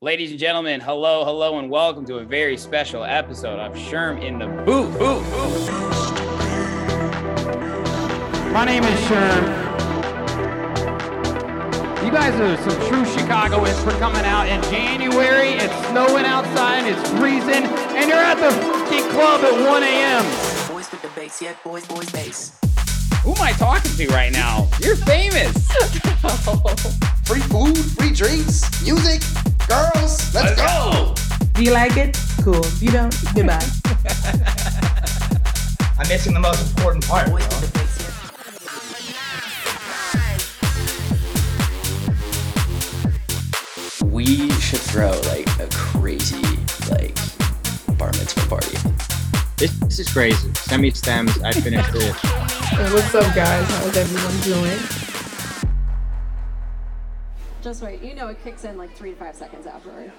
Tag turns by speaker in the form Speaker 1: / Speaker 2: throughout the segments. Speaker 1: Ladies and gentlemen, hello, hello, and welcome to a very special episode of Sherm in the Boo, Boo, Boo.
Speaker 2: My name is Sherm. You guys are some true Chicagoans for coming out in January. It's snowing outside, it's freezing, and you're at the fucking club at 1 a.m.
Speaker 3: Boys with the bass, yeah, boys, boys, bass.
Speaker 1: Who am I talking to right now? You're famous.
Speaker 4: free food, free drinks, music, girls. Let's,
Speaker 1: go.
Speaker 4: go.
Speaker 5: Do you like it? Cool. If you don't, goodbye.
Speaker 6: I'm missing the most important part.
Speaker 3: Boys with the bass, yeah.
Speaker 7: we should throw like a crazy like bar mitzvah party.
Speaker 6: This, this is crazy. Send me stems. I finished it.
Speaker 5: what's up, guys? How's everyone doing?
Speaker 8: Just wait. You know it kicks in like three to five seconds afterward.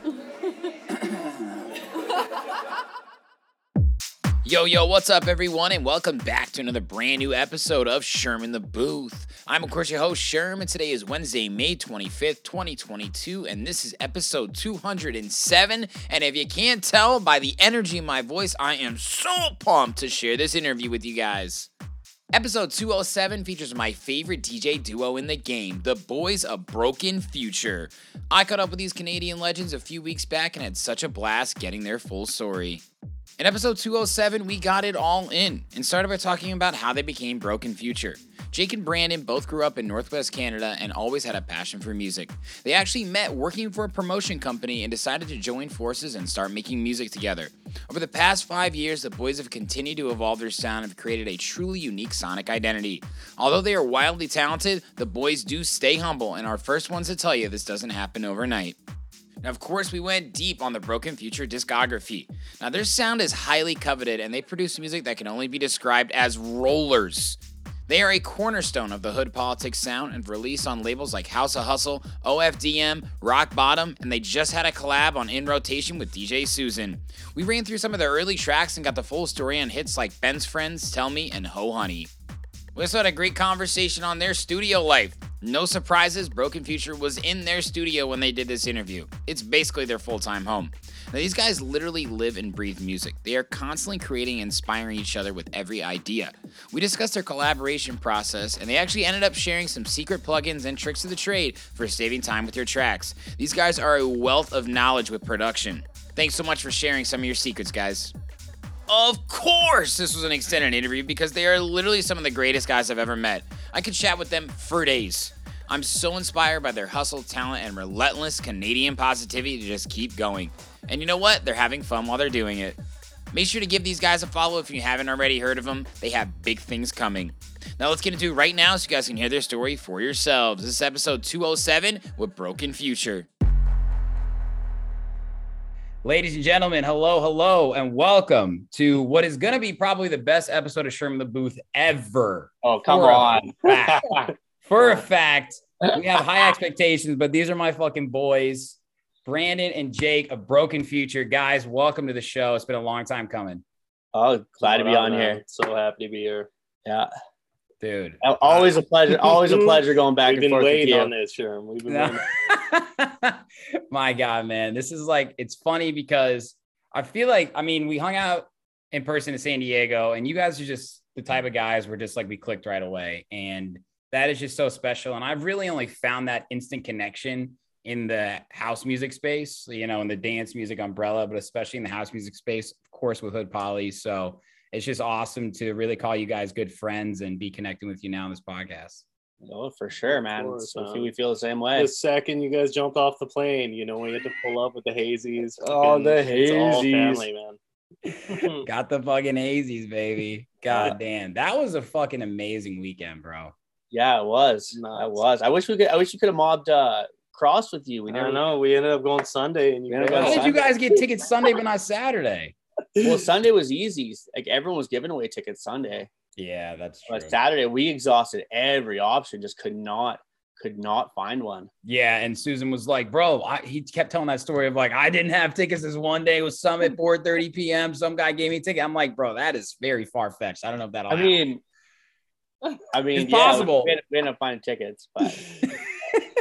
Speaker 9: Yo, yo, what's up, everyone, and welcome back to another brand new episode of Sherman the Booth. I'm, of course, your host, Sherm, and today is Wednesday, May 25th, 2022, and this is episode 207. And if you can't tell by the energy in my voice, I am so pumped to share this interview with you guys. Episode 207 features my favorite DJ duo in the game, the Boys of Broken Future. I caught up with these Canadian legends a few weeks back and had such a blast getting their full story. In episode 207, we got it all in and started by talking about how they became Broken Future. Jake and Brandon both grew up in Northwest Canada and always had a passion for music. They actually met working for a promotion company and decided to join forces and start making music together. Over the past five years, the boys have continued to evolve their sound and have created a truly unique sonic identity. Although they are wildly talented, the boys do stay humble and are first ones to tell you this doesn't happen overnight. Now, of course, we went deep on the Broken Future discography. Now, their sound is highly coveted, and they produce music that can only be described as rollers. They are a cornerstone of the hood politics sound and release on labels like House of Hustle, OFDM, Rock Bottom, and they just had a collab on In Rotation with DJ Susan. We ran through some of their early tracks and got the full story on hits like Ben's Friends, Tell Me, and Ho Honey. We also had a great conversation on their studio life. No surprises, Broken Future was in their studio when they did this interview. It's basically their full time home. Now, these guys literally live and breathe music. They are constantly creating and inspiring each other with every idea. We discussed their collaboration process, and they actually ended up sharing some secret plugins and tricks of the trade for saving time with your tracks. These guys are a wealth of knowledge with production. Thanks so much for sharing some of your secrets, guys. Of course, this was an extended interview because they are literally some of the greatest guys I've ever met. I could chat with them for days. I'm so inspired by their hustle, talent, and relentless Canadian positivity to just keep going. And you know what? They're having fun while they're doing it. Make sure to give these guys a follow if you haven't already heard of them. They have big things coming. Now, let's get into it right now so you guys can hear their story for yourselves. This is episode 207 with Broken Future.
Speaker 1: Ladies and gentlemen, hello, hello, and welcome to what is going to be probably the best episode of Sherman the Booth ever.
Speaker 6: Oh, come
Speaker 1: For a
Speaker 6: on.
Speaker 1: fact. For a fact, we have high expectations, but these are my fucking boys, Brandon and Jake of Broken Future. Guys, welcome to the show. It's been a long time coming,
Speaker 10: Oh, glad to
Speaker 6: What
Speaker 10: be
Speaker 6: up,
Speaker 10: on
Speaker 6: man?
Speaker 10: here. So happy to be here.
Speaker 6: yeah.
Speaker 1: dude.
Speaker 10: Al- Always a pleasure. Always a pleasure going back
Speaker 6: We've
Speaker 10: and
Speaker 6: been
Speaker 10: forth with
Speaker 6: waiting
Speaker 10: you.
Speaker 6: on
Speaker 10: this, Sherm. We've been
Speaker 1: No. My God, man. This is like, it's funny because I feel like, I mean, we hung out in person in San Diego, and you guys are just the type of guys where just like we clicked right away. And that is just so special. And I've really only found that instant connection in the house music space, you know, in the dance music umbrella, but especially in the house music space, of course, with Hood Polly. So it's just awesome to really call you guys good friends and be connecting with you now on this podcast.
Speaker 10: Oh, for sure, man.
Speaker 6: course,
Speaker 10: So
Speaker 6: man.
Speaker 10: we feel the same way.
Speaker 6: The second you guys jumped off the plane, you know, we had to pull up with the hazies.
Speaker 10: Oh,
Speaker 6: Fucking-
Speaker 10: the
Speaker 6: it's all
Speaker 10: hazies.
Speaker 6: family, man.
Speaker 1: Got the fucking hazies, baby. God damn. That was a fucking amazing weekend, bro.
Speaker 10: Yeah, it was. I was. I wish we could. I wish we could have mobbed uh, cross with you. We
Speaker 6: I
Speaker 10: never
Speaker 6: don't know. We ended up going Sunday, and you
Speaker 10: We ended
Speaker 1: How
Speaker 10: up
Speaker 6: guys-
Speaker 10: going
Speaker 1: did you guys get tickets Sunday but not Saturday?
Speaker 10: Well, Sunday was easy. Like everyone was giving away tickets Sunday,
Speaker 1: Yeah, that's true.
Speaker 10: but Saturday we exhausted every option. Just could not, could not find one.
Speaker 1: Yeah, and Susan was like, "Bro, I, he kept telling that story of like I didn't have tickets this one day was Summit 4:30 p.m. Some guy gave me a ticket." I'm like, "Bro, that is very far fetched. I don't know if that."
Speaker 10: I mean, I mean,
Speaker 1: It's
Speaker 10: yeah,
Speaker 1: possible.
Speaker 10: We ended, we ended up finding tickets, but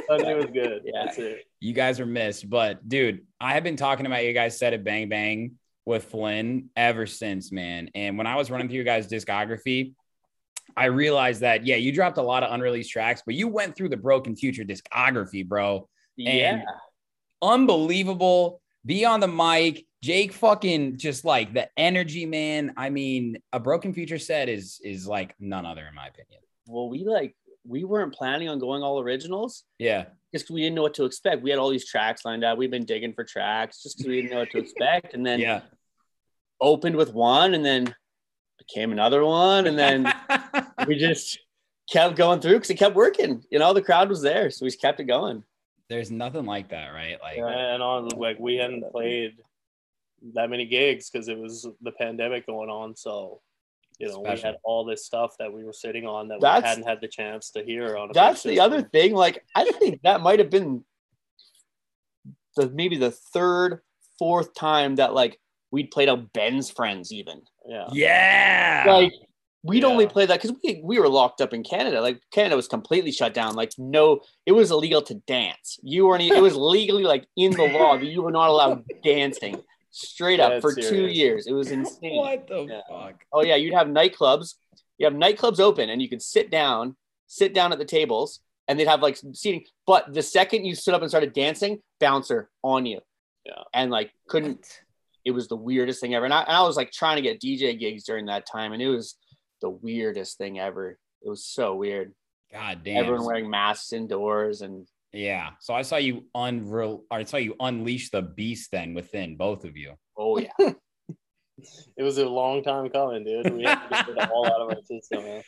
Speaker 6: That it was good.
Speaker 10: Yeah.
Speaker 6: That's it.
Speaker 9: you guys are missed. But dude, I have been talking about you guys said it bang bang with Flynn ever since, man. And when I was running through you guys' discography, I realized that yeah, you dropped a lot of unreleased tracks, but you went through the Broken Future discography, bro.
Speaker 10: Yeah.
Speaker 9: Unbelievable. Be on the mic. Jake fucking just like the energy, man. I mean, a Broken Future set is is like none other in my opinion.
Speaker 10: Well, we like we weren't planning on going all originals
Speaker 9: Yeah.
Speaker 10: just 'cause we didn't know what to expect. We had all these tracks lined up. We've been digging for tracks just because we didn't know what to expect, and then
Speaker 9: Yeah.
Speaker 10: opened with one, and then became another one, and then we just kept going through because it kept working. You know, the crowd was there, so we just kept it going.
Speaker 9: there's nothing like that, right? Like
Speaker 6: And on like we hadn't played that many gigs because it was the pandemic going on. So you know we
Speaker 9: Special.
Speaker 6: had all this stuff that we were sitting on that
Speaker 10: That's-
Speaker 6: we hadn't had the chance to hear on. a
Speaker 10: That's
Speaker 6: big
Speaker 10: the other
Speaker 6: system.
Speaker 10: thing. Like, I think that might have been the maybe the third, fourth time that like we'd played out Ben's friends even.
Speaker 6: Yeah.
Speaker 9: yeah.
Speaker 10: Like we'd
Speaker 6: Yeah.
Speaker 10: only play that because we we were locked up in Canada. Like Canada was completely shut down. Like no, it was illegal to dance. You weren't. e- It was legally like in the law that you were not allowed dancing straight up
Speaker 6: That's
Speaker 10: for two
Speaker 6: serious.
Speaker 10: years. It was insane.
Speaker 9: what the
Speaker 10: Yeah.
Speaker 9: fuck?
Speaker 10: Oh yeah, you'd have nightclubs. You have nightclubs open, and you could sit down, sit down at the tables, and they'd have like some seating. But the second you stood up and started dancing, bouncer on you.
Speaker 6: Yeah.
Speaker 10: And like couldn't. It was the weirdest thing ever, and I, and I was like trying to get DJ gigs during that time, and it was the weirdest thing ever. It was so weird.
Speaker 9: God damn.
Speaker 10: Everyone wearing masks indoors, and
Speaker 9: yeah. So I saw you unreal. I saw you unleash the beast then within both of you.
Speaker 10: oh yeah,
Speaker 6: It was a long time coming, dude. We had to get it all out of our system. Man.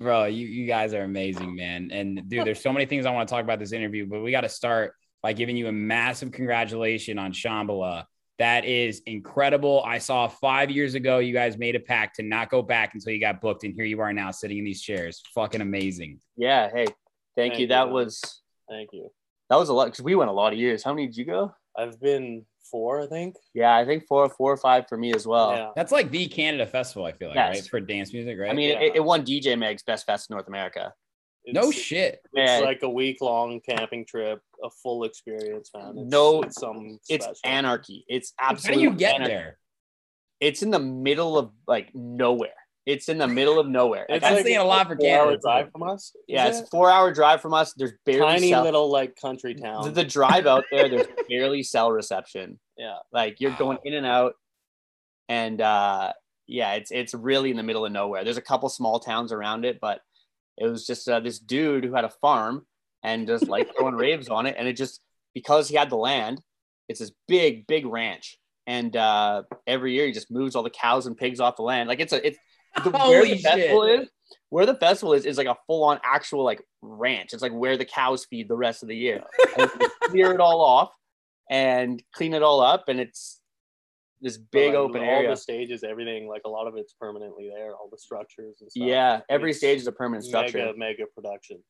Speaker 9: Bro, you you guys are amazing, man. And dude, there's so many things I want to talk about this interview, but we got to start by giving you a massive congratulation on Shambhala. That is incredible. I saw five years ago you guys made a pact to not go back until you got booked, and here you are now sitting in these chairs. Fucking amazing.
Speaker 10: yeah. Hey, thank
Speaker 6: Thank
Speaker 10: you.
Speaker 6: you,
Speaker 10: That
Speaker 6: man.
Speaker 10: was
Speaker 6: Thank you.
Speaker 10: that was a lot because we went a lot of years. How many did you go?
Speaker 6: I've been four, I think.
Speaker 10: Yeah, I think four, four or five for me as well.
Speaker 6: yeah.
Speaker 9: That's like the Canada Festival, I feel like,
Speaker 10: Yes.
Speaker 9: right? For dance music, right?
Speaker 10: I mean,
Speaker 6: Yeah.
Speaker 10: it, it won DJ Meg's Best Fest in North America.
Speaker 9: no
Speaker 6: It's-
Speaker 9: shit.
Speaker 10: Yeah.
Speaker 6: It's like a week long camping trip, a full experience, man. It's,
Speaker 10: No,
Speaker 6: it's something
Speaker 10: It's
Speaker 6: special.
Speaker 10: anarchy. It's
Speaker 9: How
Speaker 10: absolute.
Speaker 9: do you get
Speaker 10: anarchy.
Speaker 9: there?
Speaker 10: It's in the middle of like nowhere. It's in the middle of nowhere. Like,
Speaker 6: It's
Speaker 9: I'm
Speaker 10: I-
Speaker 6: like
Speaker 9: seeing a lot for
Speaker 6: four-hour
Speaker 9: Canada.
Speaker 6: drive from us. is
Speaker 10: yeah, it's
Speaker 6: it?
Speaker 10: a four-hour drive from us. There's barely
Speaker 6: tiny
Speaker 10: cell-
Speaker 6: little like country
Speaker 10: the,
Speaker 6: town.
Speaker 10: the drive out there. There's barely cell reception.
Speaker 6: yeah,
Speaker 10: Like you're going in and out, and uh, yeah, it's it's really in the middle of nowhere. There's a couple small towns around it, but it was just uh, this dude who had a farm and just like throwing raves on it, and it just because he had the land, it's this big big ranch, and uh, every year he just moves all the cows and pigs off the land. Like it's a it's the, where
Speaker 9: Holy
Speaker 10: the
Speaker 9: shit.
Speaker 10: festival is. Where the festival is is like a full on actual like ranch. It's like where the cows feed the rest of the year. And they clear it all off and clean it all up, and it's this big
Speaker 6: But, like,
Speaker 10: open
Speaker 6: all
Speaker 10: area.
Speaker 6: the stages, everything. Like a lot of it's permanently there. All the structures and stuff.
Speaker 10: Yeah, every
Speaker 6: It's
Speaker 10: stage is a permanent structure.
Speaker 6: Mega mega production.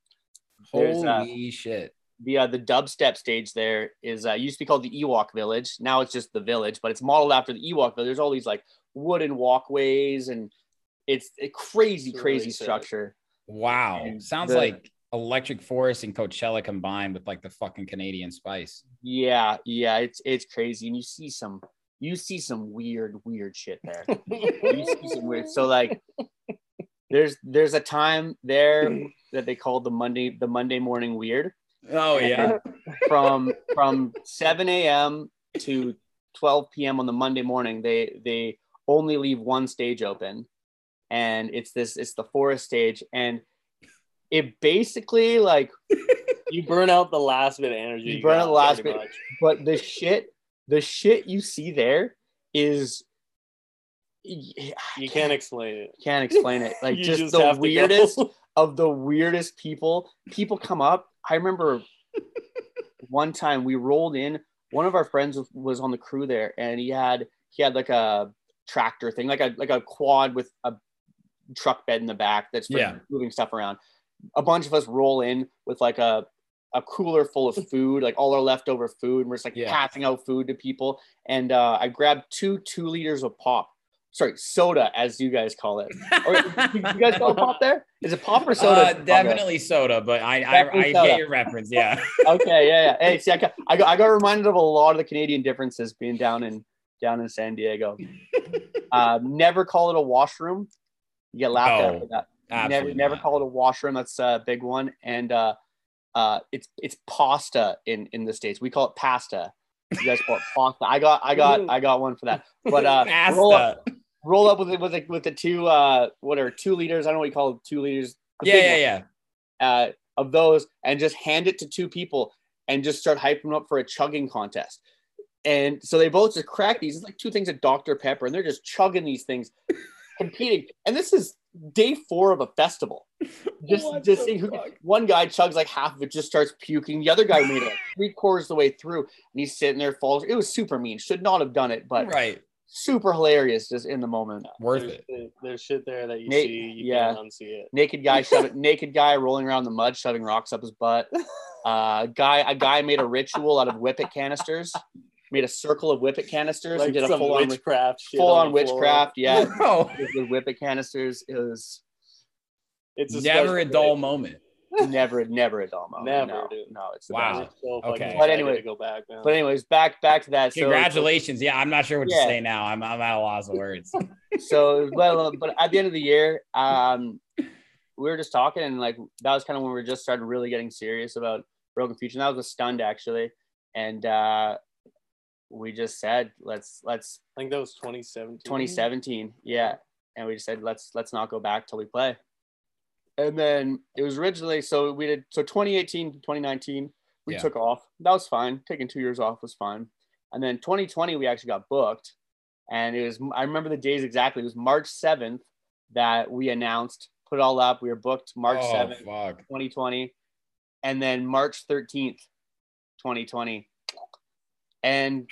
Speaker 10: There's,
Speaker 9: Holy
Speaker 10: uh,
Speaker 9: shit.
Speaker 10: The uh, the dubstep stage there is uh, used to be called the Ewok Village. Now it's just the village, but it's modeled after the Ewok Village. There's all these like wooden walkways, and it's a crazy,
Speaker 6: It's really
Speaker 10: crazy
Speaker 6: sick.
Speaker 10: structure.
Speaker 9: Wow.
Speaker 10: and
Speaker 9: Sounds
Speaker 10: the-
Speaker 9: like Electric Forest and Coachella combined with like the fucking Canadian spice.
Speaker 10: Yeah, yeah, it's it's crazy, and you see some you see some weird, weird shit there. you see some weird. So like, there's there's a time there that they called the Monday the Monday morning weird.
Speaker 9: Oh
Speaker 10: yeah. from from 7 a.m. to 12 p.m. on the Monday morning, they they only leave one stage open, and it's this it's the forest stage, and it basically like
Speaker 6: You burn out the last bit of energy.
Speaker 10: You
Speaker 6: you
Speaker 10: burn out
Speaker 6: got,
Speaker 10: the last
Speaker 6: pretty
Speaker 10: bit.
Speaker 6: much.
Speaker 10: but the shit the shit you see there is I
Speaker 6: You can't explain it.
Speaker 10: can't explain it like
Speaker 6: You
Speaker 10: just, the
Speaker 6: have to go.
Speaker 10: weirdest of the weirdest people. People come up. I remember one time we rolled in. One of our friends was- was on the crew there, and he had he had like a tractor thing, like a like a quad with a truck bed in the back that's for
Speaker 9: Yeah.
Speaker 10: moving stuff around. A bunch of us roll in with like a a cooler full of food, like all our leftover food, and we're just like
Speaker 9: Yeah.
Speaker 10: passing out food to people. And uh, I grabbed two two liters of pop sorry, soda as you guys call it. Or, you guys call it pop there? Is it pop or soda?
Speaker 9: Uh, definitely soda, but I I,
Speaker 10: Definitely
Speaker 9: I
Speaker 10: soda.
Speaker 9: get your reference. Yeah.
Speaker 10: okay, yeah, yeah. Hey, see, I got, I got I got reminded of a lot of the Canadian differences being down in down in San Diego. uh, never call it a washroom. You get laughed
Speaker 9: No,
Speaker 10: at for that.
Speaker 9: Absolutely.
Speaker 10: never never
Speaker 9: not.
Speaker 10: call it a washroom. That's a big one. And uh, uh, it's it's pasta in in the states. We call it pasta. You guys call it pasta. I got I got I got one for that. But uh, roll up
Speaker 9: Pasta.
Speaker 10: roll up with it with the, with the two uh what are two liters? I don't know what you call it, two liters. The
Speaker 9: Yeah,
Speaker 10: big
Speaker 9: yeah,
Speaker 10: one
Speaker 9: yeah.
Speaker 10: uh, of those and just hand it to two people and just start hyping them up for a chugging contest. And so they both just crack these. It's like two things of Dr. Pepper, and they're just chugging these things, competing. And this is day four of a festival. Just, just seeing who, one guy chugs like half of it, just starts puking. The other guy made it like three quarters of the way through, and he's sitting there, falls. It was super mean. Should not have done it, but
Speaker 9: Right.
Speaker 10: super hilarious just in the moment.
Speaker 9: Worth
Speaker 6: there's,
Speaker 9: it.
Speaker 6: shit- there's shit there that you
Speaker 10: Nate,
Speaker 6: see, you
Speaker 10: yeah.
Speaker 6: can't unsee it.
Speaker 10: Naked guy shoving, naked guy rolling around in the mud, shoving rocks up his butt. Uh, guy, a guy made a ritual out of whippet canisters, made a circle of whippet canisters,
Speaker 6: Like
Speaker 10: and did a
Speaker 6: some
Speaker 10: full on
Speaker 6: witchcraft, shit
Speaker 10: full
Speaker 6: on
Speaker 10: on
Speaker 6: the floor.
Speaker 10: witchcraft. Yeah,
Speaker 9: Bro,
Speaker 10: with whippet canisters It was
Speaker 6: It's a
Speaker 9: never a
Speaker 6: special
Speaker 9: dull
Speaker 6: day.
Speaker 9: moment.
Speaker 10: never, never a dull moment.
Speaker 6: Never,
Speaker 10: no,
Speaker 6: dude.
Speaker 10: no, it's the
Speaker 9: Wow.
Speaker 10: best.
Speaker 6: It's so fucking
Speaker 9: Okay.
Speaker 6: excited
Speaker 10: But anyway-
Speaker 6: to go back, man.
Speaker 10: But anyways, back back to that. So-
Speaker 9: Congratulations. Yeah, I'm not sure what
Speaker 10: Yeah.
Speaker 9: to say now. I'm, I'm at a loss of words.
Speaker 10: so well uh, but at the end of the year um we were just talking and like that was kind of when we just started really getting serious about broken future and that was a stunned actually and uh we just said let's let's
Speaker 6: I think that was 2017.
Speaker 10: Mm-hmm. 2017 yeah and we just said let's let's not go back till we play and then it was originally so we did so 2018 to 2019 we
Speaker 9: Yeah.
Speaker 10: took off that was fine taking two years off was fine and then 2020 we actually got booked and it was i remember the days exactly it was march 7th that we announced put it all up we were booked march
Speaker 9: oh,
Speaker 10: 7th
Speaker 9: fuck.
Speaker 10: 2020 and then march 13th 2020 and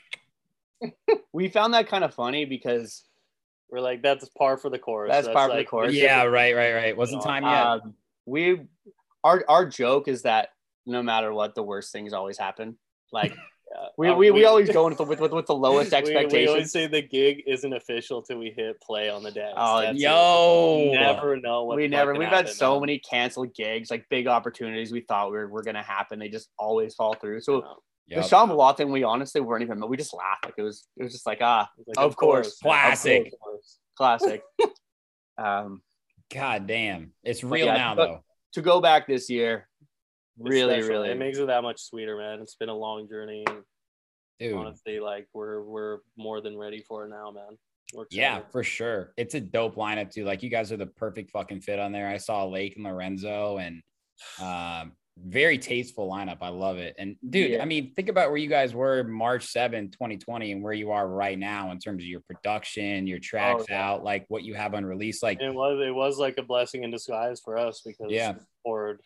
Speaker 10: we found that kind of funny because
Speaker 6: We're like, that's par for the course.
Speaker 10: That's par for the
Speaker 6: like-
Speaker 10: course.
Speaker 9: Yeah, right, right, right. Wasn't time yet.
Speaker 10: um, we our our joke is that no matter what the worst things always happen like
Speaker 6: Yeah.
Speaker 10: we,
Speaker 6: Uh,
Speaker 10: we, we always go with the, with, with, with the lowest
Speaker 6: we- We, always
Speaker 10: expectations
Speaker 6: say the gig isn't official till we hit play on the deck.
Speaker 10: Oh,
Speaker 6: That's it.
Speaker 9: Yo.
Speaker 6: You never know what.
Speaker 10: we
Speaker 6: the fuck
Speaker 10: never
Speaker 6: can
Speaker 10: we've had
Speaker 6: happen,
Speaker 10: so
Speaker 6: man.
Speaker 10: many canceled gigs like big opportunities we thought were, were gonna happen they just always fall through so
Speaker 9: Yep.
Speaker 10: the Sean Malott thing we honestly weren't even we just laughed like it was it was just like ah
Speaker 6: It's like,
Speaker 10: Of
Speaker 6: man,
Speaker 10: course.
Speaker 6: of
Speaker 9: Classic.
Speaker 6: course.
Speaker 10: classic um
Speaker 9: God damn. It's real
Speaker 10: yeah,
Speaker 9: now,
Speaker 10: but-
Speaker 9: though.
Speaker 10: to go back this year
Speaker 6: It's
Speaker 10: really
Speaker 6: special.
Speaker 10: really
Speaker 6: It makes it that much sweeter, man. It's been a long journey. and
Speaker 9: Dude.
Speaker 6: Honestly, like we're we're more than ready for it now, man. We're
Speaker 9: Yeah,
Speaker 6: excited.
Speaker 9: for sure. It's a dope lineup too. Like you guys are the perfect fucking fit on there. I saw Lake and Lorenzo and um very tasteful lineup. I love it. And dude,
Speaker 10: Yeah.
Speaker 9: I mean, think about where you guys were March 7, 2020 and where you are right now in terms of your production, your tracks
Speaker 10: Oh, yeah.
Speaker 9: out, like what you have on release. Like
Speaker 6: It was it was like a blessing in disguise for us because
Speaker 9: Yeah.
Speaker 6: we poured,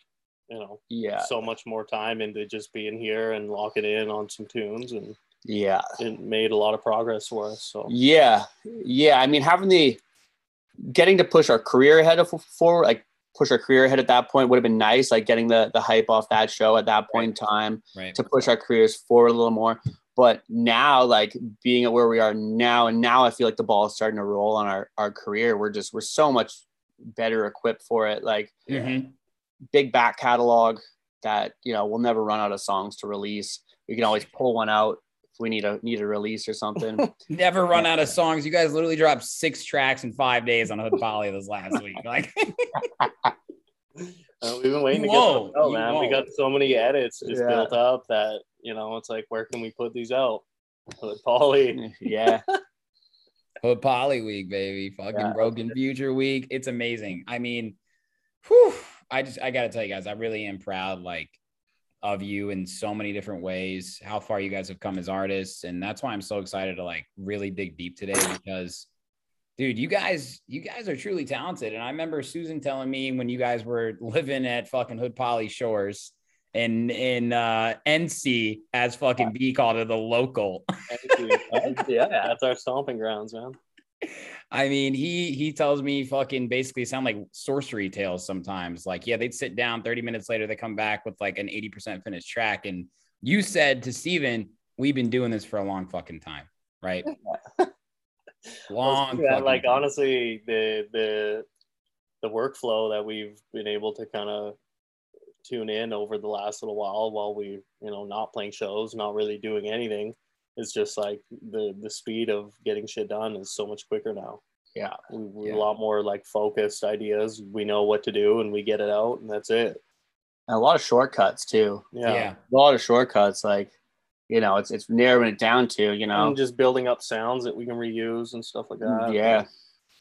Speaker 6: you know,
Speaker 10: yeah
Speaker 6: so much more time into just being here and locking in on some tunes, and
Speaker 10: yeah
Speaker 6: it made a lot of progress for us. So
Speaker 10: Yeah, yeah. I mean, having the getting to push our career ahead of forward, like push our career ahead at that point would have been nice. Like getting the the hype off that show at that point in time
Speaker 9: right.
Speaker 10: to push our careers forward a little more. But now, like being at where we are now, and now I feel like the ball is starting to roll on our our career. We're just we're so much better equipped for it. Like
Speaker 9: Mhm.
Speaker 10: big back catalog that you know we'll never run out of songs to release. We can always pull one out if we need a need a release or something.
Speaker 9: Never run out of songs. You guys literally dropped six tracks in five days on Hood Poly this last week. Like
Speaker 6: Uh, we've been waiting
Speaker 9: You
Speaker 6: to get to the
Speaker 9: won't.
Speaker 6: show,
Speaker 9: You
Speaker 6: man. We
Speaker 9: won't.
Speaker 6: got so many edits just
Speaker 10: Yeah.
Speaker 6: built up that you know it's like where can we put these out? Put Polly.
Speaker 10: yeah.
Speaker 9: Hood Poly Week, baby. Fucking
Speaker 10: Yeah.
Speaker 9: Broken Future Week. It's amazing. I mean, whew, I just I gotta tell you guys, I really am proud like of you in so many different ways, how far you guys have come as artists. And that's why I'm so excited to like really dig deep today because dude, you guys, you guys are truly talented. And I remember Susan telling me when you guys were living at fucking Hood Poly Shores in in uh NC as fucking B called it the local.
Speaker 6: Thank you.
Speaker 10: yeah.
Speaker 6: That's our stomping grounds, man.
Speaker 9: I mean, he he tells me fucking basically sound like sorcery tales sometimes. Like, yeah, they'd sit down 30 minutes later, they come back with like an 80% finished track. And you said to Steven, we've been doing this for a long fucking time, right? Long.
Speaker 6: Yeah,
Speaker 9: fucking-
Speaker 6: like honestly, the the the workflow that we've been able to kind of tune in over the last little while, while we you know not playing shows, not really doing anything, is just like the the speed of getting shit done is so much quicker now.
Speaker 10: Yeah.
Speaker 6: we, we're
Speaker 9: Yeah.
Speaker 6: a lot more like focused ideas. We know what to do and we get it out, and that's it.
Speaker 10: And a lot of shortcuts too.
Speaker 9: yeah.
Speaker 6: yeah.
Speaker 10: A lot of shortcuts. Like, you know, it's it's narrowing it down to you know,
Speaker 6: and just building up sounds that we can reuse and stuff like
Speaker 10: Oh,
Speaker 6: that.
Speaker 10: yeah,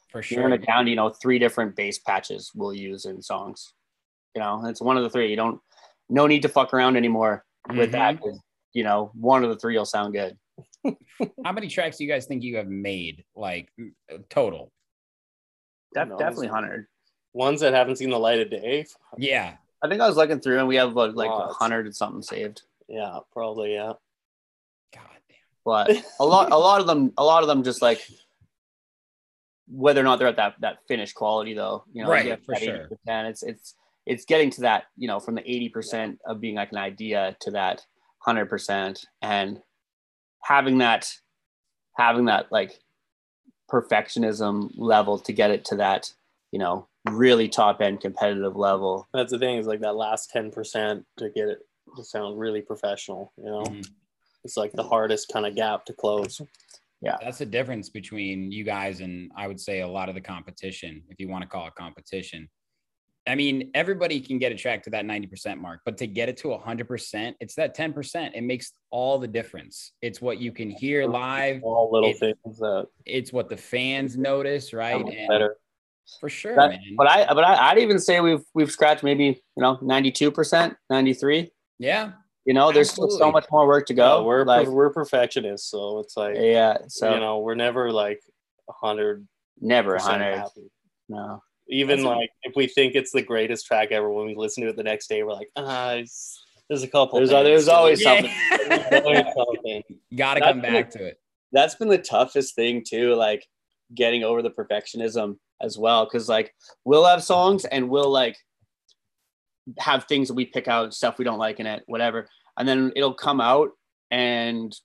Speaker 9: for sure.
Speaker 10: narrowing it down. to, You know, three different bass patches we'll use in songs. You know, it's one of the three. You don't no need to fuck around anymore with that. 'cause, You know, one of the three will sound good.
Speaker 9: Mm-hmm. How many tracks do you guys think you have made, like m- total?
Speaker 10: Def-
Speaker 6: No,
Speaker 10: definitely
Speaker 6: it's-
Speaker 10: hundred.
Speaker 6: Ones that haven't seen the light of day.
Speaker 9: Yeah,
Speaker 10: I think I was looking through and we have uh, like, like
Speaker 6: Lots.
Speaker 10: hundred and something saved.
Speaker 6: Yeah, probably. Yeah.
Speaker 9: God damn.
Speaker 10: But a lot a lot of them a lot of them just like whether or not they're at that that finished quality though, you know,
Speaker 9: Right,
Speaker 10: you have
Speaker 9: for
Speaker 10: that
Speaker 9: sure.
Speaker 10: 80%, it's it's it's getting to that, you know, from the eighty percent of being like an idea to that hundred percent and having that having that like perfectionism level to get it to that, you know, really top end competitive level.
Speaker 6: That's the thing is like that last ten percent to get it to sound really professional. You
Speaker 10: Mm-hmm.
Speaker 6: know,
Speaker 9: Mhm.
Speaker 6: it's like the hardest kind of gap to close.
Speaker 9: That's the difference between you guys and I would say a lot of the competition, if you want to call it competition. I mean, everybody can get a track to that 90% mark, but to get it to 100%, it's that 10%. It makes all the difference. It's what you can hear live,
Speaker 6: All little
Speaker 9: It-
Speaker 6: things that
Speaker 9: it's what the fans notice, right?
Speaker 6: sound
Speaker 9: And
Speaker 6: better.
Speaker 9: for sure,
Speaker 10: That-
Speaker 9: man.
Speaker 10: But I but I, I'd even say we've we've scratched maybe, you know, ninety two percent, ninety three.
Speaker 9: Yeah.
Speaker 10: You know, there's still so
Speaker 9: Absolutely.
Speaker 10: much more work to go.
Speaker 6: Yeah, we're
Speaker 10: like,
Speaker 6: we're perfectionists, so it's like
Speaker 10: yeah, so
Speaker 6: you know we're never like hundred
Speaker 10: never
Speaker 6: percent
Speaker 10: hundred.
Speaker 6: happy.
Speaker 10: No,
Speaker 6: Even like if we think it's the greatest track ever, when we listen to it the next day, we're like, ah, it's, there's a couple.
Speaker 10: there's
Speaker 6: things.
Speaker 10: there's always something.
Speaker 9: Yeah. Gotta come back to it.
Speaker 10: That's been the toughest thing too, like getting over the perfectionism as well, because like we'll have songs and we'll like have things that we pick out, stuff we don't like in it, whatever, and then it'll come out and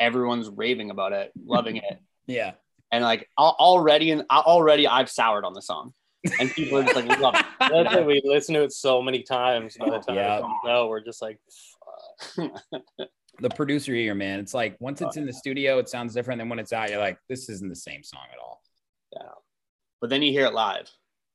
Speaker 10: everyone's raving about it, loving it,
Speaker 9: Yeah.
Speaker 10: and like al- already and already I've soured on the song, and people are just like love it.
Speaker 6: That's it. We listen to it so many times by the time
Speaker 9: Yeah.
Speaker 6: it comes out, we're just like,
Speaker 9: the producer ear, man. It's like once it's in the studio, it sounds different than when it's out. You're like, this isn't the same song at all.
Speaker 10: but then you hear it live.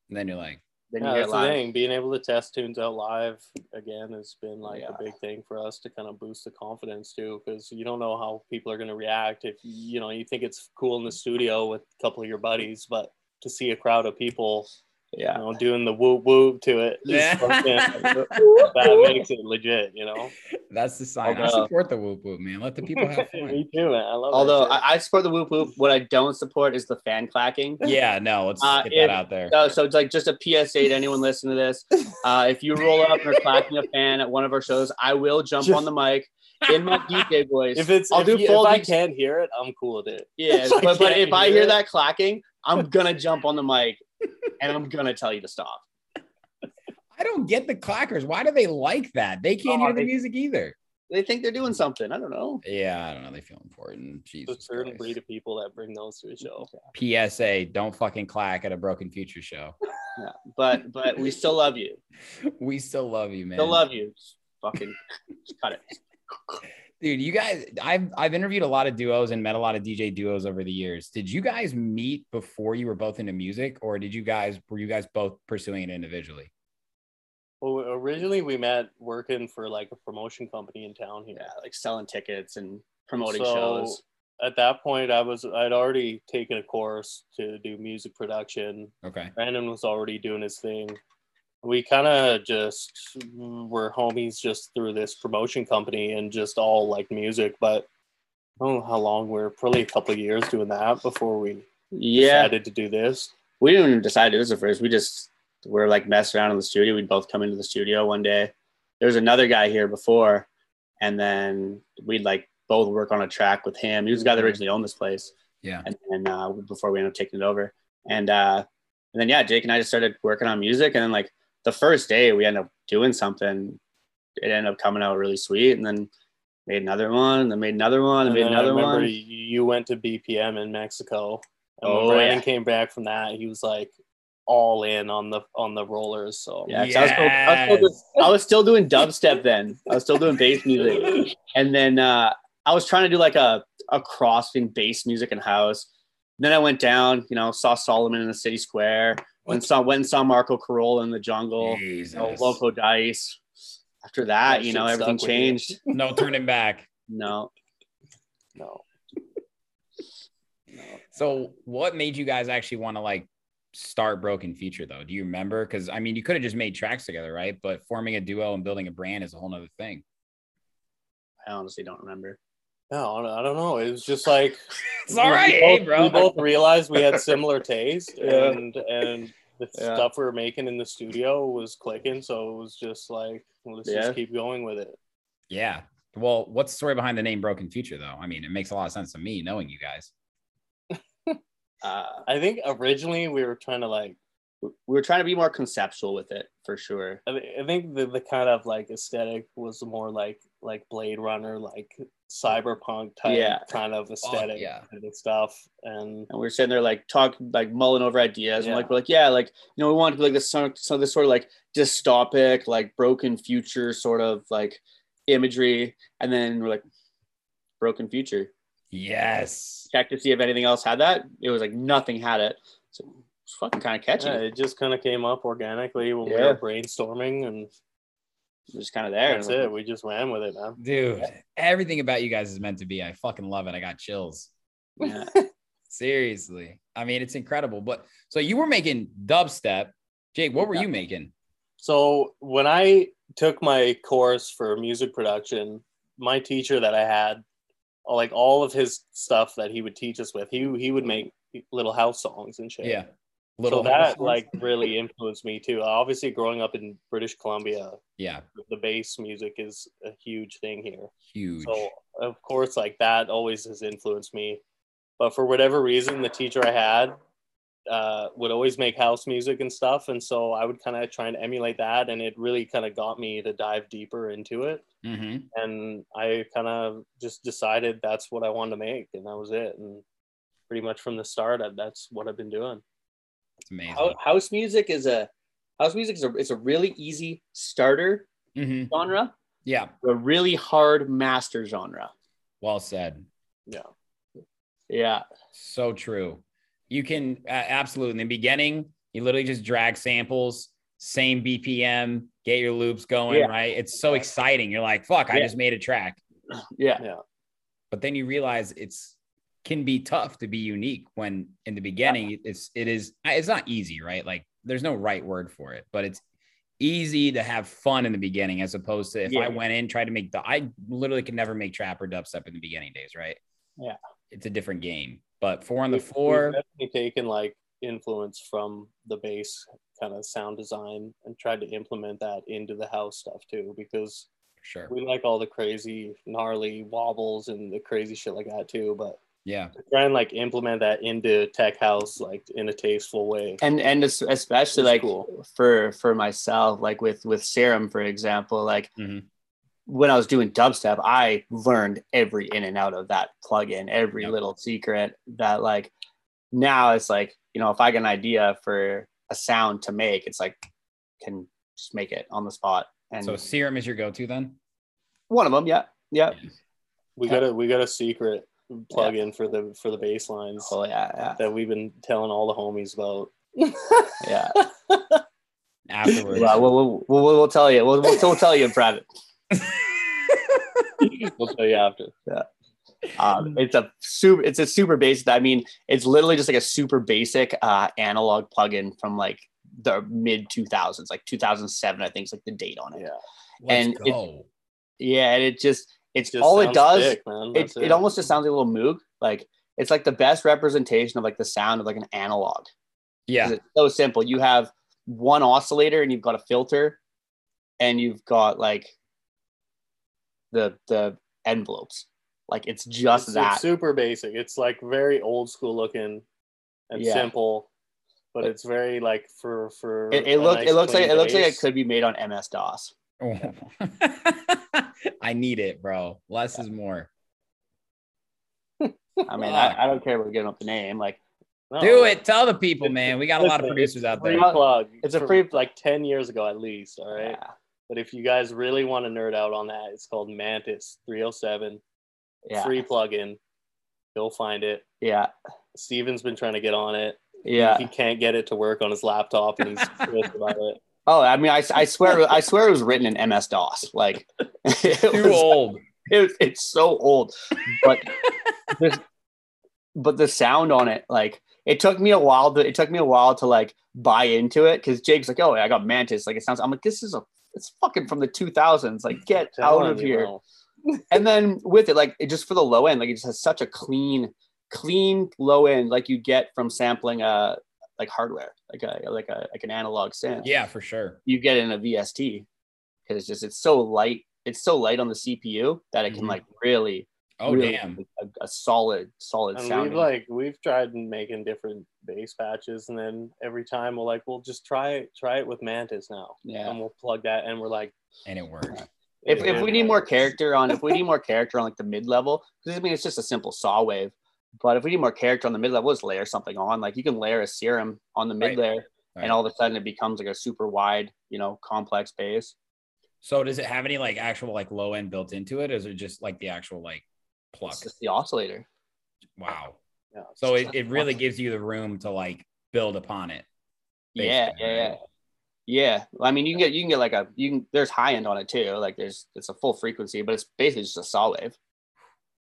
Speaker 9: And then you're like,
Speaker 10: Then you
Speaker 6: Yeah,
Speaker 10: hear it
Speaker 6: that's the
Speaker 10: live.
Speaker 6: thing. Being able to test tunes out live again has been like
Speaker 10: Yeah.
Speaker 6: a big thing for us to kind of boost the confidence too, because you don't know how people are going to react. If you know, you think it's cool in the studio with a couple of your buddies, but to see a crowd of people, you
Speaker 10: Yeah.
Speaker 6: know, doing the whoop whoop to it, is
Speaker 9: Yeah.
Speaker 6: fucking- that makes it legit. You know,
Speaker 9: that's the sign. I
Speaker 10: Although-
Speaker 9: support the whoop whoop, man. Let the people have fun.
Speaker 6: me too, man. I love. that
Speaker 10: Although
Speaker 6: shit.
Speaker 10: I, I support the whoop whoop, what I don't support is the fan clacking.
Speaker 9: yeah, no, let's
Speaker 10: Uh,
Speaker 9: get
Speaker 10: if-
Speaker 9: that out there.
Speaker 10: So, so it's like just a PSA to anyone listening to this. Uh, if you roll up and are clacking a fan at one of our shows, I will jump on the mic in my DJ voice.
Speaker 6: if it's
Speaker 10: I'll
Speaker 6: if,
Speaker 10: do
Speaker 6: you- if
Speaker 10: full
Speaker 6: I
Speaker 10: DJs.
Speaker 6: can't hear it, I'm cool with it.
Speaker 10: yeah,
Speaker 6: if I
Speaker 10: but, but
Speaker 6: can't
Speaker 10: if I
Speaker 6: hear
Speaker 10: hear
Speaker 6: it.
Speaker 10: that clacking, I'm gonna jump on the mic and I'm gonna tell you to stop.
Speaker 9: I don't get the clackers. Why do they like that? They can't
Speaker 10: Oh,
Speaker 9: hear the
Speaker 10: they-
Speaker 9: music either.
Speaker 10: They think they're doing something. I don't know.
Speaker 9: Yeah, I don't know. They feel important.
Speaker 6: There's a
Speaker 9: Jesus.
Speaker 6: certain
Speaker 9: Christ.
Speaker 6: breed of people that bring those to a show.
Speaker 9: PSA, don't fucking clack at a Broken Future show.
Speaker 10: But but we still love you.
Speaker 9: We still love you, man.
Speaker 10: Still love you. Just fucking just cut it.
Speaker 9: Dude, you guys, I've I've interviewed a lot of duos and met a lot of DJ duos over the years. Did you guys meet before you were both into music, or did you guys were you guys both pursuing it individually?
Speaker 6: Well, originally we met working for like a promotion company in town here.
Speaker 10: Yeah, like selling tickets and promoting
Speaker 6: So-
Speaker 10: shows.
Speaker 6: At that point, I was I'd already taken a course to do music production.
Speaker 9: Okay.
Speaker 6: Brandon was already doing his thing. We kind of just were homies just through this promotion company and just all like music, but I don't know how long we are probably a couple of years doing that before we
Speaker 10: Yeah,
Speaker 6: decided to do this.
Speaker 10: we didn't even decide it was the first. We just were like messing around in the studio. We'd both come into the studio one day. There was another guy here before, and then we'd like both work on a track with him. He was the guy that originally owned this place,
Speaker 9: Yeah.
Speaker 10: and then uh, before we ended up taking it over, and uh, and then yeah, Jake and I just started working on music, and then like the first day we ended up doing something. It ended up coming out really sweet, and then made another one, and then made another one, and,
Speaker 6: And
Speaker 10: made
Speaker 6: then I
Speaker 10: another
Speaker 6: remember
Speaker 10: one.
Speaker 6: you went to BPM in Mexico And when
Speaker 10: Oh,
Speaker 6: Brandon
Speaker 10: yeah.
Speaker 6: came back from that, he was like all in on the on the rollers. So
Speaker 10: Yeah, 'cause I, was still, I, was still doing, I was still doing dubstep then. I was still doing bass music, and then uh, I was trying to do like a a cross between bass music and house. Then I went down, you know, saw Solomon in the city square. Went saw went and saw Marco Carolla in the jungle. You know,
Speaker 9: Jesus.
Speaker 10: Loco Dice. After that,
Speaker 6: That
Speaker 10: you know,
Speaker 6: shit
Speaker 10: everything
Speaker 6: stuck with you.
Speaker 10: changed.
Speaker 9: No turning back.
Speaker 10: No,
Speaker 6: no.
Speaker 9: So what made you guys actually want to like start Broken Future though? Do you remember? Because I mean, you could have just made tracks together, right? But forming a duo and building a brand is a whole nother thing.
Speaker 10: I honestly don't remember.
Speaker 6: No, I don't- I don't know. It was just like
Speaker 9: It's all right,
Speaker 6: we
Speaker 9: hey,
Speaker 6: both-
Speaker 9: bro.
Speaker 6: We both realized we had similar taste,
Speaker 10: Yeah.
Speaker 6: and and the
Speaker 10: Yeah.
Speaker 6: stuff we were making in the studio was clicking. So it was just like, well, let's
Speaker 10: Yeah.
Speaker 6: just keep going with it.
Speaker 9: Yeah. Well, what's the story behind the name Broken Future though? I mean, it makes a lot of sense to me knowing you guys.
Speaker 10: Uh,
Speaker 6: I think originally we were trying to like.
Speaker 10: we were trying to be more conceptual with it for sure.
Speaker 6: I, thi- I think the, the kind of like aesthetic was more like like Blade Runner, like cyberpunk type
Speaker 10: Yeah.
Speaker 6: kind of aesthetic
Speaker 9: yeah.
Speaker 6: and stuff. And
Speaker 10: and we are sitting there like talk like mulling over ideas and
Speaker 6: Yeah.
Speaker 10: like we're like yeah like you know we want to be like this some, some of this sort of like dystopic like broken future sort of like imagery and then we're like broken future
Speaker 9: Yes.
Speaker 10: check to see if anything else had that it was like nothing had it so it's fucking kind of catchy
Speaker 6: yeah, it just kind of came up organically when we
Speaker 10: Yeah.
Speaker 6: were brainstorming, and
Speaker 10: It was kind of there
Speaker 6: that's it. We just ran with it, man.
Speaker 9: Dude, everything about you guys is meant to be. I fucking love it. I got chills.
Speaker 10: yeah.
Speaker 9: Seriously. I mean, it's incredible. But so you were making dubstep. Jake, what were you making?
Speaker 6: So when I took my course for music production, my teacher that I had, like all of his stuff that he would teach us with, he he would make little house songs and shit.
Speaker 9: Yeah.
Speaker 6: Little so
Speaker 9: house
Speaker 6: that
Speaker 9: songs?
Speaker 6: like really influenced me too. Obviously, growing up in British Columbia,
Speaker 9: yeah,
Speaker 6: the bass music is a huge thing here.
Speaker 9: huge.
Speaker 6: So of course, like that always has influenced me. But for whatever reason, the teacher I had uh, would always make house music and stuff, and so I would kind of try and emulate that, and it really kind of got me to dive deeper into it.
Speaker 9: hmm
Speaker 6: And I kind of just decided that's what I wanted to make, and that was it. And pretty much from the start, I, that's what I've been doing.
Speaker 9: It's amazing.
Speaker 10: Hou- house music is a house music is a, it's a really easy starter
Speaker 9: hmm
Speaker 10: genre
Speaker 9: Yeah.
Speaker 10: a really hard master genre
Speaker 9: Well said.
Speaker 10: yeah
Speaker 9: So true. You can uh, absolutely in the beginning, you literally just drag samples, same BPM, get your loops going,
Speaker 10: Yeah.
Speaker 9: right? It's so exciting. You're like, fuck, I
Speaker 10: Yeah.
Speaker 9: just made a track.
Speaker 10: yeah
Speaker 9: But then you realize it's can be tough to be unique when in the beginning it's it is it's not easy, right? Like there's no right word for it, but it's easy to have fun in the beginning as opposed to if
Speaker 10: Yeah.
Speaker 9: I went in tried to make the I literally could never make trap or dubstep in the beginning days, right?
Speaker 10: Yeah.
Speaker 9: It's a different game. But four on the
Speaker 6: We've- we've
Speaker 9: floor.
Speaker 6: definitely taken like influence from the bass kind of sound design and tried to implement that into the house stuff too because
Speaker 9: Sure.
Speaker 6: we like all the crazy gnarly wobbles and the crazy shit like that too but
Speaker 9: Yeah.
Speaker 6: to try and like implement that into tech house like in a tasteful way
Speaker 10: and and es- especially
Speaker 6: It's
Speaker 10: like
Speaker 6: cool.
Speaker 10: for for myself like with with serum for example like
Speaker 6: Mm-hmm.
Speaker 9: Mhm.
Speaker 10: when i was doing dubstep i learned every in and out of that plugin every
Speaker 9: Yep.
Speaker 10: little secret that like now it's like you know if i get an idea for a sound to make it's like can just make it on the spot and
Speaker 9: So serum is your go-to then?
Speaker 10: one of them yeah yeah
Speaker 6: we got a we got a secret plug in for the for the bass lines
Speaker 10: oh yeah yeah
Speaker 6: that we've been telling all the homies about
Speaker 10: yeah
Speaker 9: Afterwards.
Speaker 10: well, we'll, we'll, we'll, we'll tell you we'll, we'll, we'll tell you in private
Speaker 6: we'll tell you after
Speaker 10: Um, it's a super. It's a super basic. I mean, it's literally just like a super basic uh, analog plugin from like the mid 2000s, like 2007. I think is like the date on it.
Speaker 6: yeah
Speaker 9: Let's
Speaker 10: and it-
Speaker 9: go.
Speaker 10: Yeah, and it just it's
Speaker 6: Just
Speaker 10: all it
Speaker 6: sounds
Speaker 10: does.
Speaker 6: sick, man.
Speaker 10: It,
Speaker 6: That's
Speaker 10: it almost just sounds like a little moog. Like it's like the best representation of like the sound of like an analog. 'Cause
Speaker 9: yeah.
Speaker 10: It's so simple. You have one oscillator and you've got a filter, and you've got like the the envelopes. Like it's just
Speaker 6: it's,
Speaker 10: that.
Speaker 6: It's super basic. It's like very old school looking and
Speaker 10: Yeah.
Speaker 6: simple, but it's very like for for.
Speaker 10: It, it
Speaker 6: a
Speaker 10: looks.
Speaker 6: nice
Speaker 10: It looks like.
Speaker 6: clean
Speaker 10: It looks like it
Speaker 6: base.
Speaker 10: could be made on MS DOS.
Speaker 9: I need it, bro. Less is more.
Speaker 10: I mean, I, I don't care about giving up the name. Like,
Speaker 6: No.
Speaker 9: Do it. Tell the people, man. We got a lot of
Speaker 6: Listen,
Speaker 9: producers out there.
Speaker 6: Free plug. It's a
Speaker 10: For-
Speaker 6: free like ten years ago at least. All right.
Speaker 10: Yeah.
Speaker 6: But if you guys really want to nerd out on that, it's called Mantis 307.
Speaker 10: Yeah.
Speaker 6: Free plugin. Go find it.
Speaker 10: Yeah.
Speaker 6: Steven's been trying to get on it.
Speaker 10: Yeah.
Speaker 6: He can't get it to work on his laptop and he's pissed about it.
Speaker 10: Oh, I mean, I, I swear, I swear it was written in MS DOS. Like, it
Speaker 9: Too
Speaker 10: was-
Speaker 9: old.
Speaker 10: it, it's so old but this, but the sound on it like it took me a while to it took me a while to like buy into it because jake's like oh i got mantis like it sounds i'm like this is a it's fucking from the 2000s like get out
Speaker 6: Telling
Speaker 10: of
Speaker 6: you,
Speaker 10: here
Speaker 6: bro.
Speaker 10: and then with it like it just for the low end like it just has such a clean clean low end like you get from sampling uh like hardware like a like a like an analog synth
Speaker 9: Yeah, for sure.
Speaker 10: you get in a VST because it's just it's so light. It's so light on the CPU that it can
Speaker 9: Mhm.
Speaker 10: like really,
Speaker 9: Oh
Speaker 10: really
Speaker 9: damn.
Speaker 10: make a, a solid, solid
Speaker 6: And
Speaker 10: sound.
Speaker 6: we've like we've tried making different bass patches, and then every time we're like, "Well, just try it, try it with Mantis now,"
Speaker 10: yeah.
Speaker 6: and we'll plug that, and we're like,
Speaker 9: And it worked.
Speaker 10: If, if we need more character on, if we need more character on like the mid level, because I mean it's just a simple saw wave, but if we need more character on the mid level, just layer something on. Like you can layer a serum on the mid
Speaker 9: Right.
Speaker 10: layer,
Speaker 9: Right.
Speaker 10: and all of a sudden it becomes like a super wide, you know, complex bass.
Speaker 9: So does it have any like actual like low end built into it? Or is it just like the actual like pluck?
Speaker 10: It's just the oscillator.
Speaker 9: Wow.
Speaker 6: Yeah.
Speaker 9: So it, it really gives you the room to like build upon it.
Speaker 10: Yeah,
Speaker 9: basically,
Speaker 10: yeah,
Speaker 9: right?
Speaker 10: yeah. Yeah, I mean, you can get you can get like a you can. There's high end on it too. Like there's it's a full frequency, but it's basically just a saw wave.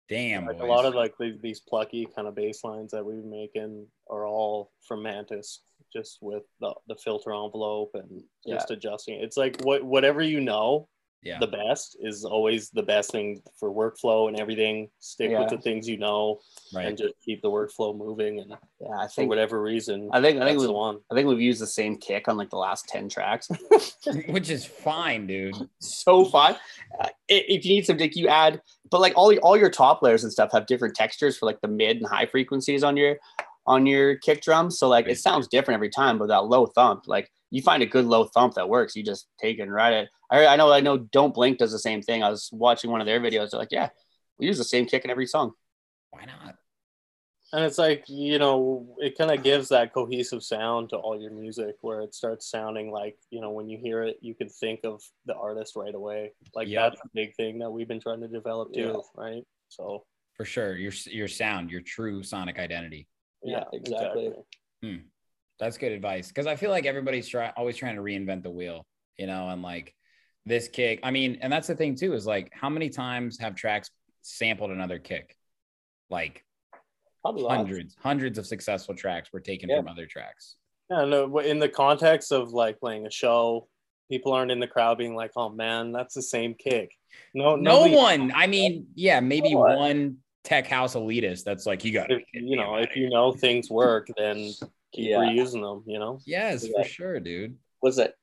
Speaker 9: Damn.
Speaker 6: like a
Speaker 9: boys.
Speaker 6: lot of like the- these plucky kind of bass lines that we've making are all from Mantis, just with the, the filter envelope and just adjusting. it. It's like what whatever you know,
Speaker 9: yeah.
Speaker 6: the best is always the best thing for workflow and everything. Stick
Speaker 10: Yeah.
Speaker 6: with the things you know
Speaker 9: right.
Speaker 6: and just keep the workflow moving. And
Speaker 10: Yeah, I
Speaker 6: for
Speaker 10: think
Speaker 6: whatever reason,
Speaker 10: I think I think
Speaker 6: that's
Speaker 10: we
Speaker 6: the one.
Speaker 10: I think we've used the same kick on like the last ten tracks.
Speaker 9: Which is fine, dude.
Speaker 10: so fun. Uh, i- if you need some dick, you add. But like all all your top layers and stuff have different textures for like the mid and high frequencies on your on your kick drum. So like it sounds different every time. But that low thump, like you find a good low thump that works, you just take it and ride it. I I know I know. Don't blink does the same thing. I was watching one of their videos. They're like, yeah, we use the same kick in every song.
Speaker 9: Why not?
Speaker 6: And it's like, you know, it kind of gives that cohesive sound to all your music where it starts sounding like, you know, when you hear it, you can think of the artist right away. Like
Speaker 9: Yep.
Speaker 6: that's a big thing that we've been trying to develop too, right? So,
Speaker 9: For sure. Your your sound, your true sonic identity.
Speaker 10: Yeah, exactly.
Speaker 9: Hmm. That's good advice because I feel like everybody's try, always trying to reinvent the wheel, you know, and like this kick. I mean, and that's the thing too is like how many times have tracks sampled another kick? Like
Speaker 10: Probably lots.
Speaker 9: hundreds, hundreds of successful tracks were taken
Speaker 10: Yeah.
Speaker 9: from other tracks.
Speaker 6: Yeah, no, in the context of like playing a show, people aren't in the crowd being like, oh man, that's the same kick. No,
Speaker 9: No
Speaker 6: nobody-
Speaker 9: one. I mean, yeah, maybe
Speaker 6: No one.
Speaker 9: one tech house elitist that's like you got
Speaker 6: If, you know, if you know things work, then keep
Speaker 10: Yeah.
Speaker 6: reusing them, you know?
Speaker 9: Yes, for sure, dude.
Speaker 10: What's that?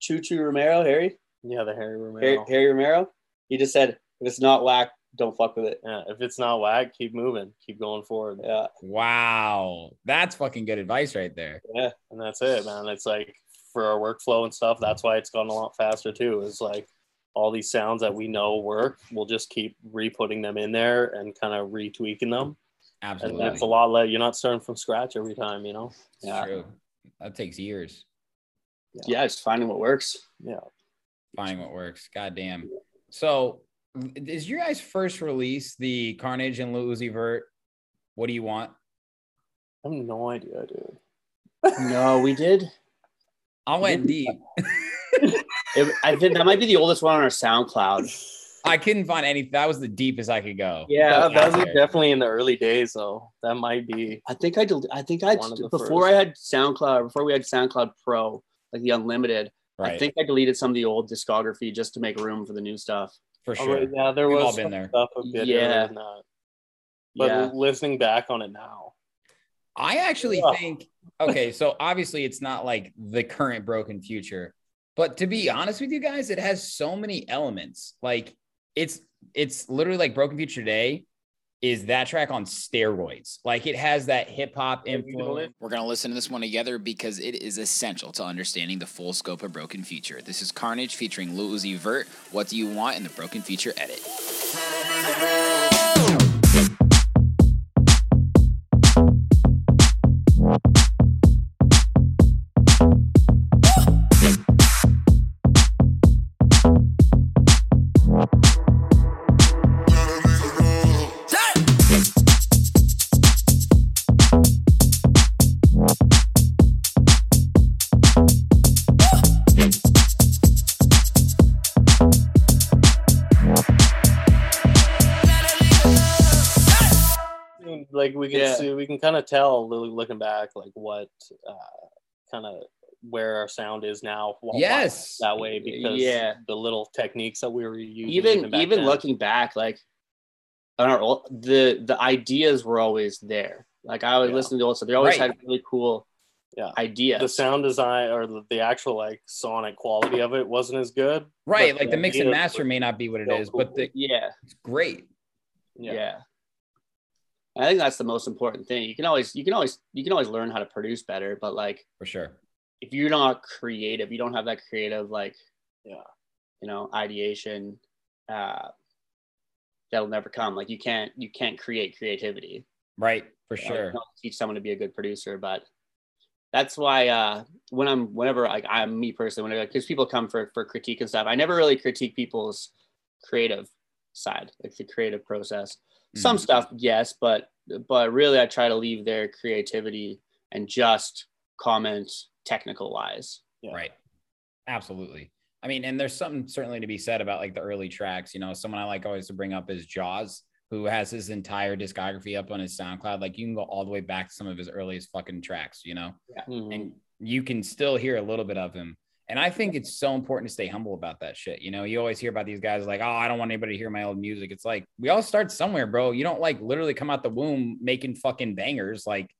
Speaker 10: Choo Choo Romero, Harry.
Speaker 6: Yeah, the Harry Romero.
Speaker 10: Harry, Harry Romero. He just said, if it's not whack, don't fuck with it.
Speaker 6: Yeah, if it's not whack, keep moving, keep going forward.
Speaker 10: Yeah.
Speaker 9: Wow. That's fucking good advice right there.
Speaker 6: and that's it, man. It's like for our workflow and stuff. That's why it's gone a lot faster too. Is like all these sounds that we know work, we'll just keep re-putting them in there and kind of retweaking them. And
Speaker 9: Absolutely.
Speaker 6: that's a lot. Less, you're not starting from scratch every time, you know.
Speaker 9: It's true. That takes years.
Speaker 10: Yeah, just finding what works.
Speaker 9: Finding what works. Goddamn. So is your guys' first release the Carnage and Lil Uzi Vert? What do you want?
Speaker 6: I have no idea, dude.
Speaker 10: No, we did.
Speaker 9: I went deep.
Speaker 10: It, I think that might be the oldest one on our SoundCloud.
Speaker 9: I couldn't find any. That was the deepest I could go.
Speaker 10: Yeah,
Speaker 6: That, that was
Speaker 9: Okay.
Speaker 6: definitely in the early days, though. That might be.
Speaker 10: I think I del- I think I
Speaker 6: One of the
Speaker 10: before
Speaker 6: first.
Speaker 10: I had SoundCloud before we had SoundCloud Pro like the unlimited.
Speaker 9: Right.
Speaker 10: I think I deleted some of the old discography just to make room for the new stuff.
Speaker 9: for
Speaker 6: Oh,
Speaker 9: sure.
Speaker 6: yeah, there
Speaker 9: We've
Speaker 6: was
Speaker 9: all been
Speaker 6: some
Speaker 9: there.
Speaker 6: stuff a bit
Speaker 10: Yeah.
Speaker 6: earlier than that. But
Speaker 10: yeah,
Speaker 6: listening back on it now,
Speaker 9: I actually
Speaker 6: Yeah.
Speaker 9: think okay, so obviously it's not like the current broken future, but to be honest with you guys, it has so many elements. Like it's it's literally like Broken Future Today is that track on steroids. Like it has that hip hop influence.
Speaker 11: We're going to listen to this one together because it is essential to understanding the full scope of Broken Future. This is Carnage featuring Lil Uzi Vert. What do you want in the Broken Future edit?
Speaker 6: like we can
Speaker 10: Yeah.
Speaker 6: see, we can kind of tell lo- looking back like what uh, kind of where our sound is now wh- why it's
Speaker 9: Yes.
Speaker 6: that way because
Speaker 10: Yeah.
Speaker 6: the little techniques that we were using
Speaker 10: even
Speaker 6: back
Speaker 10: even
Speaker 6: then.
Speaker 10: looking back like on our old the the ideas were always there like i would
Speaker 6: Yeah.
Speaker 10: listen to old stuff they always
Speaker 9: Right.
Speaker 10: had really cool
Speaker 6: Yeah.
Speaker 10: ideas
Speaker 6: the sound design or the, the actual like sonic quality of it wasn't as good
Speaker 9: Right.
Speaker 6: but
Speaker 9: Like the mix
Speaker 6: idea
Speaker 9: and
Speaker 6: was-
Speaker 9: master may not be what it
Speaker 6: so
Speaker 9: is, but
Speaker 6: cool.
Speaker 9: the,
Speaker 10: yeah
Speaker 9: it's great.
Speaker 10: yeah,
Speaker 6: Yeah.
Speaker 10: i think that's the most important thing you can always you can always you can always learn how to produce better but like
Speaker 9: For sure.
Speaker 10: if you're not creative you don't have that creative like
Speaker 6: Yeah.
Speaker 10: you know ideation uh that'll never come like you can't you can't create creativity
Speaker 9: Right. For
Speaker 10: I
Speaker 9: sure.
Speaker 10: don't teach someone to be a good producer, but that's why uh, when I'm whenever like I'm me personally whenever because people come for for critique and stuff, I never really critique people's creative side, like the creative process.
Speaker 6: Mm-hmm.
Speaker 10: Some
Speaker 9: Mhm.
Speaker 10: stuff, yes, but but really I try to leave their creativity and just comment technical wise.
Speaker 6: Yeah.
Speaker 9: Right. Absolutely. I mean, and there's something certainly to be said about like the early tracks. You know, someone I like always to bring up is Jaws, who has his entire discography up on his SoundCloud. Like you can go all the way back to some of his earliest fucking tracks, you know,
Speaker 6: Mhm.
Speaker 9: and you can still hear a little bit of him. And I think it's so important to stay humble about that shit. You know, you always hear about these guys like, oh, I don't want anybody to hear my old music. It's like, we all start somewhere, bro. You don't like literally come out the womb making fucking bangers. Like,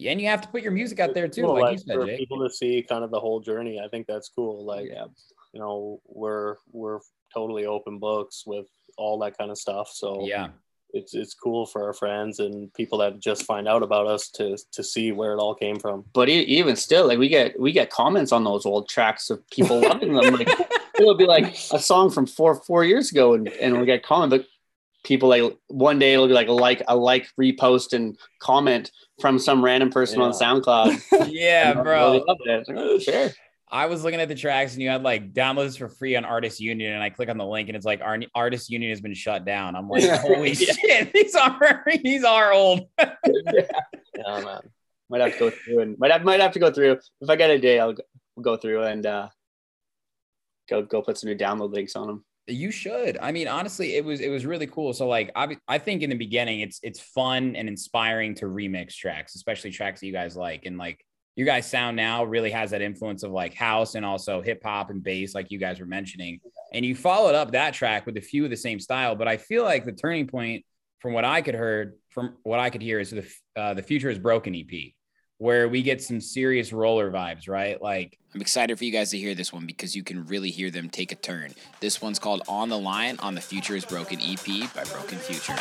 Speaker 9: and you have to put your music out there too.
Speaker 6: Well,
Speaker 9: like,
Speaker 6: like,
Speaker 9: you said,
Speaker 6: for
Speaker 9: Jake.
Speaker 6: people to see kind of the whole journey i think that's cool like
Speaker 10: yeah,
Speaker 6: you know we're we're totally open books with all that kind of stuff so
Speaker 9: Yeah.
Speaker 6: it's it's cool for our friends and people that just find out about us to to see where it all came from
Speaker 10: but e- even still, like we get we get comments on those old tracks of people loving them. Like it'll be like a song from four four years ago, and and we get comment, but people like one day it'll be like a like a like repost and comment from some random person on
Speaker 6: Yeah.
Speaker 10: SoundCloud.
Speaker 9: yeah,
Speaker 10: And
Speaker 9: bro.
Speaker 10: they love it. It's like, oh, sure.
Speaker 9: I was looking at the tracks and you had like downloads for free on Artist Union, and I click on the link and it's like our Artist Union has been shut down. I'm like,
Speaker 10: Yeah.
Speaker 9: holy shit, these are these are old.
Speaker 6: yeah man
Speaker 10: Might have to go through and might have might have to go through. If I get a day, I'll go, go through and uh, go go put some new download links on them.
Speaker 9: You should. I mean, honestly, it was it was really cool. So like, I I think in the beginning, it's it's fun and inspiring to remix tracks, especially tracks that you guys like, and like you guys sound now really has that influence of like house and also hip hop and bass, like you guys were mentioning. And you followed up that track with a few of the same style, but I feel like the turning point, from what I could heard, from what I could hear, is the uh, the future is broken EP, where we get some serious roller vibes, right? Like
Speaker 11: I'm excited for you guys to hear this one because you can really hear them take a turn. This one's called On the Line on the Future is Broken EP by Broken Future.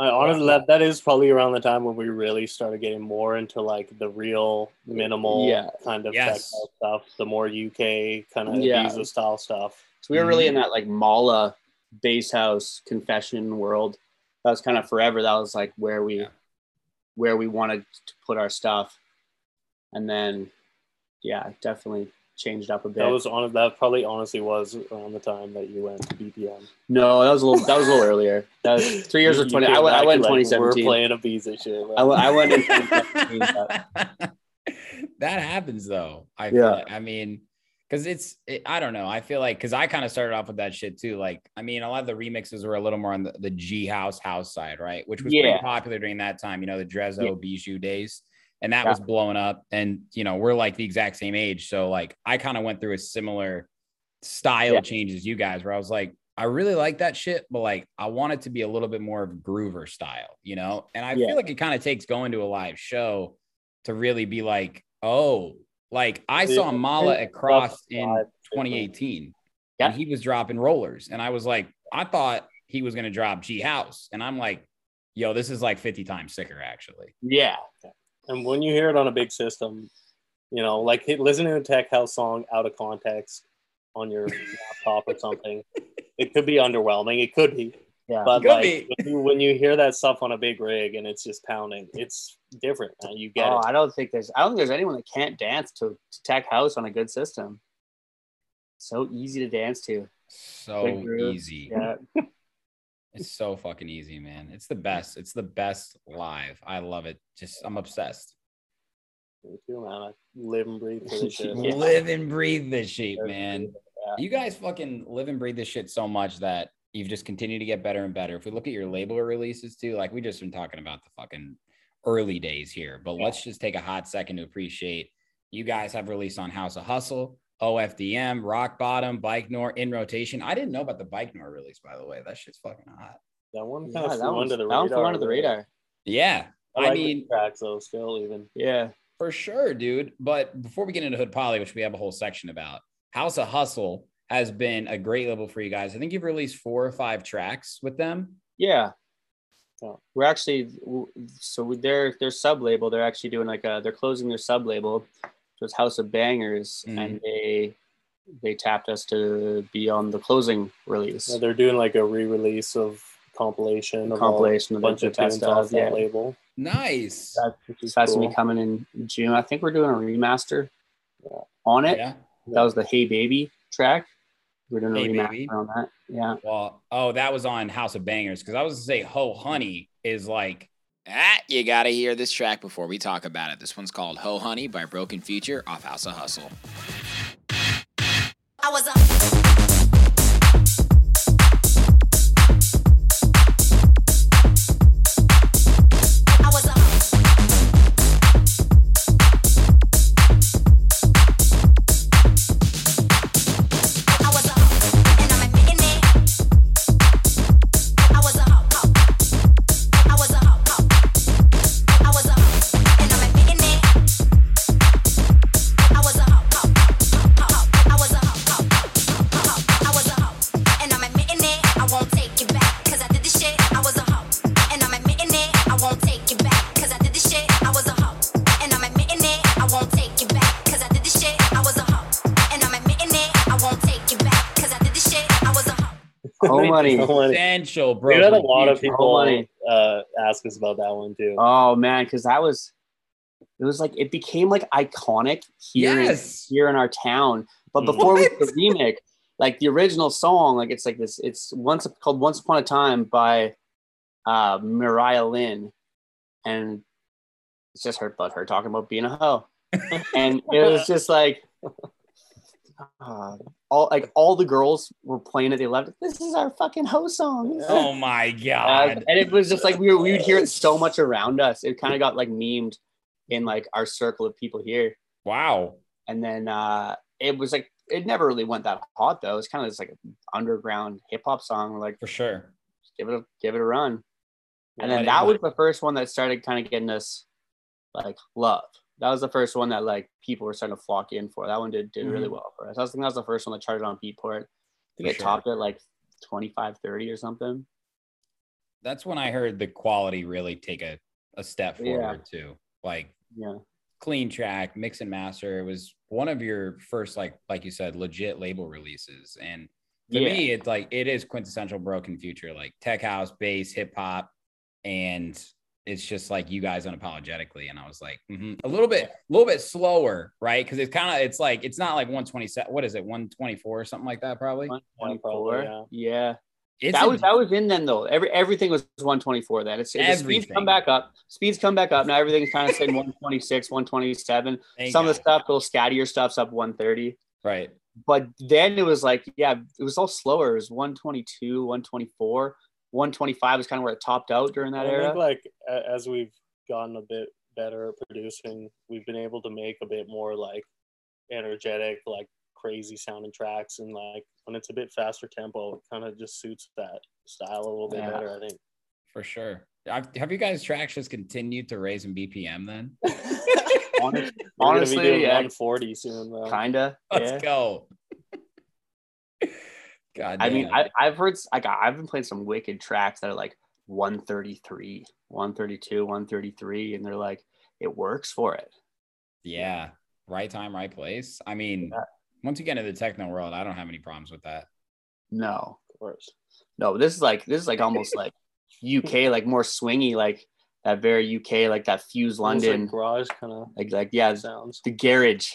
Speaker 6: i honestly that, that is probably around the time when we really started getting more into like the real minimal
Speaker 10: Yeah.
Speaker 6: kind of
Speaker 9: Yes.
Speaker 6: techno stuff the more uk kind of
Speaker 10: Yeah.
Speaker 6: visa style stuff
Speaker 10: So we were really in
Speaker 6: Mm-hmm.
Speaker 10: that like Mala base house confession world. That was kind of forever. That was like where we
Speaker 9: Yeah.
Speaker 10: where we wanted to put our stuff. And then yeah, definitely changed up a bit.
Speaker 6: that was on that probably honestly was around the time that you went to bpm
Speaker 10: no, that was a little that was a little earlier. That was three years or
Speaker 6: You
Speaker 10: twenty
Speaker 6: came
Speaker 10: I went I
Speaker 6: back
Speaker 10: went
Speaker 6: and,
Speaker 10: twenty
Speaker 6: like, we're
Speaker 10: seventeen.
Speaker 6: playing a visa shit man.
Speaker 10: I went I went in 2017, but
Speaker 9: that happens though. I
Speaker 10: Yeah.
Speaker 9: feel like. I mean, Cause it's, it, I don't know. I feel like, cause I kind of started off with that shit too. Like, I mean, a lot of the remixes were a little more on the, the G house house side, right? Which was
Speaker 10: Yeah.
Speaker 9: pretty popular during that time, you know, the Drezzo Bijou days. And that
Speaker 10: Yeah.
Speaker 9: was blowing up. And, you know, we're like the exact same age. So like, I kind of went through a similar style
Speaker 10: Yeah.
Speaker 9: change as you guys, where I was like, I really like that shit, but like, I want it to be a little bit more of groover style, you know? And I
Speaker 10: Yeah.
Speaker 9: feel like it kind of takes going to a live show to really be like, oh, like I saw Mala at Cross in 2018. And
Speaker 10: Yeah.
Speaker 9: he was dropping rollers. And I was like, I thought he was going to drop G House. And I'm like, yo, this is like 50 times sicker, actually.
Speaker 10: Yeah.
Speaker 6: And when you hear it on a big system, you know, like hey, listening to a tech house song out of context on your laptop or something, it could be underwhelming. It could be.
Speaker 10: Yeah.
Speaker 6: But
Speaker 9: Could
Speaker 6: like
Speaker 9: be.
Speaker 6: When, you, when you hear that stuff on a big rig and it's just pounding, it's different. man. You get
Speaker 10: Oh,
Speaker 6: it.
Speaker 10: I don't think there's I don't think there's anyone that can't dance to, to tech house on a good system. So easy to dance to.
Speaker 9: So
Speaker 10: Good groove.
Speaker 9: easy.
Speaker 10: Yeah.
Speaker 9: It's so fucking easy, man. It's the best. It's the best live. I love it. Just, I'm obsessed.
Speaker 6: Me too, man. I live and breathe for this shit.
Speaker 10: Yeah.
Speaker 9: Live and breathe this shit, man.
Speaker 6: Yeah.
Speaker 9: You guys fucking live and breathe this shit so much that you've just continued to get better and better. If we look at your label releases too, like we just been talking about the fucking early days here, but let's just take a hot second to appreciate you guys have released on House of Hustle, OFDM, Rock Bottom, Bike Nor, In Rotation. I didn't know about the Bike Nor release, by the way. That shit's fucking hot.
Speaker 6: That one
Speaker 10: Yeah,
Speaker 6: kind of
Speaker 10: that
Speaker 6: flew
Speaker 10: one's-
Speaker 6: under the
Speaker 10: that
Speaker 6: radar.
Speaker 10: one flew under the
Speaker 6: really.
Speaker 10: radar.
Speaker 9: Yeah,
Speaker 6: I,
Speaker 9: I
Speaker 6: like
Speaker 9: mean-
Speaker 6: the tracks though, still even.
Speaker 10: Yeah.
Speaker 9: For sure, dude. But before we get into Hood Poly, which we have a whole section about, House of Hustle has been a great label for you guys. I think you've released four or five tracks with them.
Speaker 10: Yeah.
Speaker 6: Yeah.
Speaker 10: We're actually so with their their sub label, they're actually doing like a they're closing their sub label, which was House of Bangers,
Speaker 9: Mhm.
Speaker 10: and they they tapped us to be on the closing release.
Speaker 6: Yeah, they're doing like a re-release of compilation of
Speaker 10: Compilation
Speaker 6: a
Speaker 10: of
Speaker 6: bunch
Speaker 10: the
Speaker 6: of tunes
Speaker 10: best
Speaker 6: off
Speaker 10: of,
Speaker 6: that
Speaker 10: yeah.
Speaker 6: label.
Speaker 9: Nice.
Speaker 10: That-
Speaker 6: Which
Speaker 10: So
Speaker 6: is
Speaker 10: that's gonna
Speaker 6: cool.
Speaker 10: be coming in June. I think we're doing a remaster on it.
Speaker 9: Yeah.
Speaker 10: That was the Hey Baby track. We're doing a
Speaker 9: Hey
Speaker 10: remaster
Speaker 9: Baby.
Speaker 10: on that. Yeah.
Speaker 9: Well, oh, that was on House of Bangers because I was gonna say Ho Honey is like
Speaker 11: Ah, you gotta hear this track before we talk about it. This one's called Ho Honey by Broken Future off House of Hustle.
Speaker 12: I was a I was a I was a and I'm admitting it. I was a I was a I was a and I'm admitting it. I was a I was a I was a and I'm admitting it. I won't take it back cuz I did this shit. I was a and I'm admitting it. I won't take it back cuz I did this shit. I was a and I'm admitting it. I won't take it back cuz I did this shit. I was a and I'm admitting it. I won't take it back cuz I did this shit. I was a
Speaker 10: Oh money.
Speaker 6: Ho Money.
Speaker 9: essential, bro.
Speaker 6: We had a lot of
Speaker 10: Ho
Speaker 6: people
Speaker 10: Money.
Speaker 6: uh, ask us about that one too.
Speaker 10: Oh man, because that was it was like it became like iconic here in
Speaker 9: Yes.
Speaker 10: here in our town. But
Speaker 6: Mm.
Speaker 10: before we did the remake, like the original song, like it's like this, it's once called Once Upon a Time by uh Mariah Lynn. And it's just her but her talking about being a hoe. and it was just like uh, all like all the girls were playing it. They loved it. This is our fucking hoe song. This is our
Speaker 9: Oh my
Speaker 10: uh,
Speaker 9: god.
Speaker 10: and it was just like we were, we would hear it so much around us. It kind of got like memed in like our circle of people here.
Speaker 9: Wow.
Speaker 10: And then uh, it was like it never really went that hot though. It's kind of just like an underground hip hop song. We're like,
Speaker 9: For sure.
Speaker 10: give it a give it a run.
Speaker 9: I
Speaker 10: And then
Speaker 9: didn't
Speaker 10: that was
Speaker 9: like-
Speaker 10: the first one that started kind of getting us like love. That was the first one that like people were starting to flock in for. That one did did really well for us. I was thinking that was the first one that charted on Beatport. I think
Speaker 9: Mm-hmm. For
Speaker 10: it
Speaker 9: sure.
Speaker 10: topped at like 25, 30 or something.
Speaker 9: that's when I heard the quality really take a, a step
Speaker 10: Yeah.
Speaker 9: forward too. Like
Speaker 10: Yeah.
Speaker 9: clean track mix and master it was one of your first like like you said legit label releases and to
Speaker 10: Yeah.
Speaker 9: me it's like it is quintessential broken future like tech house bass hip hop and it's just like you guys unapologetically and i was like mhm. a little bit a little bit slower right because it's kind of it's like it's not like 127 what is it 124 or something like that probably
Speaker 10: 124.
Speaker 6: Yeah.
Speaker 10: yeah.
Speaker 9: it's
Speaker 10: that
Speaker 9: a-
Speaker 10: was that was in then though. Every everything was 124 then. It's, it's speeds
Speaker 9: Everything.
Speaker 10: come back up. Speeds come back up. Now everything's kind of sitting 126, 127.
Speaker 9: thank
Speaker 10: Some
Speaker 9: God.
Speaker 10: of the stuff, a little scattier stuff's up 130.
Speaker 9: Right.
Speaker 10: but then it was like yeah it was all slower it was 122 124 125 was kind of where it topped out during
Speaker 9: Oh
Speaker 10: that
Speaker 6: I
Speaker 10: era
Speaker 6: think like a- as we've gotten a bit better at producing, we've been able to make a bit more like energetic, like crazy sounding tracks, and like when it's a bit faster tempo, it kind of just suits that style a little bit
Speaker 9: Yeah.
Speaker 6: better. I think.
Speaker 9: For sure. I've, have you guys' tracks just continued to raise in BPM then?
Speaker 10: Honest-
Speaker 6: We're
Speaker 10: honestly,
Speaker 6: gonna be doing
Speaker 10: yeah,
Speaker 6: 140 soon though.
Speaker 10: kinda
Speaker 9: Let's
Speaker 10: yeah.
Speaker 9: go. God
Speaker 10: i mean
Speaker 9: damn.
Speaker 10: I, i've heard s- like I- i've been playing some wicked tracks that are like 133 132 133 and they're like it works for it
Speaker 9: yeah, right time, right place. I mean, once you get into the techno world, I don't have any problems with that.
Speaker 10: no
Speaker 6: Of course.
Speaker 10: no this is like this is like almost like uk like more swingy like that very uk like that fuse
Speaker 6: Almost like
Speaker 10: london
Speaker 6: garage kind
Speaker 10: like like yeah
Speaker 6: of sounds.
Speaker 10: the garage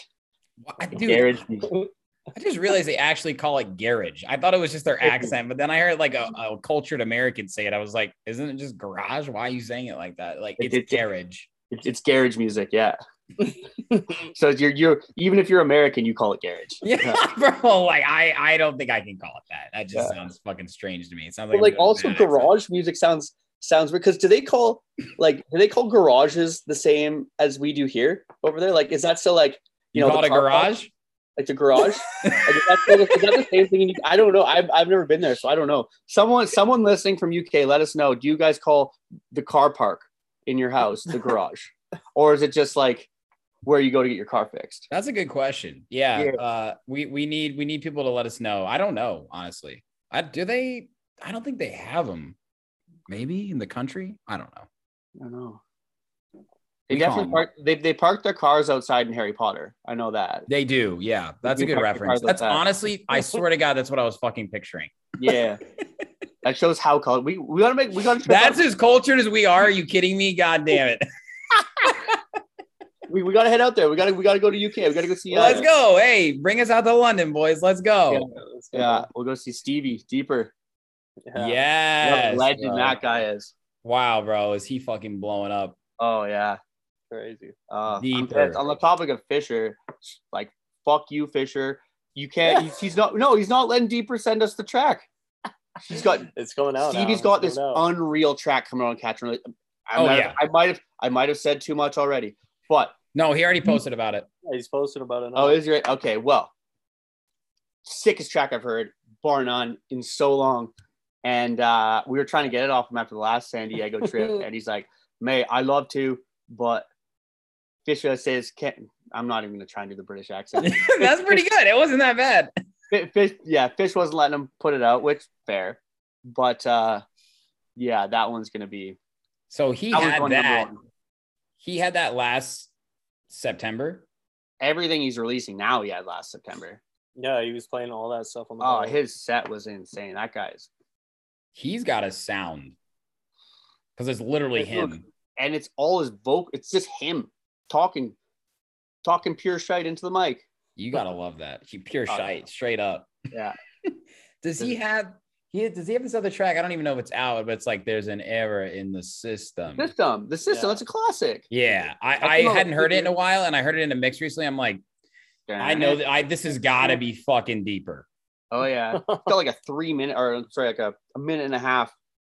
Speaker 9: I,
Speaker 10: the
Speaker 9: dude,
Speaker 10: garage
Speaker 9: I just realized they actually call it garage. I thought it was just their accent, but then I heard like a, a cultured American say it. I was like, isn't it just garage? Why are you saying it like that? Like
Speaker 10: It-
Speaker 9: it's garage.
Speaker 10: It's, it's garage music, yeah. so you're you're even if you're American, you call it garage.
Speaker 9: Yeah, bro. Like I, I don't think I can call it that. That just sounds fucking strange to me. It sounds like
Speaker 10: But
Speaker 9: I'm
Speaker 10: like
Speaker 9: doing a
Speaker 10: also
Speaker 9: bad accent.
Speaker 10: garage music sounds sounds weird because do they call like do they call garages the same as we do here over there? Like is that still like
Speaker 9: You,
Speaker 10: you know,
Speaker 9: call
Speaker 10: the
Speaker 9: it a
Speaker 10: car
Speaker 9: garage?
Speaker 10: like the garage? like, is, that still, is that the same thing? You, I don't know. I've, I've never been there, so I don't know. Someone someone listening from UK, let us know. Do you guys call the car park in your house the garage, or is it just like where you go to get your car fixed?
Speaker 9: That's a good question. Yeah.
Speaker 10: Yeah.
Speaker 9: Uh, we we need we need people to let us know. I don't know, honestly. I do they I don't think they have them. Maybe in the country? I don't know.
Speaker 10: I don't know. They
Speaker 9: We call
Speaker 10: definitely
Speaker 9: 'em-
Speaker 10: park, they they park their cars outside in Harry Potter. I know that.
Speaker 9: They do. Yeah. That's a
Speaker 10: do
Speaker 9: good
Speaker 10: park your
Speaker 9: reference.
Speaker 10: cars
Speaker 9: That's
Speaker 10: outside.
Speaker 9: honestly, I swear to God, that's what I was fucking picturing.
Speaker 10: Yeah. that shows how color we we gotta make we gotta trip
Speaker 9: That's
Speaker 10: out,
Speaker 9: as cultured as we are. Are you kidding me? God damn it.
Speaker 10: we, we gotta head out there. We gotta we gotta go to UK. We gotta go see uh,
Speaker 9: Let's go. Hey, bring us out to London, boys. Let's go.
Speaker 10: Yeah, we'll go see Stevie deeper.
Speaker 6: Yeah.
Speaker 9: Yes.
Speaker 10: what a legend
Speaker 9: bro.
Speaker 10: that guy is.
Speaker 9: Wow, bro. Is he fucking blowing up?
Speaker 10: Oh yeah.
Speaker 6: Crazy.
Speaker 10: Uh, I'm
Speaker 9: Deeper.
Speaker 10: pissed. on the topic of Fisher, like fuck you, Fisher. You can't he's, he's not no, he's not letting deeper send us the track. She's got
Speaker 6: It's going out.
Speaker 10: Stevie's
Speaker 6: Stevie's
Speaker 10: got this unreal track coming on Catch and Release. I
Speaker 9: Oh,
Speaker 10: might
Speaker 9: yeah.
Speaker 10: have, I might have I might have said too much already, but
Speaker 9: No, he
Speaker 10: Mm-hmm.
Speaker 9: already posted about it.
Speaker 6: He's posting about it. now.
Speaker 10: oh, is your okay? Well, sickest track I've heard, bar none, in so long. And uh, we were trying to get it off him after the last San Diego trip, and he's like, "May I love to, but Fisher says can't." I'm not even gonna try and do the British accent.
Speaker 9: That's pretty good. It wasn't that bad.
Speaker 10: Fi- fish yeah fish wasn't letting him put it out which fair but uh yeah that one's gonna be
Speaker 9: So he
Speaker 10: that one's
Speaker 9: had
Speaker 10: going number
Speaker 9: that.
Speaker 10: one.
Speaker 9: He had that last September.
Speaker 10: everything he's releasing now he had last september
Speaker 6: Yeah, he was playing all that stuff on the.
Speaker 10: oh
Speaker 6: wall.
Speaker 10: his set was insane that guy's
Speaker 9: He's got a sound because it's literally
Speaker 10: Hey, look.
Speaker 9: him.
Speaker 10: and it's all his vocal it's just him talking talking pure shite into the mic
Speaker 9: You gotta love that. He pure
Speaker 10: Oh,
Speaker 9: shite, straight up.
Speaker 10: Yeah.
Speaker 9: does he have? He does he have this other track? I don't even know if it's out, but it's like there's an error in the system.
Speaker 10: system the system
Speaker 6: Yeah.
Speaker 10: that's a classic
Speaker 9: Yeah,
Speaker 10: I
Speaker 9: I, I
Speaker 10: feel like
Speaker 9: hadn't heard it in
Speaker 10: he-
Speaker 9: a while, and I heard it in a mix recently. I'm like, I
Speaker 10: Uh-huh.
Speaker 9: know that I this has got to be fucking deeper.
Speaker 10: oh yeah it's got like a three minute or sorry like a, a minute and a half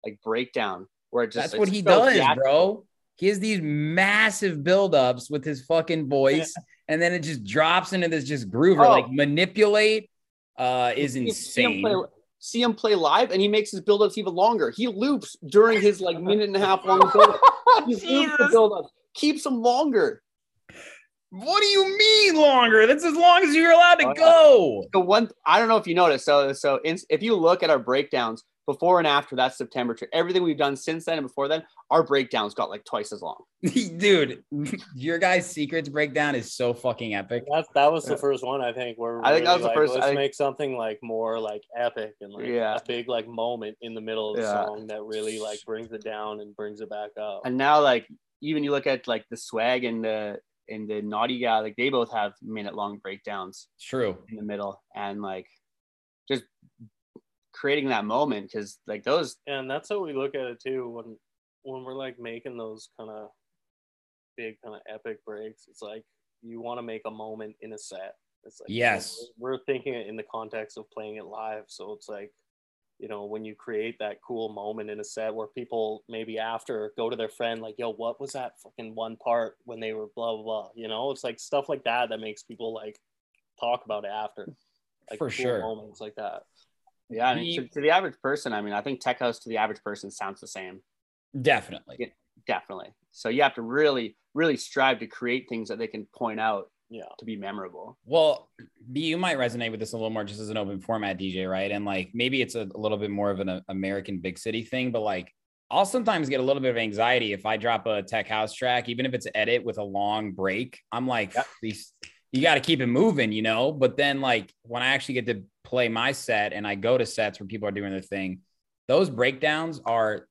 Speaker 10: like breakdown where it just
Speaker 9: That's
Speaker 10: it's
Speaker 9: what he
Speaker 10: so
Speaker 9: does,
Speaker 10: theatrical.
Speaker 9: bro. He has these massive buildups with his fucking voice, and then it just drops into this just groover.
Speaker 10: Oh.
Speaker 9: Like manipulate uh is
Speaker 10: You see him
Speaker 9: insane.
Speaker 10: play- See him play live, and he makes his buildups even longer. He loops during his like minute and a half long buildup. He loops the buildup, keeps them longer.
Speaker 9: What do you mean longer? That's as long as you're allowed to
Speaker 10: Oh,
Speaker 9: go.
Speaker 10: yeah. The one I don't know if you noticed. So so in, if you look at our breakdowns before and after that September trip, everything we've done since then and before then, our breakdowns got like twice as long.
Speaker 9: Dude, your guys' secrets breakdown is so fucking epic.
Speaker 6: That, that was
Speaker 10: Yeah.
Speaker 6: the first one I think where
Speaker 10: I think that was the
Speaker 6: like,
Speaker 10: first- I
Speaker 6: Let's
Speaker 10: think-
Speaker 6: make something like more like epic and like
Speaker 10: Yeah.
Speaker 6: a big like moment in the middle of the
Speaker 10: Yeah.
Speaker 6: song that really like brings it down and brings it back up.
Speaker 10: And now like even you look at like the swag and the and the naughty guy, like they both have minute long breakdowns.
Speaker 9: It's true.
Speaker 10: in the middle and like just creating that moment because like those
Speaker 6: and that's how we look at it too when when we're like making those kind of big kind of epic breaks it's like you want to make a moment in a set It's like
Speaker 9: Yes.
Speaker 6: we're, we're thinking it in the context of playing it live, so it's like you know when you create that cool moment in a set where people maybe after go to their friend like, "Yo, what was that fucking one part when they were blah blah blah?" You know, it's like stuff like that that makes people like talk about it after. Like
Speaker 10: For sure.
Speaker 6: moments like that.
Speaker 10: Yeah, I mean, to, to the average person, I mean, I think tech house to the average person sounds the same.
Speaker 9: Definitely.
Speaker 10: Yeah, definitely. So you have to really, really strive to create things that they can point out
Speaker 6: yeah.
Speaker 10: to be memorable.
Speaker 9: Well, B, you might resonate with this a little more just as an open format DJ, right? And like maybe it's a, a little bit more of an uh, American big city thing, but like I'll sometimes get a little bit of anxiety if I drop a tech house track, even if it's an edit with a long break. I'm like, these, you got to keep it moving, you know? But then like when I actually get to play my set and I go to sets where people are doing their thing, those breakdowns are,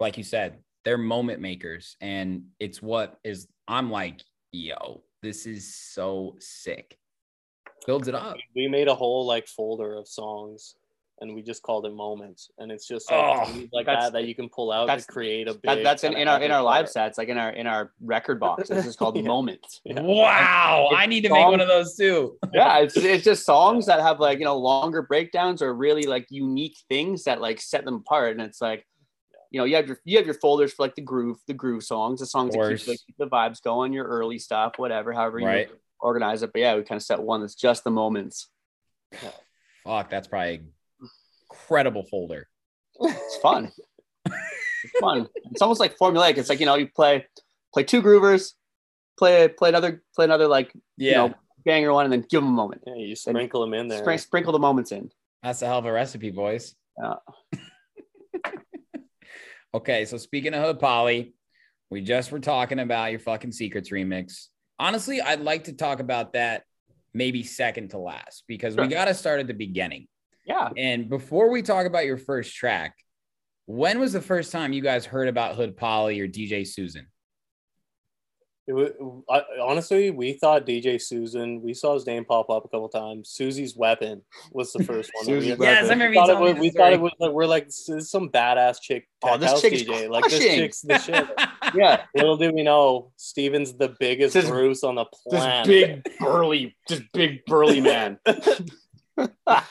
Speaker 9: like you said, they're moment makers. And it's what is, I'm like, yo, this is so sick. Builds it up.
Speaker 6: We made a whole like folder of songs and we just called it moments. And it's just like,
Speaker 10: Oh,
Speaker 6: things like
Speaker 10: that's-
Speaker 6: that that you can pull out
Speaker 10: that's-
Speaker 6: to create a big
Speaker 10: That, that's in,
Speaker 6: kinda
Speaker 10: in our in
Speaker 6: epic
Speaker 10: our live
Speaker 6: part.
Speaker 10: sets, like in our in our record box. This is called moments.
Speaker 9: Wow,
Speaker 10: It's
Speaker 9: I need to make one of those too.
Speaker 10: yeah, it's, it's just songs that have like you know longer breakdowns or really like unique things that like set them apart. And it's like, you know, you have your you have your folders for like the groove, the groove songs, the songs that
Speaker 9: Course.
Speaker 10: keep, like, keep the vibes going, your early stuff, whatever, however you
Speaker 9: Right.
Speaker 10: organize it. But yeah, we kind of set one that's just the moments.
Speaker 9: Fuck, that's probably an incredible folder.
Speaker 10: It's fun. it's fun. It's almost like formulaic. It's like you know you play play two groovers, play play another play another like
Speaker 9: Yeah.
Speaker 10: you know banger one, and then give them a moment.
Speaker 6: Yeah, you sprinkle them in there.
Speaker 10: sprinkle the moments in.
Speaker 9: That's a hell of a recipe, boys.
Speaker 10: Yeah.
Speaker 9: okay, so speaking of Hood Polly, we just were talking about your fucking secrets remix. Honestly, I'd like to talk about that maybe second to last because we
Speaker 10: Sure.
Speaker 9: got to start at the beginning.
Speaker 10: Yeah.
Speaker 9: And before we talk about your first track, when was the first time you guys heard about Hood Polly or DJ Susan?
Speaker 6: It wa- I, honestly, we thought DJ Susan. We saw his name pop up a couple times. Susie's Weapon was the first one. that we-
Speaker 10: Susie's Yes, Weapon. I remember
Speaker 6: We
Speaker 10: you
Speaker 6: thought it
Speaker 10: telling me
Speaker 6: was. We
Speaker 10: this
Speaker 6: thought it
Speaker 10: story.
Speaker 6: was like we're like this is some badass chick.
Speaker 10: Oh,
Speaker 6: tech
Speaker 10: this
Speaker 6: house
Speaker 10: chick is
Speaker 6: DJ. Like this
Speaker 10: crushing.
Speaker 6: chick's the shit.
Speaker 10: Yeah,
Speaker 6: Little do we know, Steven's the biggest
Speaker 10: This-
Speaker 6: Bruce on the
Speaker 10: this
Speaker 6: planet.
Speaker 10: big burly, this big burly man.
Speaker 6: But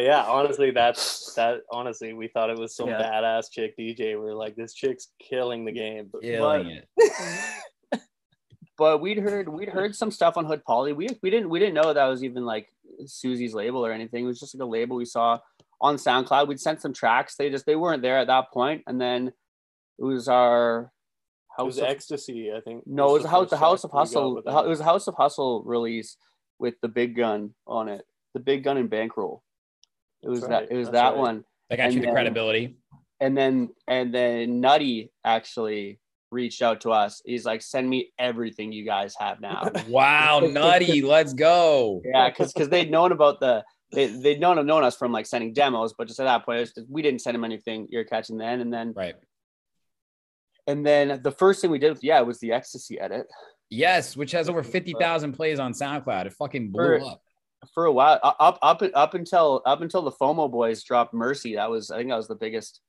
Speaker 6: Uh, yeah, honestly, that's that. Honestly, we thought it was some
Speaker 10: Yeah.
Speaker 6: badass chick DJ. We are like, this chick's killing the game. But
Speaker 9: Killing it.
Speaker 10: but we'd heard we'd heard some stuff on Hood Polly. We we didn't we didn't know that was even like Susie's label or anything. It was just like a label we saw on SoundCloud. We'd sent some tracks. They just they weren't there at that point. And then it was our
Speaker 6: it was
Speaker 10: of-
Speaker 6: ecstasy. I think.
Speaker 10: no, it was
Speaker 6: the
Speaker 10: the house the
Speaker 6: first
Speaker 10: House
Speaker 6: track we
Speaker 10: of
Speaker 6: got
Speaker 10: Hustle.
Speaker 6: with
Speaker 10: the
Speaker 6: them.
Speaker 10: Hou- It was a House of Hustle release with the Big Gun on it. The Big Gun and Bankroll. It was
Speaker 9: That's
Speaker 10: that.
Speaker 9: right,
Speaker 10: It was
Speaker 9: that's
Speaker 10: that
Speaker 9: right.
Speaker 10: one.
Speaker 9: That got
Speaker 10: And
Speaker 9: you the
Speaker 10: then-
Speaker 9: credibility.
Speaker 10: and then and then Nutty actually reached out to us. He's like, "Send me everything you guys have now."
Speaker 9: Wow, nutty. Let's go.
Speaker 10: yeah, because because they'd known about the they they'd known known us from like sending demos, but just at that point, it was just- we didn't send him anything. You're catching then, and then
Speaker 9: right,
Speaker 10: and then the first thing we did, yeah, was the ecstasy edit.
Speaker 9: Yes, which has over 50,000 plays on SoundCloud. It fucking blew
Speaker 10: For-
Speaker 9: up.
Speaker 10: for a while u- up up up until up until the FOMO boys dropped Mercy. That was I think that was the biggest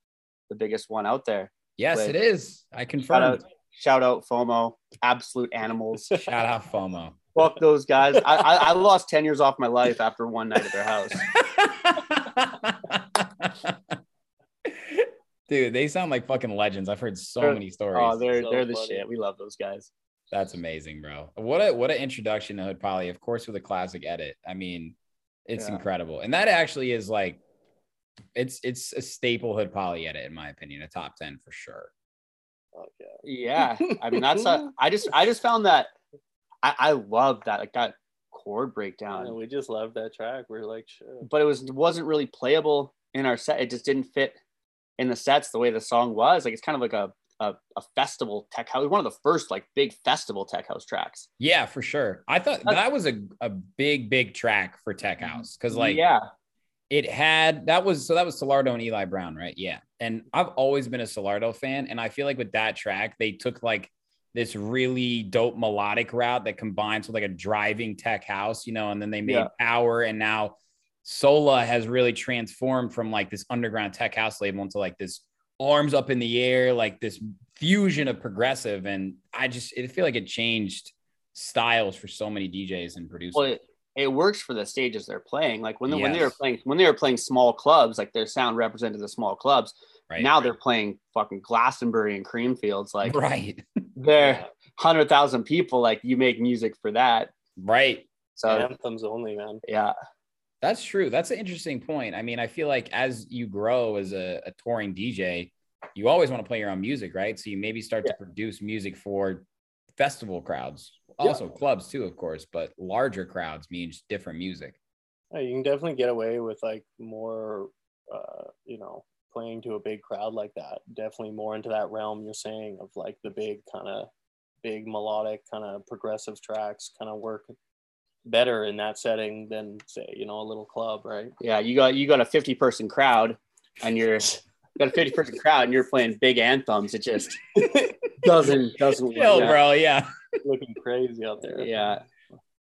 Speaker 10: the biggest one out there.
Speaker 9: Yes,
Speaker 10: But
Speaker 9: it is. I
Speaker 10: Shout
Speaker 9: confirmed.
Speaker 10: out, shout out FOMO, absolute animals.
Speaker 9: Shout out FOMO.
Speaker 10: Fuck those guys. I, I, I lost 10 years off my life after one night at their house.
Speaker 9: Dude, they sound like fucking legends. I've heard so
Speaker 10: They're-
Speaker 9: many stories.
Speaker 10: Oh, they're they're the shit. We love those guys.
Speaker 9: That's amazing, bro. What a what an introduction to Hood Polly, of course, with a classic edit. I mean, it's
Speaker 10: Yeah.
Speaker 9: incredible. And that actually is like it's it's a staple Hood Polly edit, in my opinion, a top 10 for sure.
Speaker 10: Yeah. I mean, that's a I just I just found that I, I love that. Like that chord breakdown.
Speaker 6: Yeah, we just loved that track. We are like, shit.
Speaker 10: but it was wasn't really playable in our set. It just didn't fit in the sets the way the song was. Like it's kind of like a a, a festival tech house, one of the first like big festival tech house tracks.
Speaker 9: Yeah, for sure. I thought that was a, a big, big track for Tech House because, like,
Speaker 10: yeah,
Speaker 9: it had that was so that was Solardo and Eli Brown, right? Yeah. And I've always been a Solardo fan. And I feel like with that track, they took like this really dope melodic route that combines with like a driving tech house, you know, and then they made
Speaker 10: Yeah.
Speaker 9: power. And now Sola has really transformed from like this underground tech house label into like this arms up in the air, like this fusion of progressive. And I just I feel like it changed styles for so many DJs and producers.
Speaker 10: Well, it, it works for the stages they're playing. Like when the, when they were
Speaker 9: Yes.
Speaker 10: playing when they were playing small clubs, like their sound represented the small clubs.
Speaker 9: Right.
Speaker 10: Now they're playing fucking Glastonbury and Creamfields. Like
Speaker 9: right.
Speaker 10: they're hundred thousand people. Like you make music for that.
Speaker 9: Right.
Speaker 10: So
Speaker 6: anthems only, man.
Speaker 10: yeah.
Speaker 9: That's true. That's an interesting point. I mean, I feel like as you grow as a, a touring DJ, you always want to play your own music, right? So you maybe start to produce music for festival crowds, also clubs too, of course, but larger crowds means different music.
Speaker 6: Yeah, you can definitely get away with like more, uh, you know, playing to a big crowd like that. Definitely more into that realm you're saying of like the big kind of big melodic kind of progressive tracks kind of work better in that setting than say you know a little club, right?
Speaker 10: Yeah, you got you got a fifty person crowd, and you're you got a fifty person crowd, and you're playing big anthems. It just doesn't doesn't work.
Speaker 9: Yo, bro, yeah.
Speaker 6: Looking crazy out there.
Speaker 10: Yeah,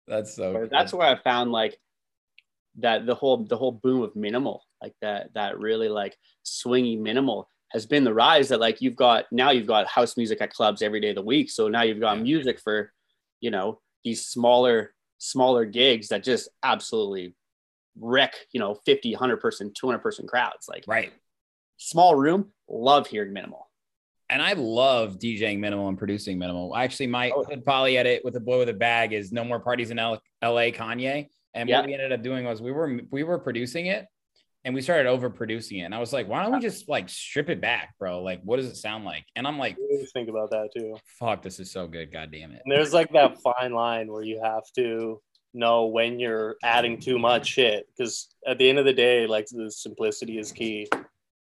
Speaker 9: That's so
Speaker 10: But
Speaker 9: cool.
Speaker 10: that's where I found like that the whole the whole boom of minimal, like that that really like swingy minimal has been the rise. That like you've got now you've got house music at clubs every day of the week. So now you've got music for you know these smaller smaller gigs that just absolutely wreck you know 50 100 person 200 person crowds like
Speaker 9: right
Speaker 10: small room love hearing minimal
Speaker 9: and I love DJing minimal and producing minimal. Actually, my hood poly edit with the boy with a bag is no more parties in L- LA Kanye. And
Speaker 10: Yeah.
Speaker 9: what we ended up doing was we were we were producing it and we started overproducing it. And I was like, why don't we just like strip it back, bro? Like, what does it sound like? And I'm like,
Speaker 6: I always think about that too.
Speaker 9: fuck, this is so good. God damn it.
Speaker 6: And there's like that fine line where you have to know when you're adding too much shit because at the end of the day, like the simplicity is key.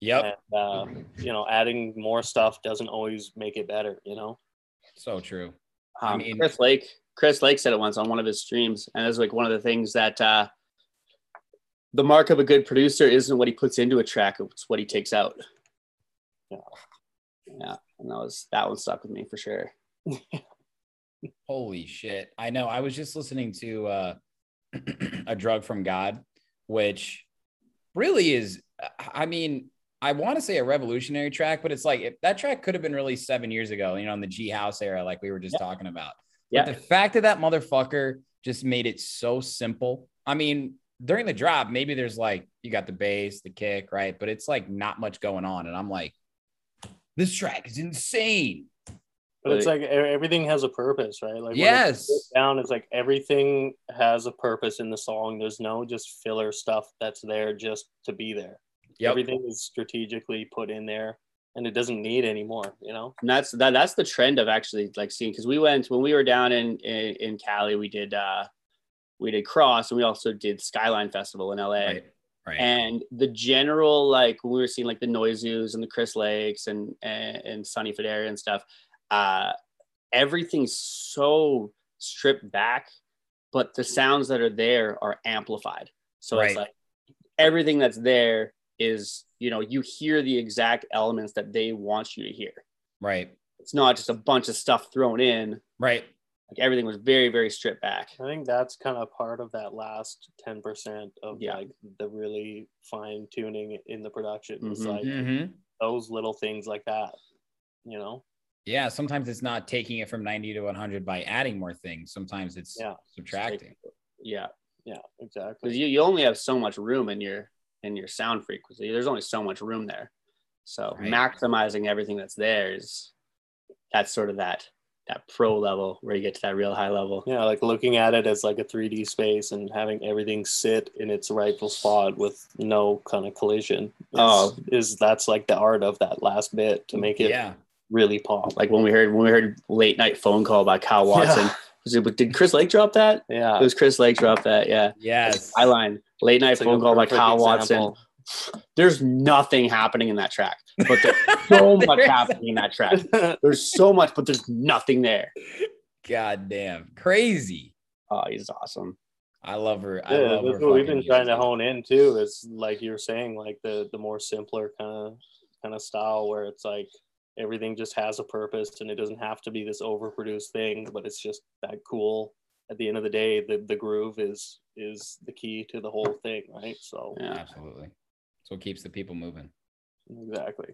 Speaker 9: Yep.
Speaker 6: And, uh, you know, adding more stuff doesn't always make it better. You know,
Speaker 9: So true.
Speaker 10: Um,
Speaker 9: I mean-
Speaker 10: Chris Lake, Chris Lake said it once on one of his streams, and it was like one of the things that uh, the mark of a good producer isn't what he puts into a track; it's what he takes out. Yeah, yeah, and that was that one stuck with me for sure.
Speaker 9: Holy shit. I know. I was just listening to uh, A Drug from God, which really is, I mean, I want to say a revolutionary track, but it's like if that track could have been released seven years ago, you know, in the G House era, like we were just talking about.
Speaker 10: Yeah.
Speaker 9: But the fact that that motherfucker just made it so simple. I mean, during the drop, maybe there's like, you got the bass, the kick, right? But it's like not much going on. And I'm like, this track is insane.
Speaker 6: but it's like e- everything has a purpose, right? Like when it's
Speaker 9: Yes.
Speaker 6: put down. It's like everything has a purpose in the song. There's no just filler stuff that's there just to be there.
Speaker 9: Yep.
Speaker 6: Everything is strategically put in there, and it doesn't need anymore. You know.
Speaker 10: And that's that that's the trend of actually like seeing because we went when we were down in, in in Cali, we did uh, we did Cross, and we also did Skyline Festival in LA.
Speaker 9: Right. Right.
Speaker 10: and the general like when we were seeing like the noiseus and the chris lakes and and, and sonny Federa and stuff uh everything's so stripped back but the sounds that are there are amplified so it's
Speaker 9: Right.
Speaker 10: like everything that's there is you know you hear the exact elements that they want you to hear
Speaker 9: right.
Speaker 10: it's not just a bunch of stuff thrown in
Speaker 9: Right.
Speaker 10: like everything was very very stripped back
Speaker 6: I think that's kind of part of that last ten percent of
Speaker 10: Yeah.
Speaker 6: like the really fine tuning in the production. It's
Speaker 10: Mhm.
Speaker 6: like
Speaker 9: Mhm.
Speaker 6: those little things like that, you know.
Speaker 9: yeah sometimes it's not taking it from 90 to 100 by adding more things sometimes it's
Speaker 6: Yeah.
Speaker 9: subtracting
Speaker 10: yeah
Speaker 6: Yeah, exactly.
Speaker 10: because you, you only have so much room in your in your sound frequency there's only so much room there so
Speaker 9: Right.
Speaker 10: maximizing everything that's there is that's sort of that that pro level where you get to that real high level
Speaker 6: Yeah, like looking at it as like a 3D space and having everything sit in its rightful spot with no kind of collision. Is,
Speaker 10: Oh.
Speaker 6: is that's like the art of that last bit to make it
Speaker 9: yeah
Speaker 6: really pop.
Speaker 10: like when we heard when we heard late night phone call by kyle watson
Speaker 6: Yeah.
Speaker 10: was it, did chris lake drop that it
Speaker 6: Yeah,
Speaker 10: was chris lake drop that yeah
Speaker 9: yes
Speaker 10: high line late night
Speaker 6: It's like
Speaker 10: phone
Speaker 6: a
Speaker 10: call by
Speaker 6: perfect
Speaker 10: kyle
Speaker 6: example.
Speaker 10: watson there's nothing happening in that track but there's so much
Speaker 9: There's-
Speaker 10: happening in that track there's so much but there's nothing there
Speaker 9: god damn crazy
Speaker 10: oh he's awesome
Speaker 9: i love her i
Speaker 6: yeah
Speaker 9: love her
Speaker 6: that's what we've
Speaker 9: fucking
Speaker 6: been trying to
Speaker 9: music.
Speaker 6: hone in too. Is like you're saying, like the the more simpler kind of kind of style where it's like everything just has a purpose and it doesn't have to be this overproduced thing, but it's just that cool. At the end of the day, the the groove is is the key to the whole thing, right? So
Speaker 10: yeah
Speaker 9: absolutely that's what keeps the people moving
Speaker 6: exactly.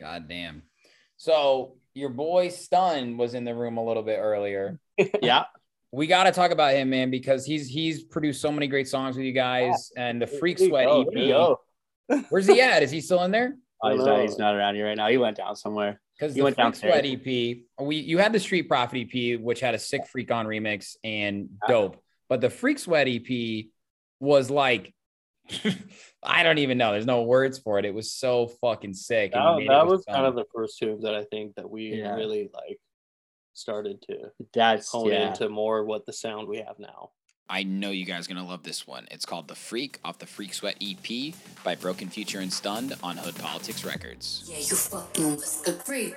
Speaker 9: god damn so your boy stun was in the room a little bit earlier
Speaker 10: yeah
Speaker 9: we got to talk about him, man, because he's he's produced so many great songs with you guys and the Freak Sweat E
Speaker 10: Where'd he go?
Speaker 9: EP.
Speaker 10: Where'd he go?
Speaker 9: Where's he at? Is he still in there?
Speaker 10: Oh, he's, not, he's not around here right now. He went down somewhere.
Speaker 9: Because
Speaker 10: He
Speaker 9: the
Speaker 10: went
Speaker 9: Freak
Speaker 10: downstairs.
Speaker 9: Sweat EP, we you had the Street Profit EP, which had a sick Freak on remix and dope, but the Freak Sweat EP was like. I don't even know. There's no words for it. It was so fucking sick. and you
Speaker 6: That,
Speaker 9: made it
Speaker 6: that
Speaker 9: with
Speaker 6: was
Speaker 9: so
Speaker 6: kind
Speaker 9: much-
Speaker 6: of the first tube that I think that we
Speaker 10: Yeah.
Speaker 6: really like started to
Speaker 10: That's
Speaker 6: hone
Speaker 10: yeah.
Speaker 6: into more what the sound we have now.
Speaker 11: I know you guys are gonna love this one. It's called "The Freak" off the Freak Sweat EP by Broken Future and Stunned on Hood Politics Records.
Speaker 12: Yeah, you fucking was the freak.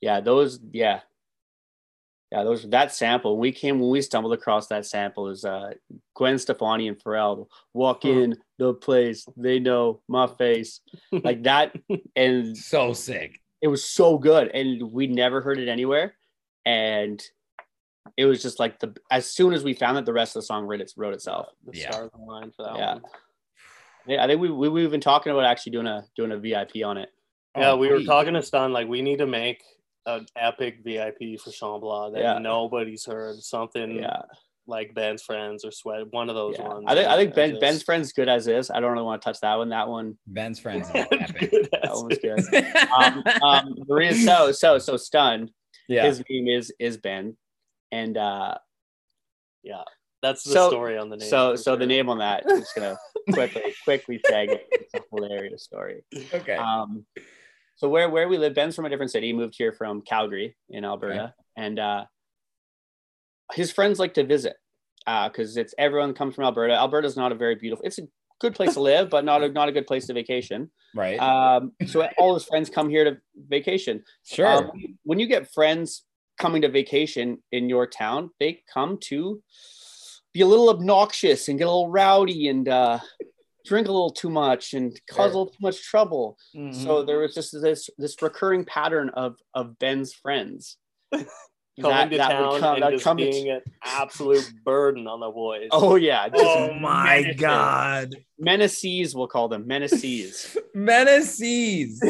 Speaker 10: Yeah, those yeah. Yeah, those that sample. We came when we stumbled across that sample is uh Gwen Stefani and Pharrell walk in the place, they know my face. Like that and
Speaker 9: so sick.
Speaker 10: it was so good and we never heard it anywhere and it was just like the as soon as we found it the rest of the song wrote, it, wrote itself
Speaker 6: The
Speaker 9: Yeah.
Speaker 6: stars aligned for that
Speaker 10: Yeah.
Speaker 6: one.
Speaker 10: yeah i think we, we, we've been talking about actually doing a doing a vip on it
Speaker 6: Yeah,
Speaker 9: Oh,
Speaker 6: we were
Speaker 9: please.
Speaker 6: talking to Stun like we need to make an epic VIP for Chambla that
Speaker 10: Yeah.
Speaker 6: nobody's heard. Something
Speaker 10: yeah
Speaker 6: like Ben's friends or Sweat, one of those
Speaker 10: yeah.
Speaker 6: ones.
Speaker 10: i think i think ben
Speaker 6: Just-
Speaker 10: ben's friend's good as is i don't really want to touch that one that one
Speaker 9: Ben's friends. Are epic.
Speaker 6: Good
Speaker 10: that
Speaker 6: ass.
Speaker 10: one was good um, um Maria- so so so stunned
Speaker 9: yeah.
Speaker 10: his name is is ben and uh
Speaker 6: yeah, that's the
Speaker 10: So-
Speaker 6: story on the name.
Speaker 10: so
Speaker 6: for
Speaker 10: so the
Speaker 6: sure.
Speaker 10: name on that i'm just gonna quickly quickly tag it it's a hilarious story
Speaker 9: okay.
Speaker 10: Um, so where where we live, Ben's from a different city. He moved here from Calgary in Alberta, and uh, his friends like to visit because it's everyone comes from Alberta. Alberta's not a very beautiful. It's a good place to live, but not a not a good place to vacation.
Speaker 9: right.
Speaker 10: Um, so all his friends come here to vacation.
Speaker 9: sure.
Speaker 10: Um, when you get friends coming to vacation in your town, they come to be a little obnoxious and get a little rowdy and uh, drink a little too much and cause a little too much trouble.
Speaker 6: Mm-hmm.
Speaker 10: So there was just this this recurring pattern of of Ben's friends
Speaker 6: coming to town
Speaker 10: that
Speaker 6: and just
Speaker 10: come to-
Speaker 6: being an absolute burden on the boys.
Speaker 10: oh yeah, just
Speaker 9: my
Speaker 10: God. menaces we'll call them menaces.
Speaker 9: Menaces.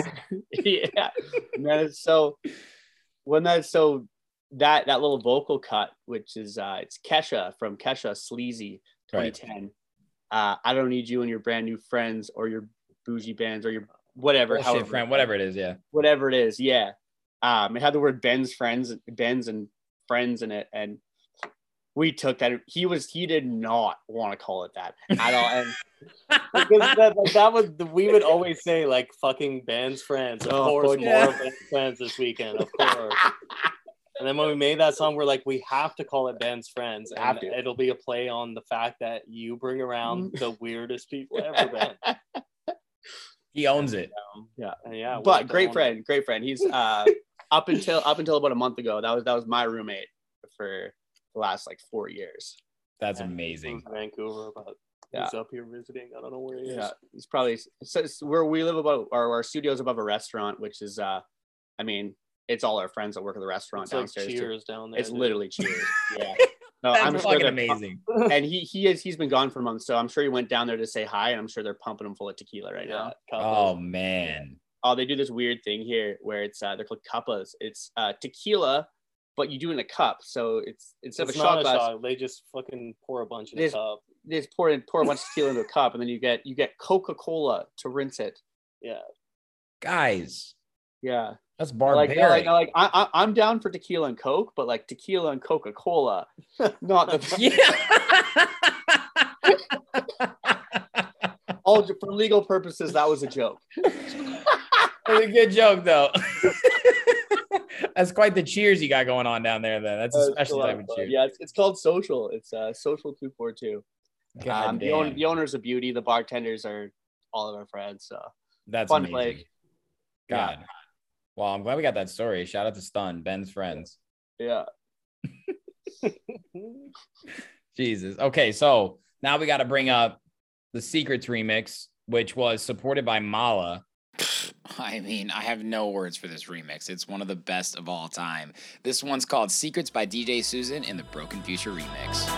Speaker 10: yeah, menace. So when that so that that little vocal cut, which is uh it's Kesha from Kesha Sleazy
Speaker 9: Right.
Speaker 10: 2010. Uh, I don't need you and your brand new friends or your bougie bands or your whatever.
Speaker 9: Bullshit
Speaker 10: however-
Speaker 9: friend, whatever it is. Yeah.
Speaker 10: whatever it is. Yeah. Um, it had the word Ben's friends, Ben's and friends in it. And we took that. He was, he did not want to call it that at all. And
Speaker 6: Because that, like, that was we would always say like fucking Ben's friends. Of
Speaker 10: Oh,
Speaker 6: course,
Speaker 10: fuck
Speaker 9: yeah.
Speaker 6: more Ben's friends this weekend. Of course. and then when we made that song, we're like, we have to call it Ben's friends,
Speaker 10: Have
Speaker 6: and
Speaker 10: to. Mm-hmm.
Speaker 6: it'll be a play on the fact that you bring around the weirdest people ever. Ben.
Speaker 9: He owns it.
Speaker 6: And yeah, we're
Speaker 10: but
Speaker 6: the
Speaker 10: great
Speaker 6: only-
Speaker 10: friend, great friend. He's uh, up until, up until about a month ago, that was, that was my roommate for the last like four years.
Speaker 9: That's
Speaker 6: Yeah.
Speaker 9: amazing.
Speaker 6: He was in Vancouver, but he's up here visiting. I don't know where he is.
Speaker 10: Yeah. He's probably, so it's where we live above, or our studio's above a restaurant, which is, uh, I mean, it's all our friends that work at the restaurant
Speaker 6: It's like
Speaker 10: downstairs. too.
Speaker 6: cheers down there.
Speaker 10: it's
Speaker 6: dude.
Speaker 10: literally cheers. yeah. No,
Speaker 9: That's
Speaker 10: I'm sure
Speaker 9: fucking
Speaker 10: they're-
Speaker 9: amazing.
Speaker 10: and he he is he's been gone for months, so I'm sure he went down there to say hi, and I'm sure they're pumping him full of tequila right
Speaker 6: Yeah.
Speaker 9: Oh
Speaker 10: now.
Speaker 6: couple.
Speaker 9: man.
Speaker 10: Oh, they do this weird thing here where it's uh, they're called cuppas. It's uh, tequila, but you do it in a cup, so it's instead
Speaker 6: it's
Speaker 10: of a shot
Speaker 6: not a
Speaker 10: glass,
Speaker 6: shot. They just fucking pour a bunch in the
Speaker 10: This-
Speaker 6: cup.
Speaker 10: they just pour it, pour a bunch of tequila into a cup, and then you get you get Coca Cola to rinse it.
Speaker 9: Guys,
Speaker 10: Yeah,
Speaker 9: that's
Speaker 10: like they're like,
Speaker 9: barbaric.
Speaker 10: they're like I, I I'm down for tequila and Coke, but like tequila and Coca Cola, not the
Speaker 9: yeah.
Speaker 10: all for legal purposes. That was a joke.
Speaker 9: That's a good joke though. That's quite the cheers you got going on down there. Then that's a
Speaker 6: Uh,
Speaker 9: special
Speaker 6: lot
Speaker 9: type
Speaker 6: of
Speaker 9: of
Speaker 6: fun.
Speaker 9: cheers.
Speaker 6: Yeah, it's, it's called social. It's uh, social two four two.
Speaker 9: God
Speaker 10: um, the,
Speaker 9: damn.
Speaker 10: own, the owners of beauty, the bartenders are all of our friends. So
Speaker 9: That's
Speaker 10: fun
Speaker 9: amazing.
Speaker 10: place.
Speaker 9: God. Well, I'm glad we got that story. Shout out to Stun, Ben's friends.
Speaker 6: Yeah.
Speaker 9: Jesus. Okay, so now we got to bring up the Secrets remix, which was supported by Mala.
Speaker 11: I mean, I have no words for this remix. It's one of the best of all time. This one's called Secrets by DJ Susan in the Broken Future remix.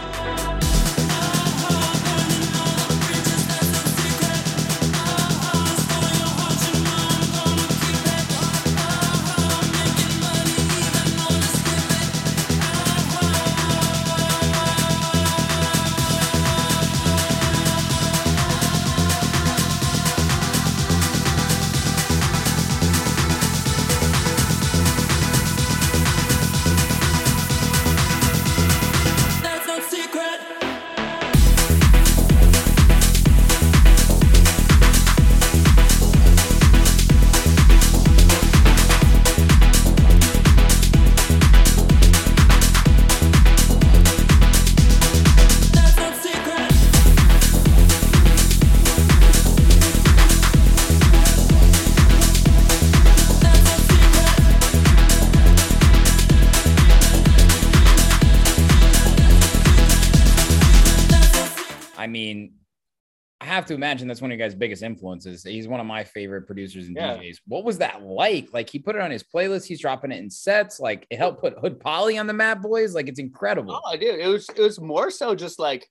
Speaker 12: That's no secret. That's no secret.
Speaker 9: I mean, I have to imagine that's one of your guys' biggest influences. He's one of my favorite producers and
Speaker 6: Yeah.
Speaker 9: DJs. What was that like? Like he put it on his playlist. He's dropping it in sets. Like it helped put Hood Polly on the map, boys. Like it's incredible.
Speaker 10: Oh, dude, it was it was more so just like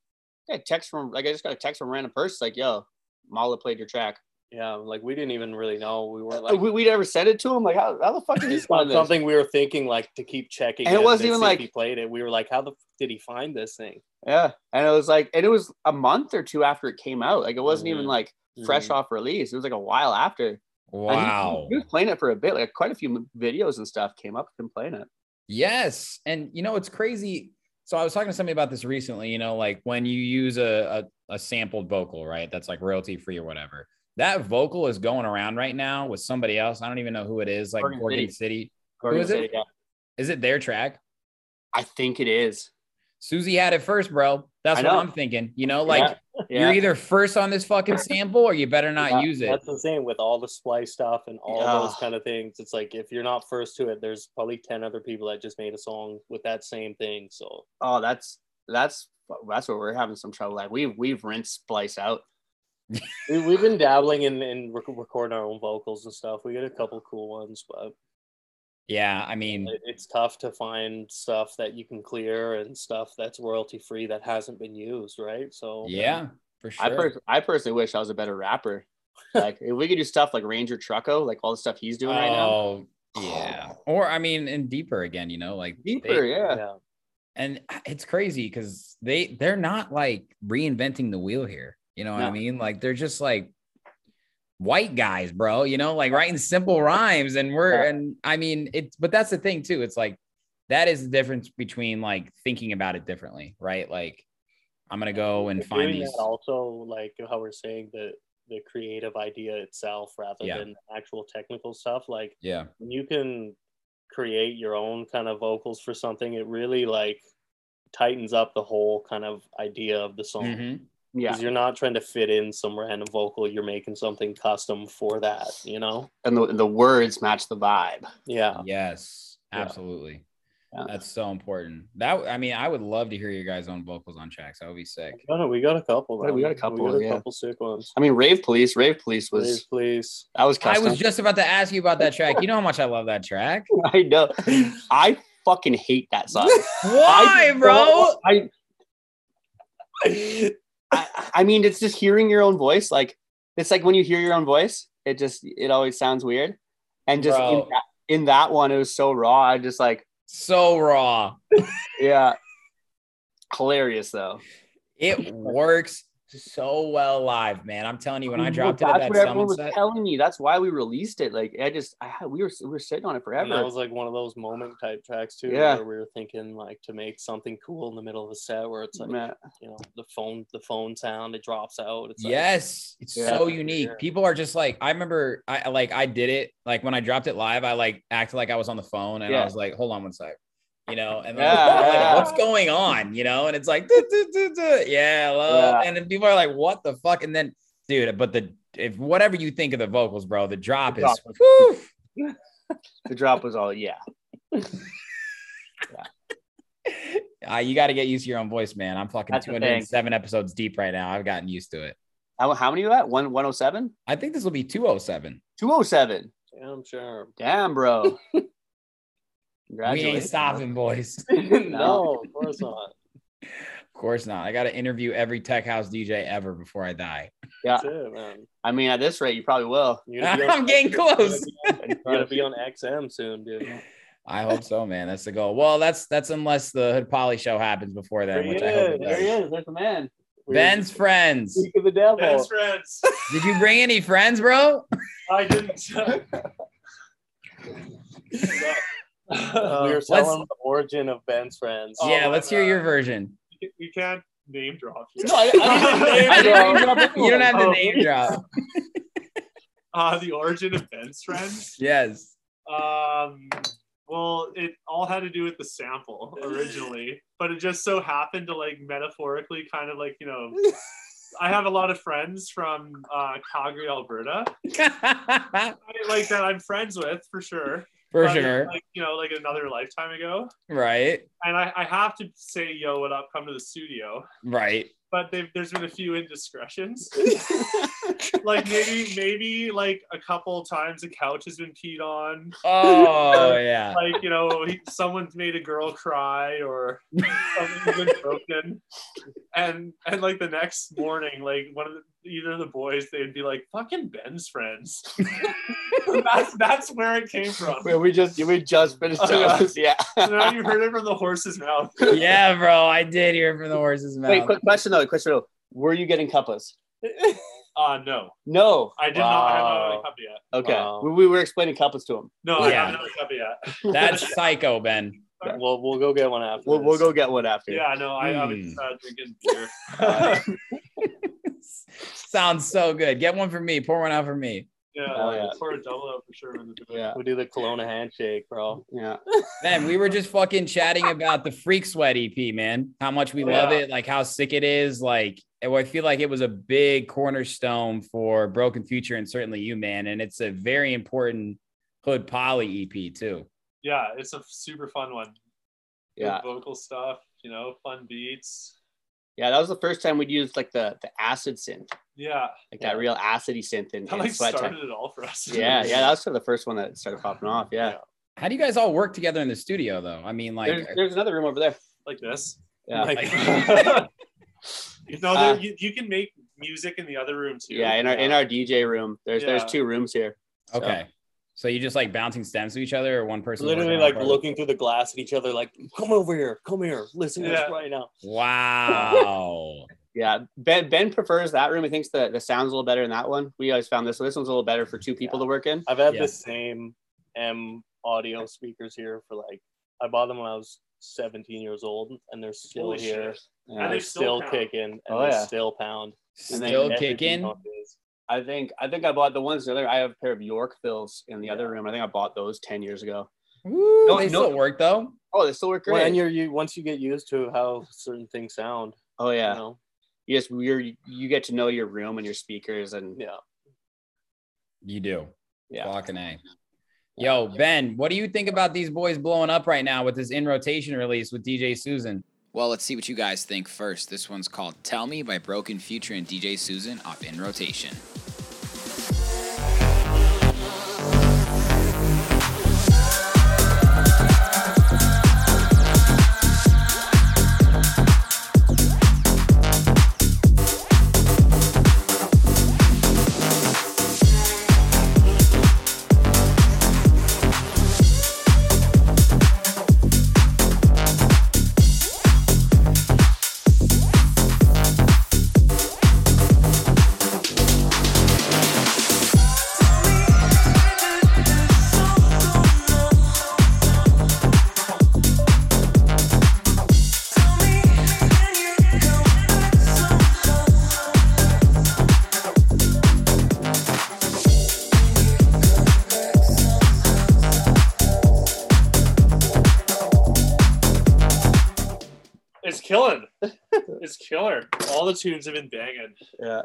Speaker 10: I got a text from like I just got a text from a random person like, "Yo, Mala played your track."
Speaker 6: Yeah, like we didn't even really know. We weren't
Speaker 10: Like,
Speaker 6: like
Speaker 10: we we never said it to him. Like, how, how the fuck did he
Speaker 6: it's
Speaker 10: find
Speaker 6: not
Speaker 10: this?
Speaker 6: something we were thinking like to keep checking.
Speaker 10: And it
Speaker 6: in
Speaker 10: wasn't
Speaker 6: to
Speaker 10: even
Speaker 6: see if
Speaker 10: like-
Speaker 6: he played it. We were like, how the f- did he find this thing?
Speaker 10: Yeah, and it was like, and it was a month or two after it came out. Like, it wasn't even
Speaker 9: Mm-hmm.
Speaker 6: Mhm.
Speaker 10: like fresh
Speaker 6: Mhm.
Speaker 10: off release. It was like a while after. And he-
Speaker 9: Wow.
Speaker 10: he, was playing it for a bit. Like, quite a few m- videos and stuff came up of him playing it.
Speaker 9: Yes. And you know, it's crazy. So I was talking to somebody about this recently, you know, like when you use a, a, a sampled vocal, right? That's like royalty free or whatever. That vocal is going around right now with somebody else. I don't even know who it is, like
Speaker 10: Gorgon
Speaker 9: Gorgon,
Speaker 10: City.
Speaker 9: City.
Speaker 10: Gorgon
Speaker 9: is it?
Speaker 10: City, yeah.
Speaker 9: Is it their track?
Speaker 10: I think it is.
Speaker 9: Susie had it first, bro. That's
Speaker 10: I
Speaker 9: what
Speaker 10: know.
Speaker 9: I'm thinking. You know, like
Speaker 10: Yeah.
Speaker 9: you're either first on this fucking sample or you better not
Speaker 6: Yeah,
Speaker 9: use it.
Speaker 6: That's the same with all the splice stuff and all
Speaker 10: Yeah.
Speaker 6: those kind of things. It's like if you're not first to it, there's probably ten other people that just made a song with that same thing. So
Speaker 10: oh, that's that's that's where we're having some trouble. Like, we've we've rinsed Splice out.
Speaker 6: we, we've been dabbling in in rec- recording our own vocals and stuff. We get a couple cool ones, but
Speaker 9: Yeah. I mean,
Speaker 6: it- it's tough to find stuff that you can clear and stuff that's royalty free that hasn't been used, right? So
Speaker 9: yeah, for
Speaker 10: I,
Speaker 9: sure.
Speaker 10: pers- I personally wish I was a better rapper. Like if we could do stuff like Ranger Trucco, like all the stuff he's doing right now.
Speaker 9: oh, yeah. Or I mean, and deeper again, you know, like they-
Speaker 10: Deeper, yeah.
Speaker 6: yeah.
Speaker 9: and it's crazy because they they're not like reinventing the wheel here you know what i
Speaker 10: No.
Speaker 9: mean like they're just like white guys bro you know like writing simple rhymes and we're
Speaker 10: Yeah.
Speaker 9: and i mean it's but that's the thing too it's like that is the difference between like thinking about it differently right like i'm gonna go and
Speaker 6: But
Speaker 9: find
Speaker 6: doing
Speaker 9: these
Speaker 6: that also like how we're saying the the creative idea itself rather
Speaker 9: Yeah.
Speaker 6: than the actual technical stuff like
Speaker 9: yeah
Speaker 6: when you can create your own kind of vocals for something it really like tightens up the whole kind of idea of the song
Speaker 9: Mhm.
Speaker 10: Mm-hmm. Yeah.
Speaker 6: because you're not trying to fit in some random vocal you're making something custom for that you know
Speaker 10: And the, the words match the vibe.
Speaker 6: yeah
Speaker 10: Um,
Speaker 9: yes
Speaker 6: Yeah.
Speaker 9: absolutely
Speaker 10: Yeah.
Speaker 9: that's so important that i mean i would love to hear you guys on vocals on tracks that would be sick
Speaker 6: we got a, we got a couple
Speaker 10: Yeah, we got a couple,
Speaker 6: we got a
Speaker 10: yeah.
Speaker 6: couple sick ones
Speaker 10: I mean Rave Police, Rave Police
Speaker 6: please
Speaker 10: was
Speaker 6: please
Speaker 10: that was
Speaker 9: I
Speaker 10: custom. I,
Speaker 9: was just about to ask you about that track. You know how much I love that track.
Speaker 10: know. I fucking hate that song.
Speaker 9: Why,
Speaker 10: I-
Speaker 9: bro?
Speaker 10: I, I I mean it's just hearing your own voice. Like it's like when you hear your own voice, it just it always sounds weird. And just in
Speaker 9: Bro.
Speaker 10: that, in that one, it was so raw. I just like
Speaker 9: So raw.
Speaker 10: yeah. Hilarious though.
Speaker 9: It works so well live, man. I'm telling you, when I
Speaker 10: Dude,
Speaker 9: dropped it
Speaker 10: that's
Speaker 9: at that
Speaker 10: what everyone
Speaker 9: summit
Speaker 10: was
Speaker 9: set,
Speaker 10: telling me. That's why we released it. Like I just, I, we were we were sitting on it forever.
Speaker 6: And that was like one of those moment type tracks too,
Speaker 10: Yeah.
Speaker 6: where we were thinking like to make something cool in the middle of a set where it's like
Speaker 10: Man.
Speaker 6: you know the phone the phone sound it drops out. It's like,
Speaker 9: yes, it's
Speaker 6: Yeah.
Speaker 9: so unique. People are just like, I remember, I I, like, I did it. Like when I dropped it live, I like acted like I was on the phone, and I
Speaker 10: Yeah.
Speaker 9: was like, hold on one sec, you know, and then
Speaker 10: Yeah,
Speaker 9: I was like,
Speaker 10: yeah.
Speaker 9: what's going on, you know, and it's like, "Duh, duh, duh, duh." yeah, hello.
Speaker 10: Yeah.
Speaker 9: and then people are like, what the fuck, and then, dude, but the if whatever you think of the vocals, bro, the drop
Speaker 10: The
Speaker 9: is
Speaker 10: drop
Speaker 9: whew,
Speaker 10: the drop was all yeah.
Speaker 9: Uh, you got to get used to your own voice, man. I'm fucking
Speaker 10: That's the thing.
Speaker 9: 207 episodes deep right now. I've gotten used to it.
Speaker 10: How, how many you at? One one oh seven?
Speaker 9: I think this will be 207.
Speaker 10: Two oh seven.
Speaker 6: damn sure.
Speaker 10: Damn, bro.
Speaker 9: We ain't
Speaker 10: Congratulations.
Speaker 9: stopping, boys. Of
Speaker 6: no, of course not.
Speaker 9: course not. I got to interview every tech house DJ ever before I die.
Speaker 10: Yeah.
Speaker 6: That's it, man.
Speaker 10: I mean, at this rate, you probably will.
Speaker 6: You're gonna be on-
Speaker 9: I'm getting close.
Speaker 6: You're gonna be on XM soon, dude.
Speaker 9: I hope so, man. That's the goal. Well, that's that's unless the Hood Polly show happens before
Speaker 6: There
Speaker 9: then,
Speaker 6: he
Speaker 9: which I
Speaker 6: is.
Speaker 9: hope it
Speaker 10: There he
Speaker 9: does.
Speaker 10: is. There's the man.
Speaker 6: We're-
Speaker 9: Ben's friends.
Speaker 10: Speak of the devil.
Speaker 6: Ben's
Speaker 9: Oh.
Speaker 6: friends.
Speaker 9: Did you bring any friends, bro?
Speaker 6: I didn't. we were
Speaker 13: Uh,
Speaker 9: let's-
Speaker 6: selling the origin of Ben's friends.
Speaker 10: Oh
Speaker 9: yeah, let's hear your version.
Speaker 13: We can't name drop. here.
Speaker 10: No, I-
Speaker 9: I
Speaker 10: I
Speaker 9: didn't
Speaker 10: didn't name drop
Speaker 9: You don't have to
Speaker 13: Oh.
Speaker 9: name drop.
Speaker 13: Uh, the origin of Ben's friends.
Speaker 9: Yes.
Speaker 13: Um, well, it all had to do with the sample originally, but it just so happened to like metaphorically kind of like you know. I have a lot of friends from uh, Calgary, Alberta, I- like that I'm friends with for sure.
Speaker 9: For
Speaker 13: But,
Speaker 9: sure.
Speaker 13: Like you know, like another lifetime ago,
Speaker 9: Right.
Speaker 13: and I, I have to say, yo, what up? Come to the studio.
Speaker 9: Right.
Speaker 13: but they've, there's been a few indiscretions. like maybe maybe like a couple times a couch has been peed on.
Speaker 9: Oh yeah.
Speaker 13: Like you know, he, someone's made a girl cry or something's been broken, and and like the next morning, like one of the, either of the boys, they'd be like, "Fucking Ben's friends." that's that's where it came from.
Speaker 10: We- We just we just finished ours. Yeah.
Speaker 13: Now you heard it from the horse's mouth.
Speaker 9: Yeah, bro. I did hear from the horse's mouth.
Speaker 10: Wait, quick question though. Question though. Were you getting cuppas?
Speaker 13: Uh no,
Speaker 10: No.
Speaker 13: I did not have a
Speaker 10: Wow.
Speaker 13: cup yet.
Speaker 10: Okay.
Speaker 6: Wow.
Speaker 10: We, we were explaining cuppas to him.
Speaker 13: No, I
Speaker 9: Yeah.
Speaker 13: haven't had a cup yet.
Speaker 9: That's psycho, Ben.
Speaker 6: Well, we'll go get one after.
Speaker 10: We'll, we'll
Speaker 6: this.
Speaker 10: go get one after.
Speaker 13: Yeah, no, I, I was
Speaker 9: Hmm.
Speaker 13: uh, drinking beer. Uh,
Speaker 9: Sounds so good. Get one for me. Pour one out for me.
Speaker 13: Yeah,
Speaker 10: Oh, yeah.
Speaker 13: pour a double out for sure. When the
Speaker 10: Yeah.
Speaker 6: We'll do the Kelowna handshake, bro.
Speaker 10: Yeah.
Speaker 9: Man, we were just fucking chatting about the Freak Sweat EP, man. How much we love
Speaker 13: Yeah.
Speaker 9: it, like how sick it is. Like, and I feel like it was a big cornerstone for Broken Future and certainly you, man. And it's a very important Hood Poly EP, too.
Speaker 13: yeah, it's a super fun one. Good
Speaker 10: Yeah.
Speaker 13: vocal stuff, you know, fun beats.
Speaker 10: Yeah. That was the first time we'd used like the the acid synth,
Speaker 13: Yeah,
Speaker 10: like that real acidy synth in,
Speaker 13: that
Speaker 10: in
Speaker 13: like
Speaker 10: sweat.
Speaker 13: started
Speaker 10: Time.
Speaker 13: it all for us.
Speaker 10: Yeah. Yeah. That was sort of the first one that started popping off. Yeah.
Speaker 13: Yeah.
Speaker 9: How do you guys all work together in the studio, though? I mean, like,
Speaker 10: there's, there's another room over there.
Speaker 13: like this.
Speaker 10: Yeah.
Speaker 13: Like, you know,
Speaker 10: Uh,
Speaker 13: there you, you can make music in the other room too.
Speaker 10: yeah. In our in our DJ room, there's
Speaker 13: Yeah.
Speaker 10: there's two rooms here. So-
Speaker 9: Okay. So you just like bouncing stems to each other or one person
Speaker 6: Literally,
Speaker 9: working on a
Speaker 6: like
Speaker 9: part?
Speaker 6: looking through the glass at each other, like, "Come over here, come here, listen to
Speaker 13: Yeah.
Speaker 6: us right now."
Speaker 9: Wow.
Speaker 10: Yeah, Ben Ben prefers that room. He thinks the, the sound's a little better in that one. We always found this. So this one's a little better for two people to work in.
Speaker 6: I've had
Speaker 9: Yeah.
Speaker 6: the same M audio speakers here for like I bought them when I was 17 years old, and they're still
Speaker 13: Holy
Speaker 6: here.
Speaker 13: shit.
Speaker 10: Yeah.
Speaker 13: And
Speaker 6: And they're
Speaker 13: they still
Speaker 6: still
Speaker 13: pound.
Speaker 6: kicking, and
Speaker 10: Oh,
Speaker 6: they
Speaker 10: yeah.
Speaker 6: still pound. And they
Speaker 9: Still
Speaker 6: never
Speaker 9: kicking.
Speaker 6: beat nowadays.
Speaker 10: I think I think I bought the ones the other. I have a pair of York fills in the other room. I think I bought those ten years ago.
Speaker 9: Woo,
Speaker 10: No,
Speaker 9: they
Speaker 10: no.
Speaker 9: still work though.
Speaker 10: Oh, they still work
Speaker 6: Well,
Speaker 10: great.
Speaker 6: and you're you once you get used to how certain things sound,
Speaker 10: oh
Speaker 6: you
Speaker 10: yeah,
Speaker 6: know,
Speaker 10: yes. You're you get to know your room and your speakers and
Speaker 6: yeah.
Speaker 9: You do.
Speaker 10: Yeah.
Speaker 9: Fucking A. Yo, Ben, what do you think about these boys blowing up right now with this in rotation release with DJ Susan?
Speaker 11: Well, let's see what you guys think first. This one's called Tell Me by Broken Future and DJ Susan off in rotation.
Speaker 12: Tell
Speaker 13: It's killing. it's killer. All the tunes have been banging.
Speaker 10: Yeah.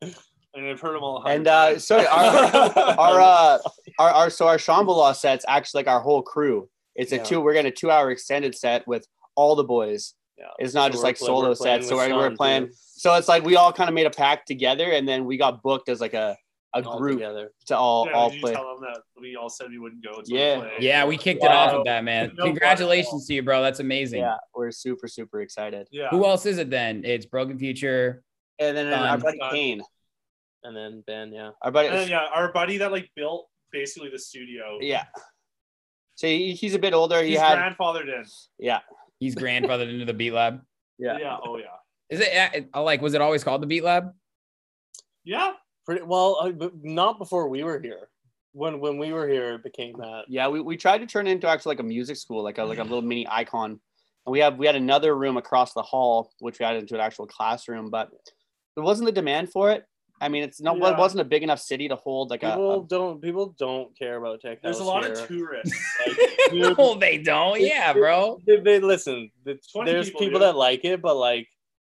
Speaker 13: And I've heard them all. a hundred
Speaker 10: And uh, so our
Speaker 13: times.
Speaker 10: our, uh, our our so our Shambhala set's actually like our whole crew. It's a
Speaker 6: Yeah.
Speaker 10: two. We're gonna two hour extended set with all the boys. It's not
Speaker 6: So
Speaker 10: just
Speaker 6: we're
Speaker 10: like
Speaker 6: pla-
Speaker 10: solo
Speaker 6: we're playing
Speaker 10: sets. So
Speaker 6: with
Speaker 10: we're, we're
Speaker 6: Sean,
Speaker 10: playing.
Speaker 6: too.
Speaker 10: So it's like we all kind of made a pact together, and then we got booked as like a a group to all
Speaker 13: yeah,
Speaker 10: all
Speaker 13: did
Speaker 10: play.
Speaker 13: You tell them that we all said we wouldn't go. to
Speaker 10: Yeah.
Speaker 13: play.
Speaker 9: Yeah, we kicked it
Speaker 10: Wow.
Speaker 9: off with that, man.
Speaker 13: No
Speaker 9: Congratulations to you, bro. That's amazing.
Speaker 10: Yeah, we're super super excited.
Speaker 13: Yeah.
Speaker 9: Who else is it then? It's Broken Future.
Speaker 10: And then our
Speaker 9: Done.
Speaker 10: buddy Kane.
Speaker 6: And then Ben, yeah.
Speaker 10: Our buddy.
Speaker 13: And then, yeah, our buddy that like built basically the studio.
Speaker 10: Yeah. So he, he's a bit older. He
Speaker 13: He's
Speaker 10: had
Speaker 13: grandfathered in.
Speaker 10: yeah.
Speaker 9: He's grandfathered into the Beat Lab.
Speaker 10: Yeah.
Speaker 13: Yeah. Oh yeah.
Speaker 9: Is it uh, uh, like was it always called the Beat Lab?
Speaker 13: Yeah.
Speaker 6: Pretty well, uh, but not before we were here. When when we were here, it became that.
Speaker 10: Yeah, we, we tried to turn it into actually like a music school, like a like a little mini icon. And we have we had another room across the hall, which we had into an actual classroom, but there wasn't the demand for it. I mean, it's not it
Speaker 6: Yeah.
Speaker 10: wasn't a big enough city to hold like a-
Speaker 6: People
Speaker 10: a,
Speaker 6: don't people don't care about tech.
Speaker 13: There's a
Speaker 6: house
Speaker 13: lot
Speaker 6: here.
Speaker 13: of tourists.
Speaker 9: no, they don't. Yeah, bro.
Speaker 6: They, they- listen. the-
Speaker 13: 20
Speaker 6: there's
Speaker 13: people
Speaker 6: people,
Speaker 13: do.
Speaker 6: that like it, but like,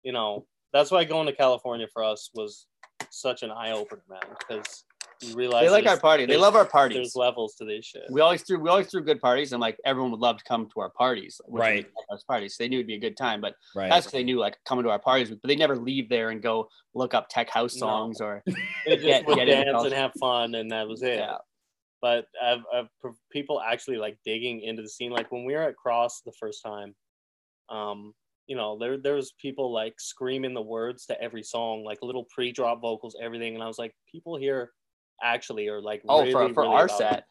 Speaker 6: you know, that's why going to California for us was such an eye opener, man. Because you realize
Speaker 10: They like
Speaker 6: there's-
Speaker 10: our party. They
Speaker 6: there's-
Speaker 10: love our parties.
Speaker 6: There's levels to this shit.
Speaker 10: we always threw we always threw good parties and like everyone would love to come to our parties. which
Speaker 9: Right.
Speaker 10: was our parties. So they knew it'd be a good time. But
Speaker 9: Right.
Speaker 10: that's 'cause they knew like coming to our parties, but they never leave there and go look up tech house
Speaker 6: No.
Speaker 10: songs or
Speaker 6: They just
Speaker 10: get-
Speaker 6: would
Speaker 10: get into
Speaker 6: dance and
Speaker 10: culture.
Speaker 6: have fun, and that was it.
Speaker 10: yeah.
Speaker 6: But I've, I've pr- people actually like digging into the scene. Like when we were at Cross the first time, um, you know, there there was people like screaming the words to every song, like little pre-drop vocals, everything. And I was like, people here actually are like,
Speaker 10: Oh,
Speaker 6: really,
Speaker 10: for, for
Speaker 6: really
Speaker 10: our
Speaker 6: about it.
Speaker 10: set.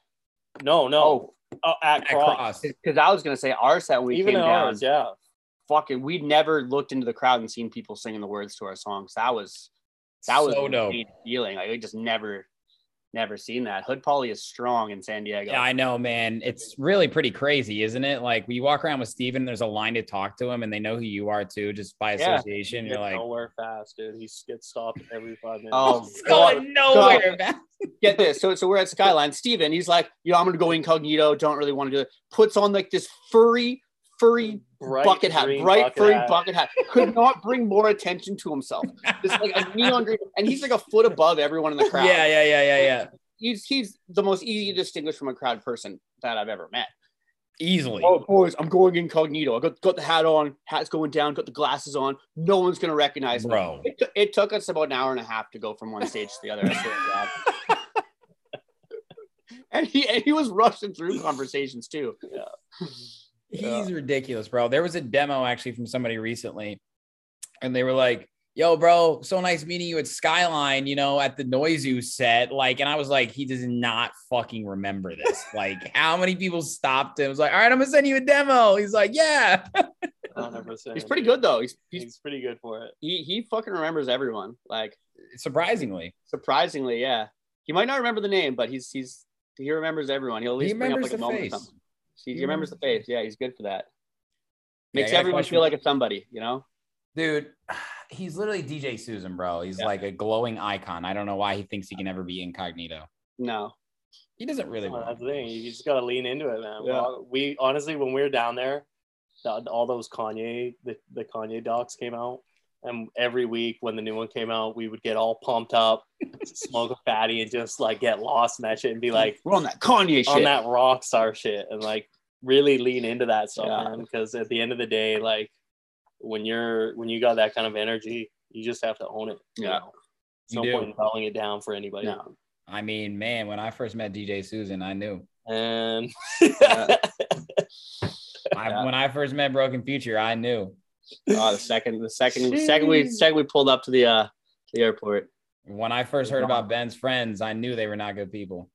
Speaker 6: No, no.
Speaker 10: Oh,
Speaker 6: Oh, at,
Speaker 9: At
Speaker 6: Cross.
Speaker 9: Cross.
Speaker 10: because I was gonna say our set when we
Speaker 6: Even
Speaker 10: came
Speaker 6: at
Speaker 10: down.
Speaker 6: ours, yeah.
Speaker 10: Fucking, we'd never looked into the crowd and seen people singing the words to our songs. That was that was
Speaker 9: so
Speaker 10: an
Speaker 9: dope.
Speaker 10: insane feeling. Like we just never, never seen that. Hood Polly is strong in San Diego.
Speaker 9: Yeah, I know, man. It's really pretty crazy, isn't it? Like we walk around with Steven, there's a line to talk to him, and they know who you are too, just by
Speaker 10: Yeah.
Speaker 9: association. You're
Speaker 6: Get
Speaker 9: like,
Speaker 6: nowhere fast, dude. He gets stopped every five minutes.
Speaker 10: Oh God.
Speaker 9: going nowhere, man.
Speaker 10: Get this. So, so we're at Skyline. Steven, he's like, yo, I'm gonna go incognito. Don't really want to do it. Puts on like this furry, furry
Speaker 6: bright
Speaker 10: bucket hat,
Speaker 6: green
Speaker 10: bright
Speaker 6: bucket
Speaker 10: furry
Speaker 6: hat.
Speaker 10: bucket hat. Could not bring more attention to himself. Just like a neon green, and he's like a foot above everyone in the crowd.
Speaker 9: Yeah, yeah, yeah, yeah, yeah.
Speaker 10: he's he's the most easy to distinguish from a crowd person that I've ever met.
Speaker 9: Easily.
Speaker 10: Oh, boys, I'm going incognito. I got, got the hat on, hat's going down, got the glasses on. No one's gonna recognize me.
Speaker 9: Bro.
Speaker 10: It, took- it took us about an hour and a half to go from one stage to the other. I swear to God. and he and he was rushing through conversations too.
Speaker 9: He's ridiculous, bro. There was a demo actually from somebody recently, and they were like, Yo, bro, so nice meeting you at Skyline, you know, at the Noizu set. Like, and I was like, he does not fucking remember this. like, how many people stopped him? Was like, all right, I'm gonna send you a demo. He's like, yeah.
Speaker 6: 100%.
Speaker 10: He's pretty good though. He's, he's
Speaker 6: He's pretty good for it.
Speaker 10: he he fucking remembers everyone. Like
Speaker 9: Surprisingly,
Speaker 10: surprisingly, yeah. He might not remember the name, but he's he's he remembers everyone. He'll at
Speaker 9: he
Speaker 10: least bring up
Speaker 9: remembers
Speaker 10: like a
Speaker 9: the
Speaker 10: moment or
Speaker 9: face.
Speaker 10: something. He, he remembers the face. Yeah, he's good for that.
Speaker 9: Yeah,
Speaker 10: Makes
Speaker 9: I got a
Speaker 10: everyone
Speaker 9: question.
Speaker 10: feel like a somebody, you know?
Speaker 9: dude he's literally dj susan bro he's
Speaker 10: Yeah.
Speaker 9: like a glowing icon i don't know why he thinks he can ever be incognito
Speaker 10: No.
Speaker 9: he doesn't really
Speaker 6: Oh,
Speaker 9: want
Speaker 6: that's
Speaker 9: to.
Speaker 6: the thing. You just gotta lean into it, man.
Speaker 10: Yeah.
Speaker 6: Well, we honestly, when we were down there, the, all those Kanye, the, the Kanye docs came out, and every week when the new one came out, we would get all pumped up, smoke a fatty, and just like get lost in that shit and be like
Speaker 10: We're on that Kanye shit.
Speaker 6: on that rock star shit and like really lean into that stuff,
Speaker 10: Yeah.
Speaker 6: man. Because at the end of the day, like when you're when you got that kind of energy, you just have to own it. you
Speaker 10: Yeah.
Speaker 6: know? There's
Speaker 9: You
Speaker 6: No
Speaker 9: do.
Speaker 6: point in calling it down for anybody.
Speaker 10: No.
Speaker 9: i mean man when i first met dj susan i knew
Speaker 6: And
Speaker 9: I,
Speaker 10: Yeah.
Speaker 9: when i first met broken future i knew
Speaker 10: Oh, the second the second the second we second we pulled up to the uh to the airport.
Speaker 9: when i first heard about ben's friends i knew they were not good people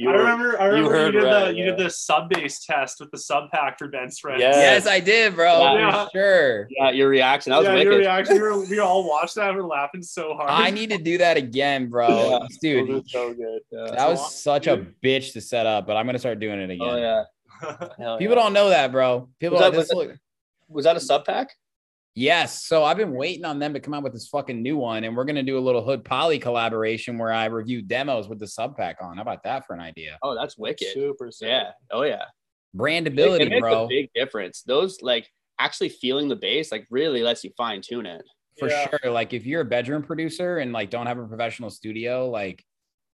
Speaker 6: you
Speaker 13: I
Speaker 6: were-
Speaker 13: remember. I remember you,
Speaker 6: heard
Speaker 13: did
Speaker 6: right,
Speaker 13: the you
Speaker 6: yeah.
Speaker 13: did the sub base test with the sub pack for Ben's friends.
Speaker 6: Yeah.
Speaker 9: yes i did bro
Speaker 13: Yeah.
Speaker 9: for sure
Speaker 10: Yeah, your reaction. That was
Speaker 13: yeah,
Speaker 10: wicked.
Speaker 13: your reaction. We, were, we all watched that and were laughing so hard.
Speaker 9: i need to do that again bro
Speaker 6: Those
Speaker 9: dude
Speaker 6: are so good.
Speaker 9: that was such a bitch to set up but i'm gonna start doing it again
Speaker 10: oh yeah.
Speaker 6: Hell
Speaker 9: people
Speaker 6: yeah.
Speaker 9: don't know that bro people
Speaker 10: Was
Speaker 9: are
Speaker 10: that-
Speaker 9: just
Speaker 10: was
Speaker 9: look-
Speaker 10: Was that a sub pack?
Speaker 9: Yes. So I've been waiting on them to come out with this fucking new one. And we're going to do a little Hood Poly collaboration where I review demos with the sub pack on. How about that for an idea?
Speaker 10: Oh, that's wicked.
Speaker 6: super. sick.
Speaker 10: Yeah. Oh yeah.
Speaker 9: Brandability,
Speaker 10: it makes
Speaker 9: bro.
Speaker 10: a big difference. Those like actually feeling the bass like really lets you fine tune it.
Speaker 9: for sure. Like if you're a bedroom producer and like don't have a professional studio, like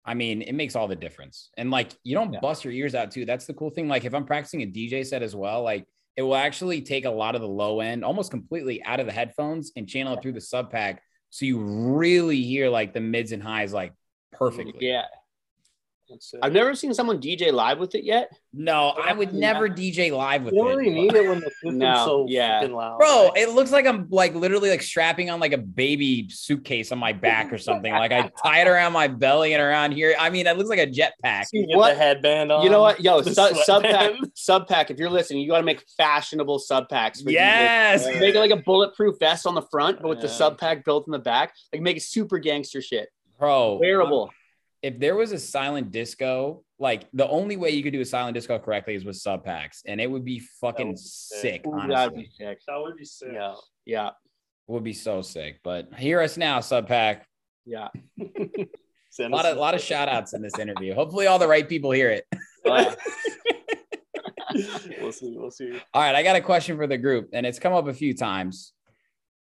Speaker 9: I mean, it makes all the difference. And like you don't bust your ears out too. That's the cool thing. Like if I'm practicing a DJ set as well, like it will actually take a lot of the low end almost completely out of the headphones and channel it through the sub pack. So you really hear like the mids and highs like perfectly.
Speaker 10: Yeah. I've never seen someone DJ live with it yet.
Speaker 9: No, I would never DJ live with it.
Speaker 10: need
Speaker 6: it when the system's
Speaker 9: so
Speaker 10: yeah.
Speaker 6: freaking loud.
Speaker 9: Bro, it looks like I'm like literally like strapping on like a baby suitcase on my back or something. Like I tie it around my belly and around here. I mean, it looks like a jetpack.
Speaker 6: You get the headband on.
Speaker 10: You know what? Yo,
Speaker 6: Um, the
Speaker 10: su- sub pack,
Speaker 6: sweatband.
Speaker 10: sub pack. If you're listening, you got to make fashionable sub packs. for
Speaker 9: Yes.
Speaker 10: DJs. make it like a bulletproof vest on the front, but with the sub pack built in the back. Like make it super gangster shit.
Speaker 9: Bro,
Speaker 10: Oh, Wearable.
Speaker 9: if there was a silent disco, like the only way you could do a silent disco correctly is with sub packs, and it would be fucking sick.
Speaker 10: Ooh, that'd
Speaker 9: Honestly,
Speaker 10: be sick.
Speaker 6: That would be sick.
Speaker 10: Yeah, yeah,
Speaker 9: would be so sick. But hear us now, sub pack.
Speaker 10: yeah.
Speaker 9: A lot of lot of shout outs in this interview. Hopefully, all the right people hear it.
Speaker 10: Oh,
Speaker 6: we'll see. We'll see.
Speaker 9: All right, I got a question for the group, and it's come up a few times.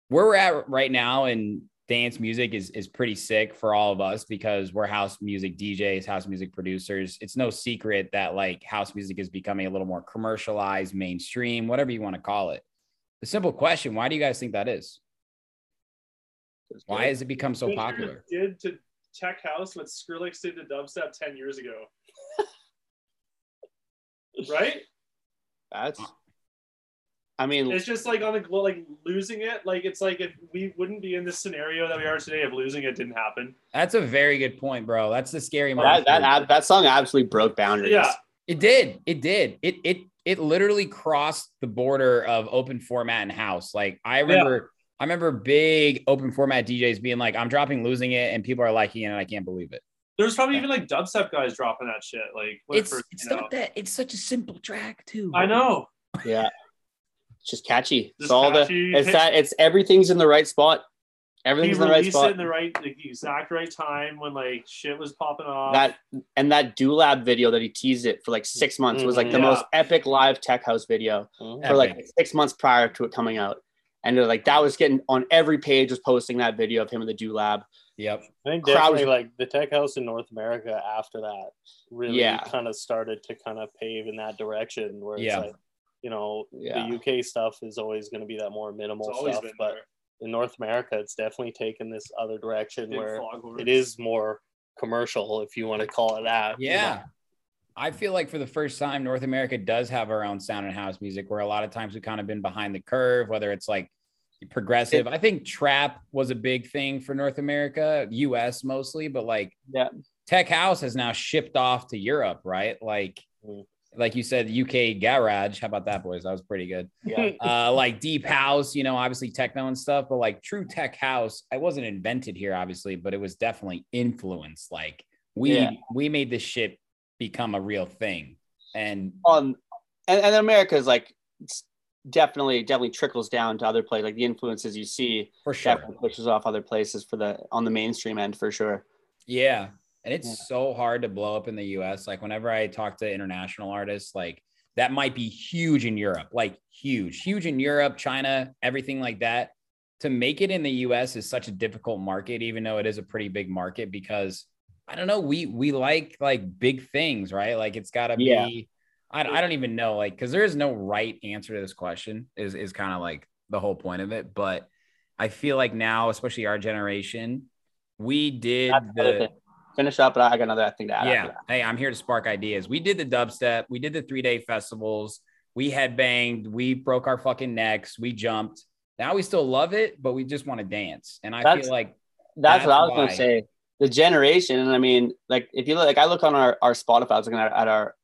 Speaker 9: Where we're at right now in dance music is is pretty sick for all of us because we're house music DJs, house music producers. It's no secret that like house music is becoming a little more commercialized, mainstream, whatever you want to call it. The simple question: Why do you guys think that is? Why has it become so
Speaker 13: Fisher
Speaker 9: popular?
Speaker 13: Did to tech house what Skrillex did to dubstep ten years ago. right?
Speaker 10: That's. I mean,
Speaker 13: It's just like on the glo- like losing it. Like it's like if we wouldn't be in this scenario that we are today if losing it didn't happen.
Speaker 9: That's a very good point, bro. That's the scary
Speaker 10: that
Speaker 9: moment.
Speaker 10: that, ab- that song absolutely broke boundaries.
Speaker 13: Yeah.
Speaker 9: It did. It did. It it it literally crossed the border of open format and house. Like I remember I remember big open format DJs being like, I'm dropping losing it, and people are liking it, and I can't believe it.
Speaker 13: There's probably even like dubstep guys dropping that shit. Like when it
Speaker 9: It's
Speaker 13: first
Speaker 9: it's
Speaker 13: came
Speaker 9: not
Speaker 13: out.
Speaker 9: that it's such a simple track, too.
Speaker 13: I know.
Speaker 10: Yeah. It's just catchy. It's
Speaker 13: Just
Speaker 10: all
Speaker 13: catchy.
Speaker 10: the it's that it's everything's in the right spot.
Speaker 13: He
Speaker 10: Everything's in the right
Speaker 13: released it
Speaker 10: spot.
Speaker 13: in the right like, the exact right time when like shit was popping off.
Speaker 10: that and that Doolab video that he teased it for like six months was like the
Speaker 13: Mhm.
Speaker 10: most epic live tech house video for like six months prior to it coming out. And they're like that was getting on every page was posting that video of him in the Doolab.
Speaker 9: Yep.
Speaker 6: I think
Speaker 10: Crowd was-
Speaker 6: definitely like the tech house in North America after that really
Speaker 10: Yeah.
Speaker 6: kind of started to kind of pave in that direction where it's
Speaker 9: Yeah.
Speaker 6: like, you know,
Speaker 10: Yeah.
Speaker 6: the UK stuff is always going to be that more minimal
Speaker 13: It's always
Speaker 6: stuff,
Speaker 13: been
Speaker 6: but in North America, it's definitely taken this other direction
Speaker 13: Big
Speaker 6: where
Speaker 13: foghorns.
Speaker 6: it is more commercial, if you want to call it that. you
Speaker 9: Yeah.
Speaker 6: know?
Speaker 9: I feel like for the first time, North America does have our own sound and house music, where a lot of times we've kind of been behind the curve, whether it's like progressive. I think trap was a big thing for North America, US mostly, but like
Speaker 10: Yeah.
Speaker 9: tech house has now shipped off to Europe, right? Like, like you said, UK garage. How about that, boys? That was pretty good.
Speaker 10: Yeah.
Speaker 9: Uh, like deep house, you know, obviously techno and stuff, but like true tech house, it wasn't invented here, obviously, but it was definitely influenced. Like we
Speaker 10: Yeah.
Speaker 9: we made this shit become a real thing. And
Speaker 10: on Um, and, and America is like it's definitely definitely trickles down to other places. Like the influences you see
Speaker 9: For sure.
Speaker 10: definitely pushes off other places for the on the mainstream end for sure.
Speaker 9: Yeah. And it's
Speaker 10: Yeah.
Speaker 9: so hard to blow up in the US. Like whenever I talk to international artists, like that might be huge in Europe, like huge, huge in Europe, China, everything like that. To make it in the US is such a difficult market, even though it is a pretty big market because I don't know, we we like like big things, right? Like it's gotta
Speaker 10: Yeah.
Speaker 9: be I, I don't even know, like, because there is no right answer to this question, is is kind of like the whole point of it. But I feel like now, especially our generation, we did
Speaker 10: Other
Speaker 9: the
Speaker 10: thing. Finish up, but I got another thing to add.
Speaker 9: yeah.
Speaker 10: after
Speaker 9: Hey, I'm here to spark ideas. We did the dubstep. We did the three day festivals. We headbanged. We broke our fucking necks. We jumped. Now we still love it, but we just want to dance. And I
Speaker 10: That's-
Speaker 9: feel like
Speaker 10: that's, what I was
Speaker 9: why.
Speaker 10: gonna say. The generation, and I mean, like if you look, like I look on our our Spotify, I was looking at, at our,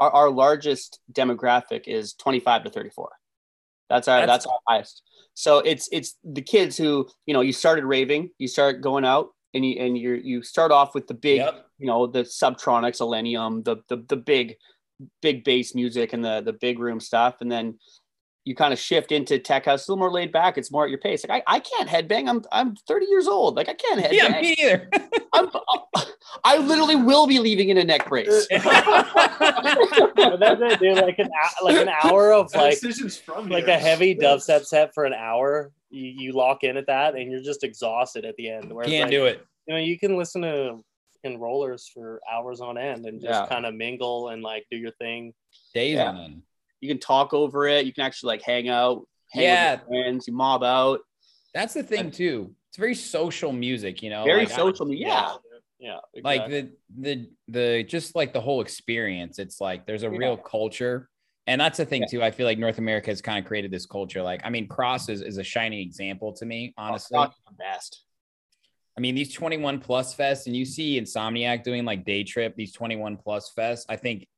Speaker 10: our our largest demographic is 25 to 34. That's our
Speaker 9: That's-
Speaker 10: that's, our highest. So it's it's the kids who you know you started raving, you start going out, and you and you you start off with the big
Speaker 9: Yep.
Speaker 10: you know the Subtronics, Illenium, the the the big big bass music and the the big room stuff, and then you kind of shift into tech house, it's a little more laid back. It's more at your pace. Like I, I can't headbang. I'm I'm 30 years old. Like I can't headbang.
Speaker 9: Yeah, me either.
Speaker 10: I'm, I literally will be leaving in a neck brace.
Speaker 6: but that's it, dude. Like an hou- like an hour of
Speaker 10: The
Speaker 6: like
Speaker 10: decision's from
Speaker 6: like
Speaker 10: here.
Speaker 6: a heavy
Speaker 10: Yeah.
Speaker 6: dubstep set for an hour. You, you lock in at that, and you're just exhausted at the end. Where it's
Speaker 9: Can't
Speaker 6: like,
Speaker 9: do it.
Speaker 6: You know, you can listen to fucking rollers for hours on end and just
Speaker 10: Yeah.
Speaker 6: kind of mingle and like do your thing.
Speaker 9: Days
Speaker 10: Yeah.
Speaker 9: on end.
Speaker 10: You can talk over it. You can actually like hang out. Hang
Speaker 9: Yeah.
Speaker 10: With your friends. You mob out.
Speaker 9: That's the thing too. It's very social music, you know.
Speaker 10: Very
Speaker 9: like, I-
Speaker 10: social. yeah.
Speaker 6: Yeah.
Speaker 9: like the the the just like the whole experience it's like there's a
Speaker 10: Yeah.
Speaker 9: real culture and that's the thing too i feel like north america has kind of created this culture like i mean cross is, is a shining example to me
Speaker 10: Oh,
Speaker 9: honestly
Speaker 10: Cross is the best
Speaker 9: i mean these 21 plus fests and you see insomniac doing like day trip these 21 plus fests i think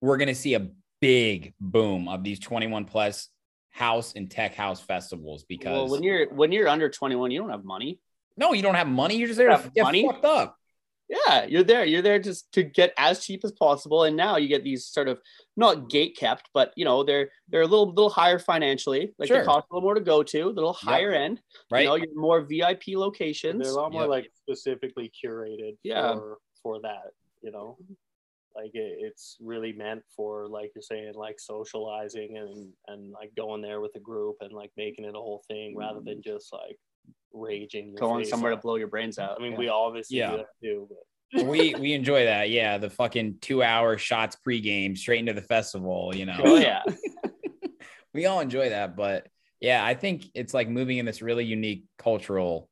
Speaker 9: we're going to see a big boom of these 21 plus house and tech house festivals because
Speaker 10: Well, when you're when you're under 21, you don't have money.
Speaker 9: no you don't have money you're just there to
Speaker 10: have
Speaker 9: get
Speaker 10: money.
Speaker 9: fucked up
Speaker 10: Yeah, you're there. You're there just to get as cheap as possible. And now you get these sort of not gate kept, but you know they're they're a little little higher financially. Like
Speaker 6: Sure.
Speaker 10: they cost a little more to go to, a little higher end.
Speaker 9: Right.
Speaker 10: You know, you're more VIP locations.
Speaker 6: They're a lot more like specifically curated
Speaker 10: Yeah.
Speaker 6: for for that, you know. Like it, it's really meant for like you're saying, like socializing and and like going there with a group and like making it a whole thing rather than just like raging. your
Speaker 10: Mm-hmm. going
Speaker 6: face
Speaker 10: somewhere to
Speaker 6: off.
Speaker 10: blow your brains out.
Speaker 6: I mean, we obviously
Speaker 9: Yeah.
Speaker 6: do that too, but
Speaker 9: we we enjoy that. Yeah, the fucking two hour shots pregame straight into the festival. You know.
Speaker 10: Oh yeah.
Speaker 9: we all enjoy that, but yeah, I think it's like moving in this really unique cultural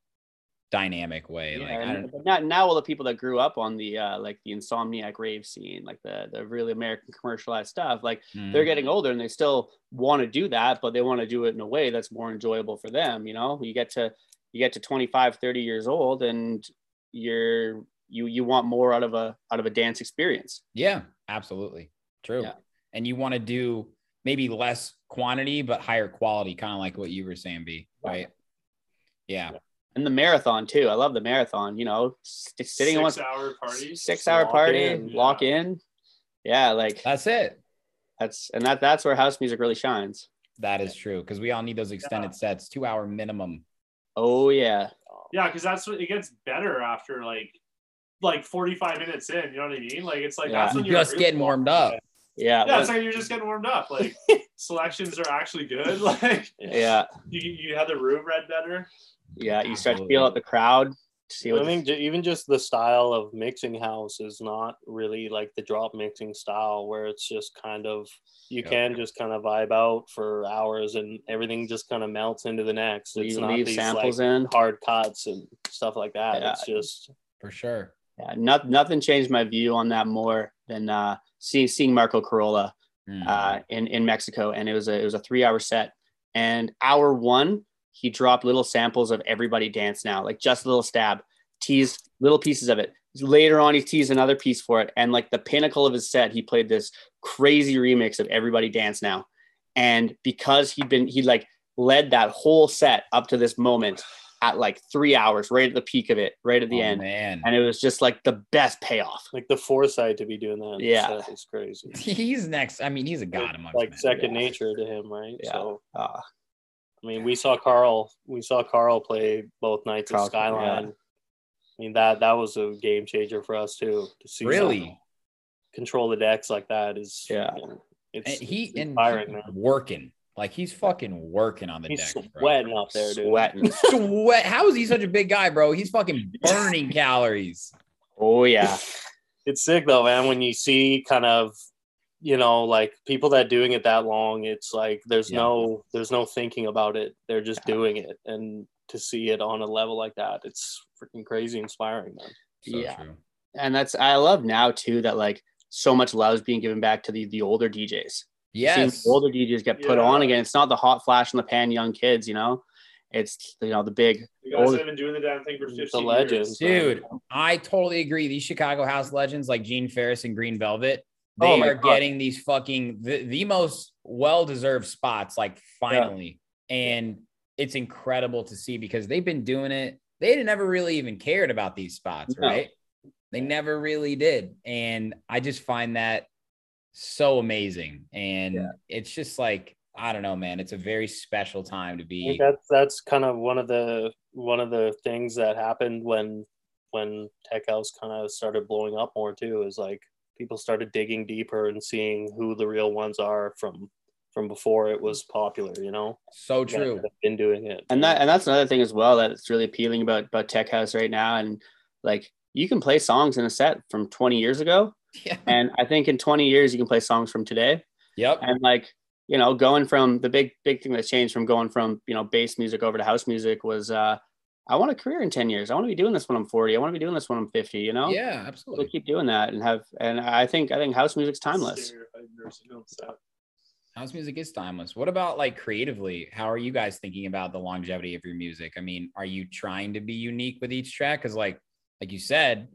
Speaker 9: dynamic way. like, I
Speaker 10: and
Speaker 9: don't,
Speaker 10: but not now all the people that grew up on the uh, like the insomniac rave scene, like the the really American commercialized stuff, like
Speaker 9: Mm.
Speaker 10: they're getting older and they still want to do that, but they want to do it in a way that's more enjoyable for them. You know, you get to you get to 25, 30 years old and you're you you want more out of a out of a dance experience.
Speaker 9: yeah, absolutely true.
Speaker 10: Yeah.
Speaker 9: And you want to do maybe less quantity but higher quality, kind of like what you were saying, B. Right? Yeah.
Speaker 10: And the marathon too. I love the marathon, you know, s- sitting in one
Speaker 13: six hour party.
Speaker 10: six hour party,
Speaker 13: in,
Speaker 10: lock in. Yeah, like
Speaker 9: that's it.
Speaker 10: That's and that that's where house music really shines.
Speaker 9: That is true because we all need those extended sets, two hour minimum.
Speaker 10: Oh yeah.
Speaker 13: Yeah, because that's what it gets better after like like 45 minutes in. You know what I mean? Like it's like that's when
Speaker 9: You're
Speaker 13: you're
Speaker 9: just getting warmed up.
Speaker 10: Yeah.
Speaker 13: Yeah, it's like you're just getting warmed up. Like selections are actually good. Like
Speaker 10: Yeah.
Speaker 13: you, you had the room read better.
Speaker 10: Yeah, you start to feel out the crowd. See
Speaker 6: I
Speaker 10: what
Speaker 6: think ju- even just the style of mixing house is not really like the drop mixing style where it's just kind of you
Speaker 10: Yeah.
Speaker 6: can just kind of vibe out for hours and everything just kind of melts into the next.
Speaker 10: You
Speaker 6: It's not
Speaker 10: leave
Speaker 6: these
Speaker 10: samples
Speaker 6: like
Speaker 10: in.
Speaker 6: hard cuts and stuff like that.
Speaker 10: Yeah.
Speaker 6: It's just
Speaker 9: for sure.
Speaker 10: Yeah, not, nothing changed my view on that more than uh, seeing seeing Marco Corolla
Speaker 9: Hmm.
Speaker 10: uh, in in Mexico, and it was a it was a three hour set, and hour one he dropped little samples of everybody dance now, like just a little stab, tease little pieces of it. Later on, he teased another piece for it, and like the pinnacle of his set, he played this crazy remix of everybody dance now, and because he'd been he like led that whole set up to this moment at like three hours right at the peak of it right at the
Speaker 9: Oh,
Speaker 10: end
Speaker 9: man.
Speaker 10: and it was just like the best payoff
Speaker 6: like the foresight to be doing that.
Speaker 10: Yeah.
Speaker 6: stuff is crazy.
Speaker 9: He's next. I mean, he's a god amongst
Speaker 6: like
Speaker 9: men.
Speaker 6: second nature to him, right?
Speaker 9: Yeah.
Speaker 6: So
Speaker 9: Ah,
Speaker 6: I mean, we saw Carl. We saw Carl play both nights
Speaker 9: Carl,
Speaker 6: at Skyline.
Speaker 9: yeah.
Speaker 6: I mean that that was a game changer for us too. To see
Speaker 9: Really?
Speaker 6: someone control the decks like that is yeah. It's,
Speaker 9: and he
Speaker 6: it's
Speaker 9: and
Speaker 6: inspiring,
Speaker 9: he's
Speaker 6: man.
Speaker 9: working. Like he's fucking working on the
Speaker 6: He's
Speaker 9: deck.
Speaker 6: sweating up there, dude.
Speaker 10: Sweating.
Speaker 9: Sweat. How is he such a big guy, bro? He's fucking burning calories.
Speaker 10: Oh yeah.
Speaker 6: it's sick though, man. When you see kind of, you know, like people that doing it that long, it's like there's no there's no thinking about it. They're just doing it, and to see it on a level like that, it's freaking crazy, inspiring, man.
Speaker 10: yeah and that's i love now too that like so much love is being given back to the the older djs
Speaker 9: Yes.
Speaker 10: Seeing the older djs get put
Speaker 13: Yeah.
Speaker 10: on again it's not the hot flash in the pan young kids you know it's you know the big
Speaker 13: You guys
Speaker 10: older
Speaker 13: have been doing the damn thing for 15 years.
Speaker 9: dude. I totally agree. These Chicago House legends like Gene Ferris and Green Velvet, they
Speaker 10: Oh my
Speaker 9: are
Speaker 10: God.
Speaker 9: getting these fucking the, the most well deserved spots. Like finally, and it's incredible to see because they've been doing it. They never really even cared about these spots,
Speaker 11: No.
Speaker 9: right? They never really did, and I just find that so amazing. And it's just like I don't know, man. It's a very special time to
Speaker 6: I think
Speaker 9: be.
Speaker 6: that's that's kind of one of the one of the things that happened when when tech house kind of started blowing up more too is like people started digging deeper and seeing who the real ones are from from before it was popular you know
Speaker 9: so
Speaker 10: true.
Speaker 6: been doing it
Speaker 10: and that and that's another thing as well that's really appealing about about tech house right now and like you can play songs in a set from 20 years ago
Speaker 9: yeah.
Speaker 10: and i think in 20 years you can play songs from today
Speaker 9: yep
Speaker 10: and like you know going from the big big thing that changed from going from you know bass music over to house music was uh i want a career in 10 years i want to be doing this when i'm 40 i want to be doing this when i'm 50 you know
Speaker 9: Yeah, absolutely
Speaker 10: we'll keep doing that and have and i think i think house music's timeless
Speaker 9: House music is timeless. What about like creatively? How are you guys thinking about the longevity of your music? I mean, are you trying to be unique with each track? Because like, like you said,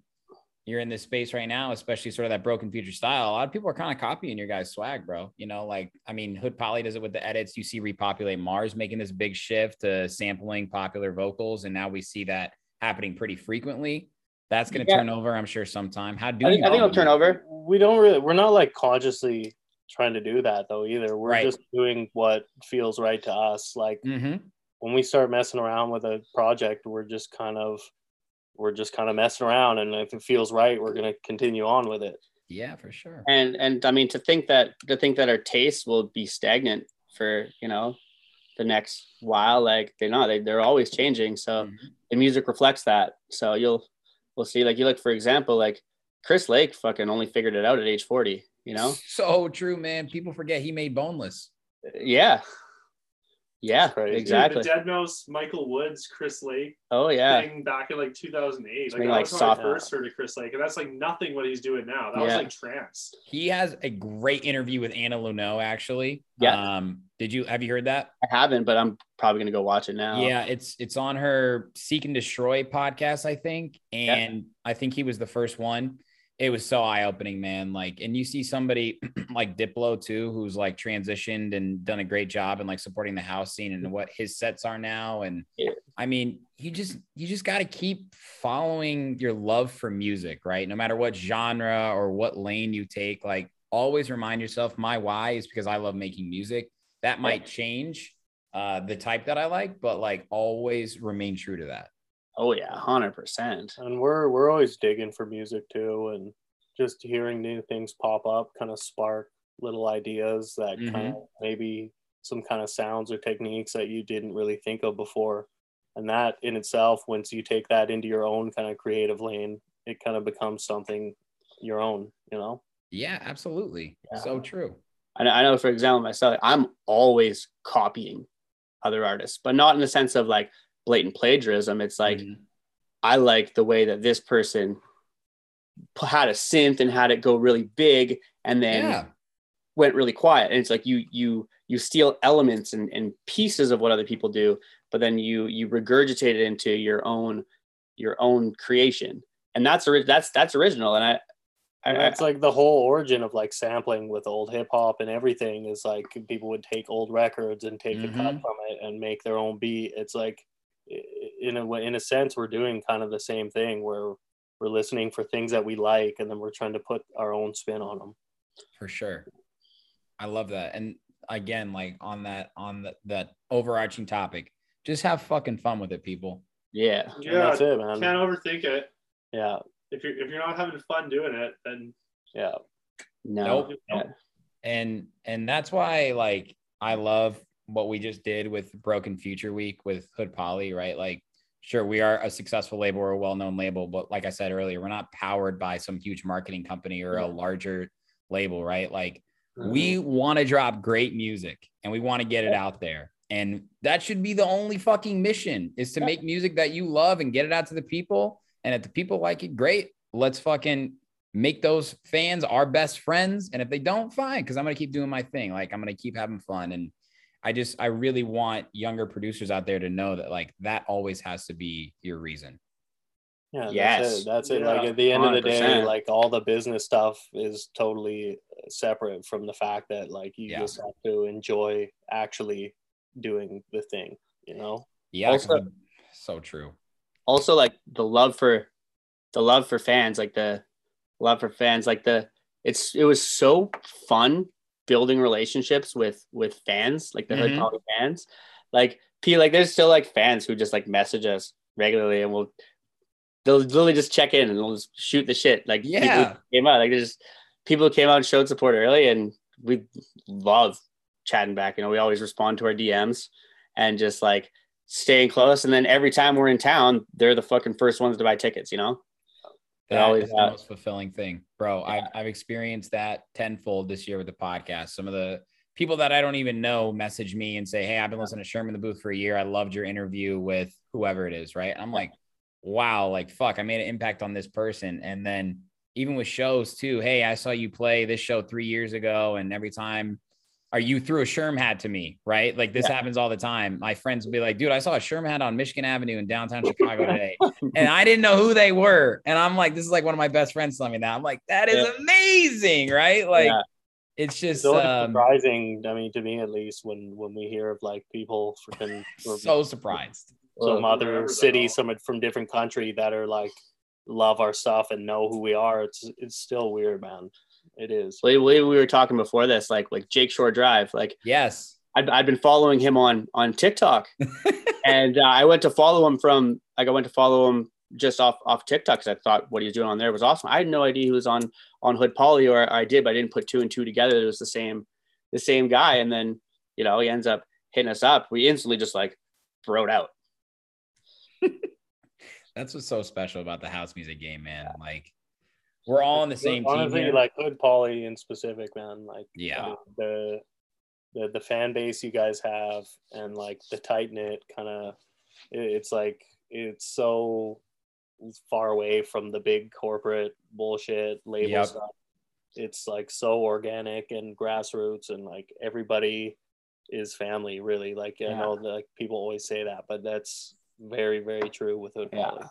Speaker 9: you're in this space right now, especially sort of that broken future style. A lot of people are kind of copying your guys' swag, bro. You know, like I mean, Hood Polly does it with the edits. You see Repopulate Mars making this big shift to sampling popular vocals, and now we see that happening pretty frequently. That's going to
Speaker 10: Yeah.
Speaker 9: turn over, I'm sure, sometime. How do you? all-
Speaker 10: over.
Speaker 6: We don't really. We're not like consciously trying to do that though either. We're
Speaker 9: Right.
Speaker 6: just doing what feels right to us. Like
Speaker 9: Mhm.
Speaker 6: when we start messing around with a project, we're just kind of we're just kind of messing around, and if it feels right, we're gonna continue on with it.
Speaker 9: Yeah, for sure.
Speaker 10: and and i mean to think that to think that our tastes will be stagnant for you know the next while like they're not they, they're always changing so
Speaker 9: Mm-hmm.
Speaker 10: the music reflects that so you'll we'll see like you look for example like chris lake fucking only figured it out at age 40 you know
Speaker 9: So true, man. People forget he made Boneless.
Speaker 10: yeah yeah
Speaker 6: Crazy.
Speaker 10: exactly
Speaker 13: Dude, the Deadmau5, Michael Woods, Chris Lake.
Speaker 10: Oh, yeah.
Speaker 13: Thing back in like 2008. Like,
Speaker 10: Something
Speaker 13: I
Speaker 10: like
Speaker 13: was when
Speaker 10: soft-
Speaker 13: I first heard of Chris Lake, and that's like nothing what he's doing now. That was
Speaker 9: Yeah.
Speaker 13: like trance.
Speaker 9: He has a great interview with Anna Luneau, actually.
Speaker 10: Yeah.
Speaker 9: Um, did you have you heard that?
Speaker 10: i haven't but i'm probably gonna go watch it now
Speaker 9: Yeah, it's it's on her Seek and Destroy podcast, I think. And I think he was the first one. It was so eye-opening, man. Like, and you see somebody like Diplo too, who's like transitioned and done a great job and like supporting the house scene and what his sets are now. And I mean, you just you just gotta keep following your love for music, right? No matter what genre or what lane you take, like always remind yourself, my why is because I love making music. That might change uh the type that I like, but like always remain true to that.
Speaker 10: Oh yeah, hundred percent.
Speaker 6: And we're we're always digging for music too, and just hearing new things pop up, kind of spark little ideas that kind of
Speaker 9: Mhm.
Speaker 6: maybe some kind of sounds or techniques that you didn't really think of before. And that in itself, once you take that into your own kind of creative lane, it kind of becomes something your own, you know?
Speaker 9: Yeah, absolutely. So true.
Speaker 10: I know, I know for example myself, I'm always copying other artists, but not in the sense of like blatant plagiarism. It's like
Speaker 9: Mm-hmm.
Speaker 10: I like the way that this person p- had a synth and had it go really big and then
Speaker 9: Yeah.
Speaker 10: went really quiet. And it's like you you you steal elements and, and pieces of what other people do, but then you you regurgitate it into your own your own creation. And that's ori- that's that's original. And I
Speaker 6: And
Speaker 10: I-
Speaker 6: that's like the whole origin of like sampling with old hip hop and everything is like people would take old records and take a cut
Speaker 9: Mhm.
Speaker 6: from it and make their own beat. It's like i- in a way, in a sense, we're doing kind of the same thing where we're listening for things that we like and then we're trying to put our own spin on them.
Speaker 9: For sure. I love that. And again, like on that on the, that overarching topic, just have fucking fun with it, people.
Speaker 10: Yeah.
Speaker 13: Yeah, can't overthink it.
Speaker 6: Yeah.
Speaker 13: If you're if you're not having fun doing it, then
Speaker 6: Yeah.
Speaker 10: No.
Speaker 13: Nope.
Speaker 10: Yeah.
Speaker 9: and and that's why like i love what we just did with broken future week with hood poly right like sure we are a successful label or a well-known label but like i said earlier we're not powered by some huge marketing company or a larger label right like we want to drop great music and we want to get it out there and that should be the only fucking mission is to make music that you love and get it out to the people and if the people like it great let's fucking make those fans our best friends. And if they don't, fine, because I'm going to keep doing my thing. Like, I'm going to keep having fun. And I just, I really want younger producers out there to know that, like, that always has to be your reason.
Speaker 6: Yeah, that's
Speaker 9: Yes.
Speaker 6: it. That's it.
Speaker 9: Yeah.
Speaker 6: Like at the end of the day,
Speaker 9: 100%.
Speaker 6: like all the business stuff is totally separate from the fact that like you just have to enjoy actually doing the thing, you know?
Speaker 9: Yeah.
Speaker 10: Also-
Speaker 9: so true.
Speaker 10: also like the love for the love for fans like the love for fans like the it's it was so fun building relationships with with fans, like the
Speaker 6: Mhm.
Speaker 10: Hood Poly fans. Like P, like there's still like fans who just like message us regularly, and we'll they'll literally just check in and they'll just shoot the shit. Like people who
Speaker 9: Yeah.
Speaker 10: came out, like there's people who came out and showed support early, and we love chatting back. You know, we always respond to our DMs and just like staying close. And then every time we're in town, they're the fucking first ones to buy tickets. You know,
Speaker 9: That
Speaker 10: They're always
Speaker 9: is the
Speaker 10: out.
Speaker 9: most fulfilling thing, bro. I've, I've experienced that tenfold this year with the podcast. Some of the people that I don't even know message me and say, Hey, I've been listening to Sherman in the Booth for a year. I loved your interview with whoever it is, right? I'm like, wow, like, fuck, I made an impact on this person. And then even with shows too, Hey, I saw you play this show three years ago. And every time, are you threw a Sherm hat to me, right? Like this happens all the time. My friends will be like, dude, I saw a Sherm hat on Michigan Avenue in downtown Chicago today and I didn't know who they were. And I'm like, this is like one of my best friends telling me that. I'm like, that is
Speaker 6: Yeah.
Speaker 9: amazing, right? Like,
Speaker 6: Yeah.
Speaker 9: it's just
Speaker 6: so
Speaker 9: um,
Speaker 6: surprising. I mean, to me at least, when when we hear of like people freaking from
Speaker 9: so surprised. Ugh.
Speaker 6: some other city, some from different country that are like love our stuff and know who we are. It's it's still weird, man. It is.
Speaker 10: we, we, we were talking before this, like like Jake Shore Drive, like
Speaker 9: yes,
Speaker 10: I'd, I'd been following him on on TikTok, and uh, I went to follow him from like I went to follow him just off off TikTok because I thought what he was doing on there was awesome. I had no idea he was on on Hood Poly, or I did, but I didn't put two and two together. It was the same the same guy, and then you know he ends up hitting us up. We instantly just like broed out.
Speaker 9: That's what's so special about the house music game, man. Like, we're all on the same team.
Speaker 6: Honestly,
Speaker 9: here.
Speaker 6: like Hood Polly in specific, man. Like
Speaker 9: Yeah.
Speaker 6: um, the the the fan base you guys have and like the tight knit kind of. It's like it's so far away from the big corporate bullshit label
Speaker 9: Yep.
Speaker 6: stuff. It's like so organic and grassroots, and like everybody is family. Really, like I
Speaker 9: Yeah.
Speaker 6: know like people always say that, but that's very very true with Oh, Hood Polly.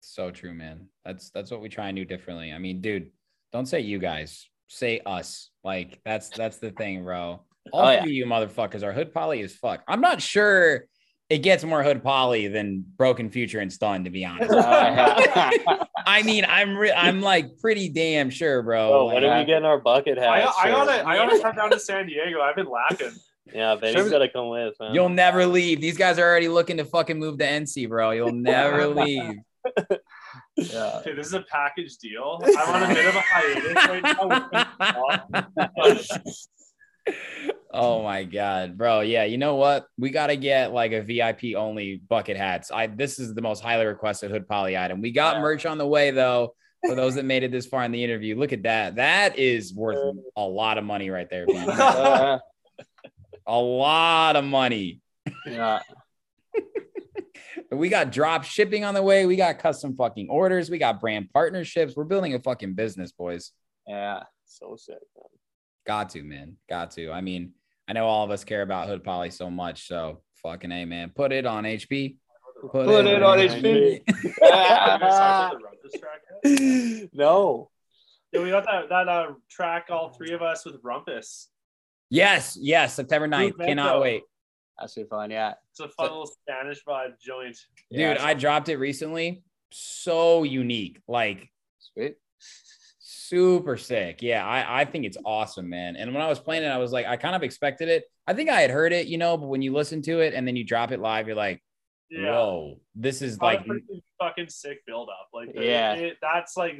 Speaker 9: So true, man. That's that's what we try and do differently. I mean, dude, don't say you guys, say us. Like that's that's the thing, bro. All
Speaker 10: Oh,
Speaker 9: three of you motherfuckers are hood poly as fuck. I'm not sure it gets more hood poly than Broken Future and Stun, to be honest.
Speaker 10: Uh,
Speaker 9: I mean, I'm re- I'm like pretty damn sure, bro.
Speaker 6: Oh, what are we
Speaker 9: Like,
Speaker 6: getting our bucket
Speaker 13: I,
Speaker 6: hats?
Speaker 13: I
Speaker 6: for?
Speaker 13: gotta, I gotta come down to San Diego. I've been lacking.
Speaker 6: Yeah, Benny's
Speaker 13: Sure.
Speaker 6: gotta come with, man.
Speaker 9: You'll never leave. These guys are already looking to fucking move to NC, bro. You'll never leave.
Speaker 10: Yeah.
Speaker 13: Okay, this is a package deal. I'm on a bit of a hiatus right now.
Speaker 9: Oh my god, bro. Yeah, you know what? We gotta get like a VIP only bucket hats. I this is the most highly requested hood poly item. We got merch on the way though. For those that made it this far in the interview, look at that. That is worth a lot of money right there. man.
Speaker 10: Uh,
Speaker 9: a lot of money.
Speaker 10: yeah.
Speaker 9: We got drop shipping on the way. We got custom fucking orders. We got brand partnerships. We're building a fucking business, boys.
Speaker 10: Yeah.
Speaker 6: So sick, man.
Speaker 9: Got to, man. Got to. I mean, I know all of us care about Hood Poly so much. So fucking A, man. Put it on HP. Put,
Speaker 13: Have you guys talked about the Rumpus track yet?
Speaker 6: no.
Speaker 13: Yeah, we got that that uh, track, all three of us with Rumpus.
Speaker 9: Yes, yes. September 9th.
Speaker 13: Movemento.
Speaker 9: Cannot wait.
Speaker 10: That's be fun. Yeah.
Speaker 13: It's a fun little Spanish vibe joint.
Speaker 9: Dude, I dropped it recently. So unique. Like
Speaker 10: Sweet.
Speaker 9: super sick. Yeah, I, I think it's awesome, man. And when I was playing it, I was like, I kind of expected it. I think I had heard it, you know, but when you listen to it and then you drop it live, you're like,
Speaker 13: Yeah.
Speaker 9: whoa, this is
Speaker 13: What a
Speaker 9: like
Speaker 13: freaking fucking sick build up. Like the-
Speaker 9: Yeah.
Speaker 13: it- that's like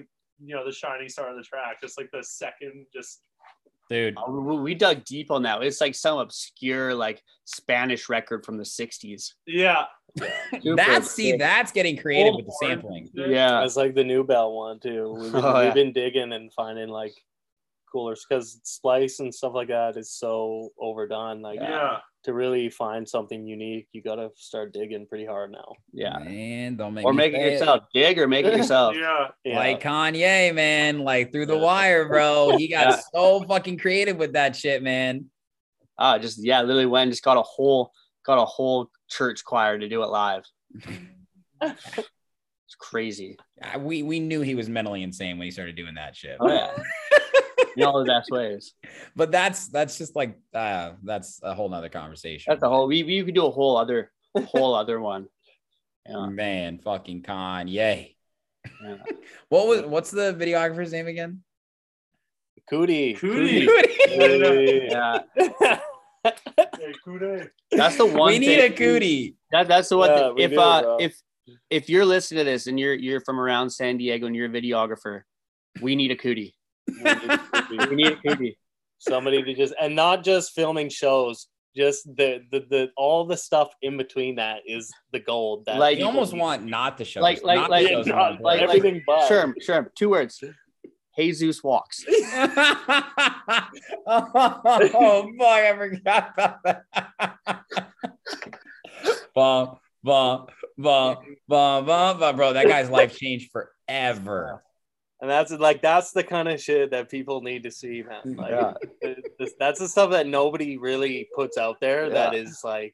Speaker 13: you know the shining star of the track. Just like the second, just
Speaker 9: dude.
Speaker 10: Uh, we- We dug deep on that. It's like some obscure like Spanish record from the '60s.
Speaker 13: yeah.
Speaker 9: that's see, that's getting creative with the sampling.
Speaker 10: Yeah.
Speaker 6: It's like the new bell one too. We've been,
Speaker 10: Oh, yeah.
Speaker 6: we've been digging and finding like coolers because splice and stuff like that is so overdone. Like
Speaker 13: Yeah.
Speaker 6: to really find something unique, you gotta start digging pretty hard now.
Speaker 10: Yeah.
Speaker 9: Man, don't make
Speaker 10: Or
Speaker 9: me
Speaker 10: make it
Speaker 9: say
Speaker 10: yourself. Dig or make it yourself.
Speaker 13: Yeah.
Speaker 9: Like Kanye, man, like through the wire, bro. He got
Speaker 10: Yeah.
Speaker 9: so fucking creative with that shit, man.
Speaker 10: Ah, just yeah, literally went and just got a whole got a whole church choir to do it live. it's crazy.
Speaker 9: I- We we knew he was mentally insane when he started doing that shit.
Speaker 10: Oh yeah. In all the best ways.
Speaker 9: But that's that's just like uh that's a whole nother conversation.
Speaker 10: That's a whole we we could do a whole other whole other one.
Speaker 9: Man, fucking Kanye.
Speaker 10: Yeah.
Speaker 9: What was what's the videographer's name again?
Speaker 10: Cootie.
Speaker 13: Cootie.
Speaker 10: Cootie. yeah. That's the one.
Speaker 9: We need
Speaker 10: thing-
Speaker 9: a cootie.
Speaker 10: That, that's the one.
Speaker 9: Yeah,
Speaker 10: thing-
Speaker 9: we
Speaker 10: if
Speaker 9: do,
Speaker 10: uh,
Speaker 9: bro.
Speaker 10: if if you're listening to this and you're you're from around San Diego and you're a videographer, we need a cootie. we need a cootie.
Speaker 6: somebody to just and not just filming shows just the the, the all the stuff in between that is the gold that
Speaker 10: Like-
Speaker 9: You
Speaker 10: You
Speaker 9: almost
Speaker 10: need-
Speaker 9: want not to show.
Speaker 10: Like
Speaker 9: us-
Speaker 10: like
Speaker 9: not
Speaker 10: like
Speaker 9: to show us
Speaker 10: like,
Speaker 9: on
Speaker 10: like,
Speaker 9: the board.
Speaker 6: but.
Speaker 10: Sherm Sherm. Two words. Jesus walks.
Speaker 9: oh fuck! I forgot about that. bum, bum, bum, bum, bum, bum, bro. That guy's life changed forever.
Speaker 6: and that's like that's the kind of shit that people need to see man like
Speaker 10: Yeah.
Speaker 6: it- it's- that's the stuff that nobody really puts out there that
Speaker 10: Yeah.
Speaker 6: is like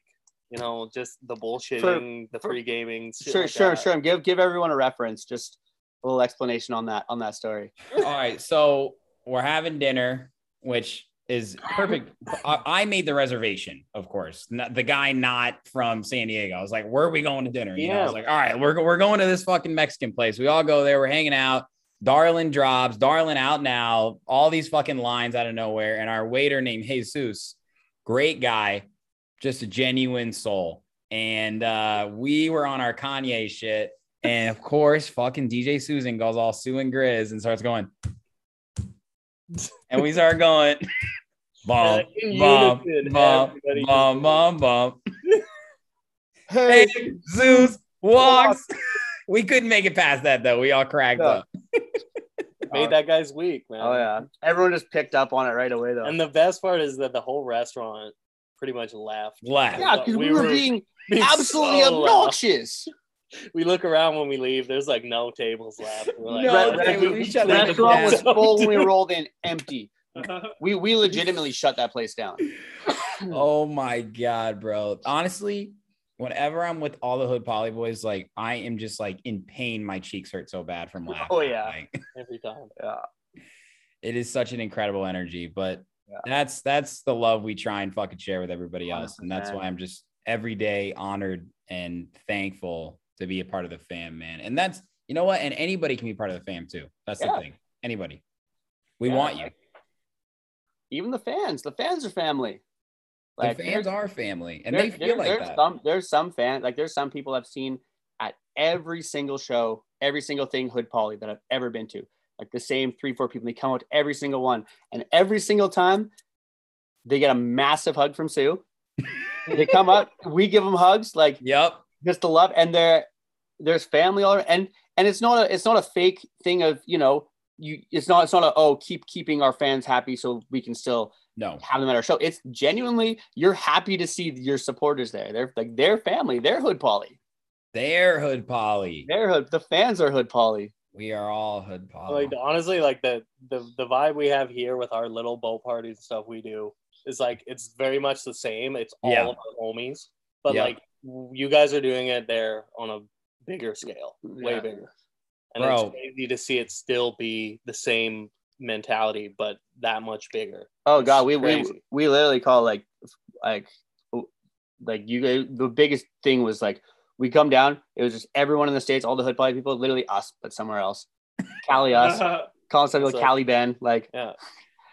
Speaker 6: you know just the bullshitting the free gaming shit
Speaker 10: Sure
Speaker 6: like
Speaker 10: sure
Speaker 6: that.
Speaker 10: sure. Give give everyone a reference. Just a little explanation on that on that story.
Speaker 9: All right, so we're having dinner, which is perfect. I, I made the reservation, of course. Not, the guy not from San Diego. I was like, "Where are we going to dinner?" You know, I was
Speaker 6: Yeah.
Speaker 9: like, "All right, we're go- we're going to this fucking Mexican place." We all go there. We're hanging out. Darlin drops. Darlin out now. All these fucking lines out of nowhere, and our waiter named Jesus, great guy, just a genuine soul. And uh, we were on our Kanye shit. And of course, fucking DJ Susan goes all Sue and Grizz and starts going. And we start going, bump,
Speaker 6: In
Speaker 9: bump,
Speaker 6: unison,
Speaker 9: bump,
Speaker 6: everybody
Speaker 9: bump, bump, bump.
Speaker 10: Hey,
Speaker 9: Zeus walks. We couldn't make it past that though. We all cracked
Speaker 10: No.
Speaker 9: up.
Speaker 6: made that guy's week man
Speaker 10: Oh yeah. Everyone just picked up on it right away though.
Speaker 6: and the best part is that the whole restaurant pretty much laughed
Speaker 9: Laugh.
Speaker 10: yeah, because we, were being
Speaker 6: being
Speaker 10: absolutely
Speaker 6: so loud.
Speaker 10: obnoxious.
Speaker 6: we look around when we leave. There's like no tables left. We're like,
Speaker 9: No,
Speaker 6: "What
Speaker 9: they-
Speaker 6: the
Speaker 9: we
Speaker 6: fuck
Speaker 9: shut
Speaker 10: The
Speaker 9: that
Speaker 6: is
Speaker 10: restaurant was
Speaker 6: this?"
Speaker 10: full when we rolled in empty.
Speaker 6: Uh-huh.
Speaker 10: We we legitimately shut that place down.
Speaker 9: Oh my god, bro. Honestly, whenever I'm with all the hood poly boys, like I am just like in pain. My cheeks hurt so bad from laughing.
Speaker 10: Oh, yeah.
Speaker 9: Like,
Speaker 6: every time.
Speaker 10: Yeah.
Speaker 9: it is such an incredible energy. But that's that's the love we try and fucking share with everybody else. And that's why
Speaker 10: 100%.
Speaker 9: I'm just every day honored and thankful to be a part of the fam, man. And that's you know what? And anybody can be part of the fam too. That's
Speaker 10: Yeah.
Speaker 9: the thing. Anybody. We
Speaker 10: Yeah.
Speaker 9: want you.
Speaker 10: Even the fans, the fans are family. Like
Speaker 9: the fans
Speaker 10: there-
Speaker 9: are family and
Speaker 10: there-
Speaker 9: they feel
Speaker 10: there-
Speaker 9: like
Speaker 10: there's
Speaker 9: that.
Speaker 10: Some, there's some fan like there's some people I've seen at every single show, every single thing Hood Poly that I've ever been to. Like the same three, four people. They come out to every single one, and every single time they get a massive hug from Sue. they come up, we give them hugs, like
Speaker 9: Yep.
Speaker 10: just the love and there there's family all around. and and it's not a it's not a fake thing of you know you it's not it's not a oh keep keeping our fans happy so we can still
Speaker 9: No.
Speaker 10: have them at our show it's genuinely you're happy to see your supporters there they're like their family their hood poly
Speaker 9: They're hood poly.
Speaker 10: their hood the fans are hood poly
Speaker 9: We are all hood poly.
Speaker 6: Like honestly, like the, the the vibe we have here with our little bowl parties and stuff we do is like it's very much the same. It's all
Speaker 9: Yeah.
Speaker 6: of our homies, but
Speaker 9: Yeah.
Speaker 6: like you guys are doing it there on a bigger scale, way
Speaker 10: Yeah.
Speaker 6: bigger. And
Speaker 9: Bro.
Speaker 6: it's crazy to see it still be the same mentality, but that much bigger.
Speaker 10: oh god we we,
Speaker 6: Crazy.
Speaker 10: we literally call like like like you guys the biggest thing was like we come down it was just everyone in the states all the hood poly people literally us but somewhere else cali us calling something like
Speaker 6: So-
Speaker 10: Cali Ben, like
Speaker 6: Yeah.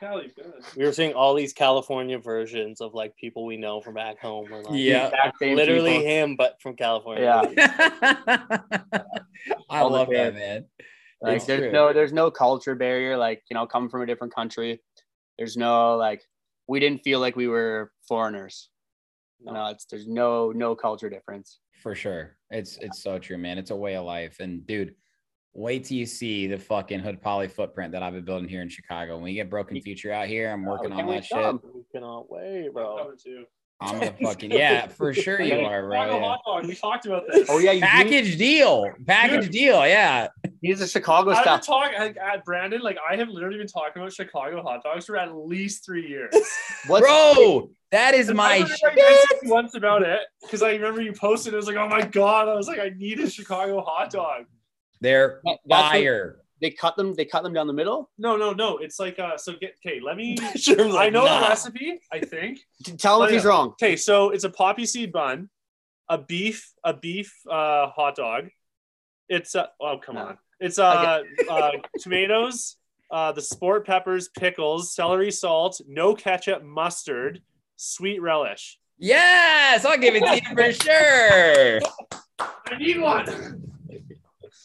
Speaker 13: Cali, good.
Speaker 6: We were seeing all these California versions of like people we know from back home. We're like,
Speaker 9: Yeah.
Speaker 10: exact same
Speaker 6: literally
Speaker 10: people.
Speaker 6: him, but from California.
Speaker 10: Yeah.
Speaker 9: I
Speaker 10: All the
Speaker 9: love that,
Speaker 10: fans.
Speaker 9: man.
Speaker 10: Like
Speaker 9: It's
Speaker 10: there's
Speaker 9: true.
Speaker 10: no there's no culture barrier. Like you know, coming from a different country, there's no like we didn't feel like we were foreigners. You know, it's there's no no culture difference.
Speaker 9: For sure. It's it's so true, man. It's a way of life. And dude, wait till you see the fucking hood poly footprint that I've been building here in Chicago. When we get Broken Future out here, I'm working on
Speaker 10: can't
Speaker 9: that
Speaker 10: wait to
Speaker 9: shit.
Speaker 10: come.
Speaker 6: We cannot wait, bro.
Speaker 13: Cover two.
Speaker 9: I'm gonna fucking yeah, for sure you are,
Speaker 13: Chicago
Speaker 9: bro. yeah.
Speaker 13: hot dog. We talked about this.
Speaker 10: Oh yeah, you, he-
Speaker 9: Package deal. Package deal. Yeah.
Speaker 10: he's a Chicago
Speaker 13: I've been
Speaker 10: stuff.
Speaker 13: talking like, at Brandon. Like I have literally been talking about Chicago hot dogs for at least three years.
Speaker 10: What's
Speaker 9: Bro, that is
Speaker 13: I
Speaker 9: my
Speaker 13: remember, like,
Speaker 9: shit.
Speaker 13: I said once about it because I remember you posted. It was like, oh my god! I was like, I need a Chicago hot dog.
Speaker 9: They're
Speaker 10: That- that's what-
Speaker 9: fire.
Speaker 10: they cut them? They cut them down the middle.
Speaker 13: No, no, no. It's like uh. So get okay. Let me.
Speaker 6: Sherm's like,
Speaker 13: I know the
Speaker 6: "Nah."
Speaker 13: recipe. I think.
Speaker 10: T- Tell him
Speaker 13: Oh,
Speaker 10: if he's
Speaker 13: yeah.
Speaker 10: wrong.
Speaker 13: Okay, so it's a poppy seed bun, a beef, a beef uh, hot dog. It's uh, oh come
Speaker 10: No.
Speaker 13: on. It's uh, uh tomatoes, uh, the sport peppers, pickles, celery salt, no ketchup, mustard, sweet relish.
Speaker 9: Yes, I'll give it to you for sure.
Speaker 13: I need one.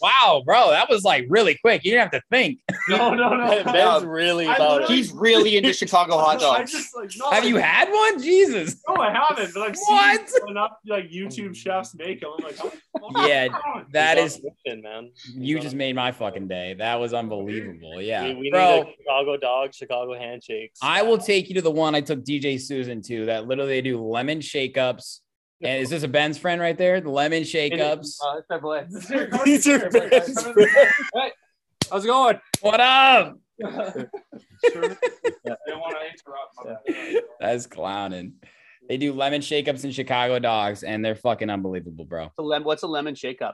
Speaker 9: Wow, bro, that was like really quick. You didn't have to think.
Speaker 13: No, no, no.
Speaker 10: Ben's really about it. He's really into Chicago hot
Speaker 13: No, I
Speaker 10: dogs.
Speaker 13: just, like, no,
Speaker 9: Have you
Speaker 13: like-
Speaker 9: had one? Jesus.
Speaker 13: No, I haven't. But I've seen
Speaker 9: What?
Speaker 13: enough like YouTube chefs make them. I'm like, oh,
Speaker 9: Yeah, that is.
Speaker 6: He's on a mission, man.
Speaker 9: You just made my fucking day. That was unbelievable. Yeah,
Speaker 6: we, we need
Speaker 9: bro.
Speaker 6: a Chicago dog, Chicago handshakes.
Speaker 9: I will take you to the one I took DJ Susan to. That literally they do lemon shakeups. And is this a Ben's friend right there? The lemon shakeups.
Speaker 10: Uh, it's my boy.
Speaker 6: These are best friends.
Speaker 10: How's it going?
Speaker 9: What up?
Speaker 13: don't want to interrupt. My-
Speaker 9: That's clowning. They do lemon shakeups and Chicago dogs, and they're fucking unbelievable, bro.
Speaker 10: It's a lem- What's a lemon shakeup?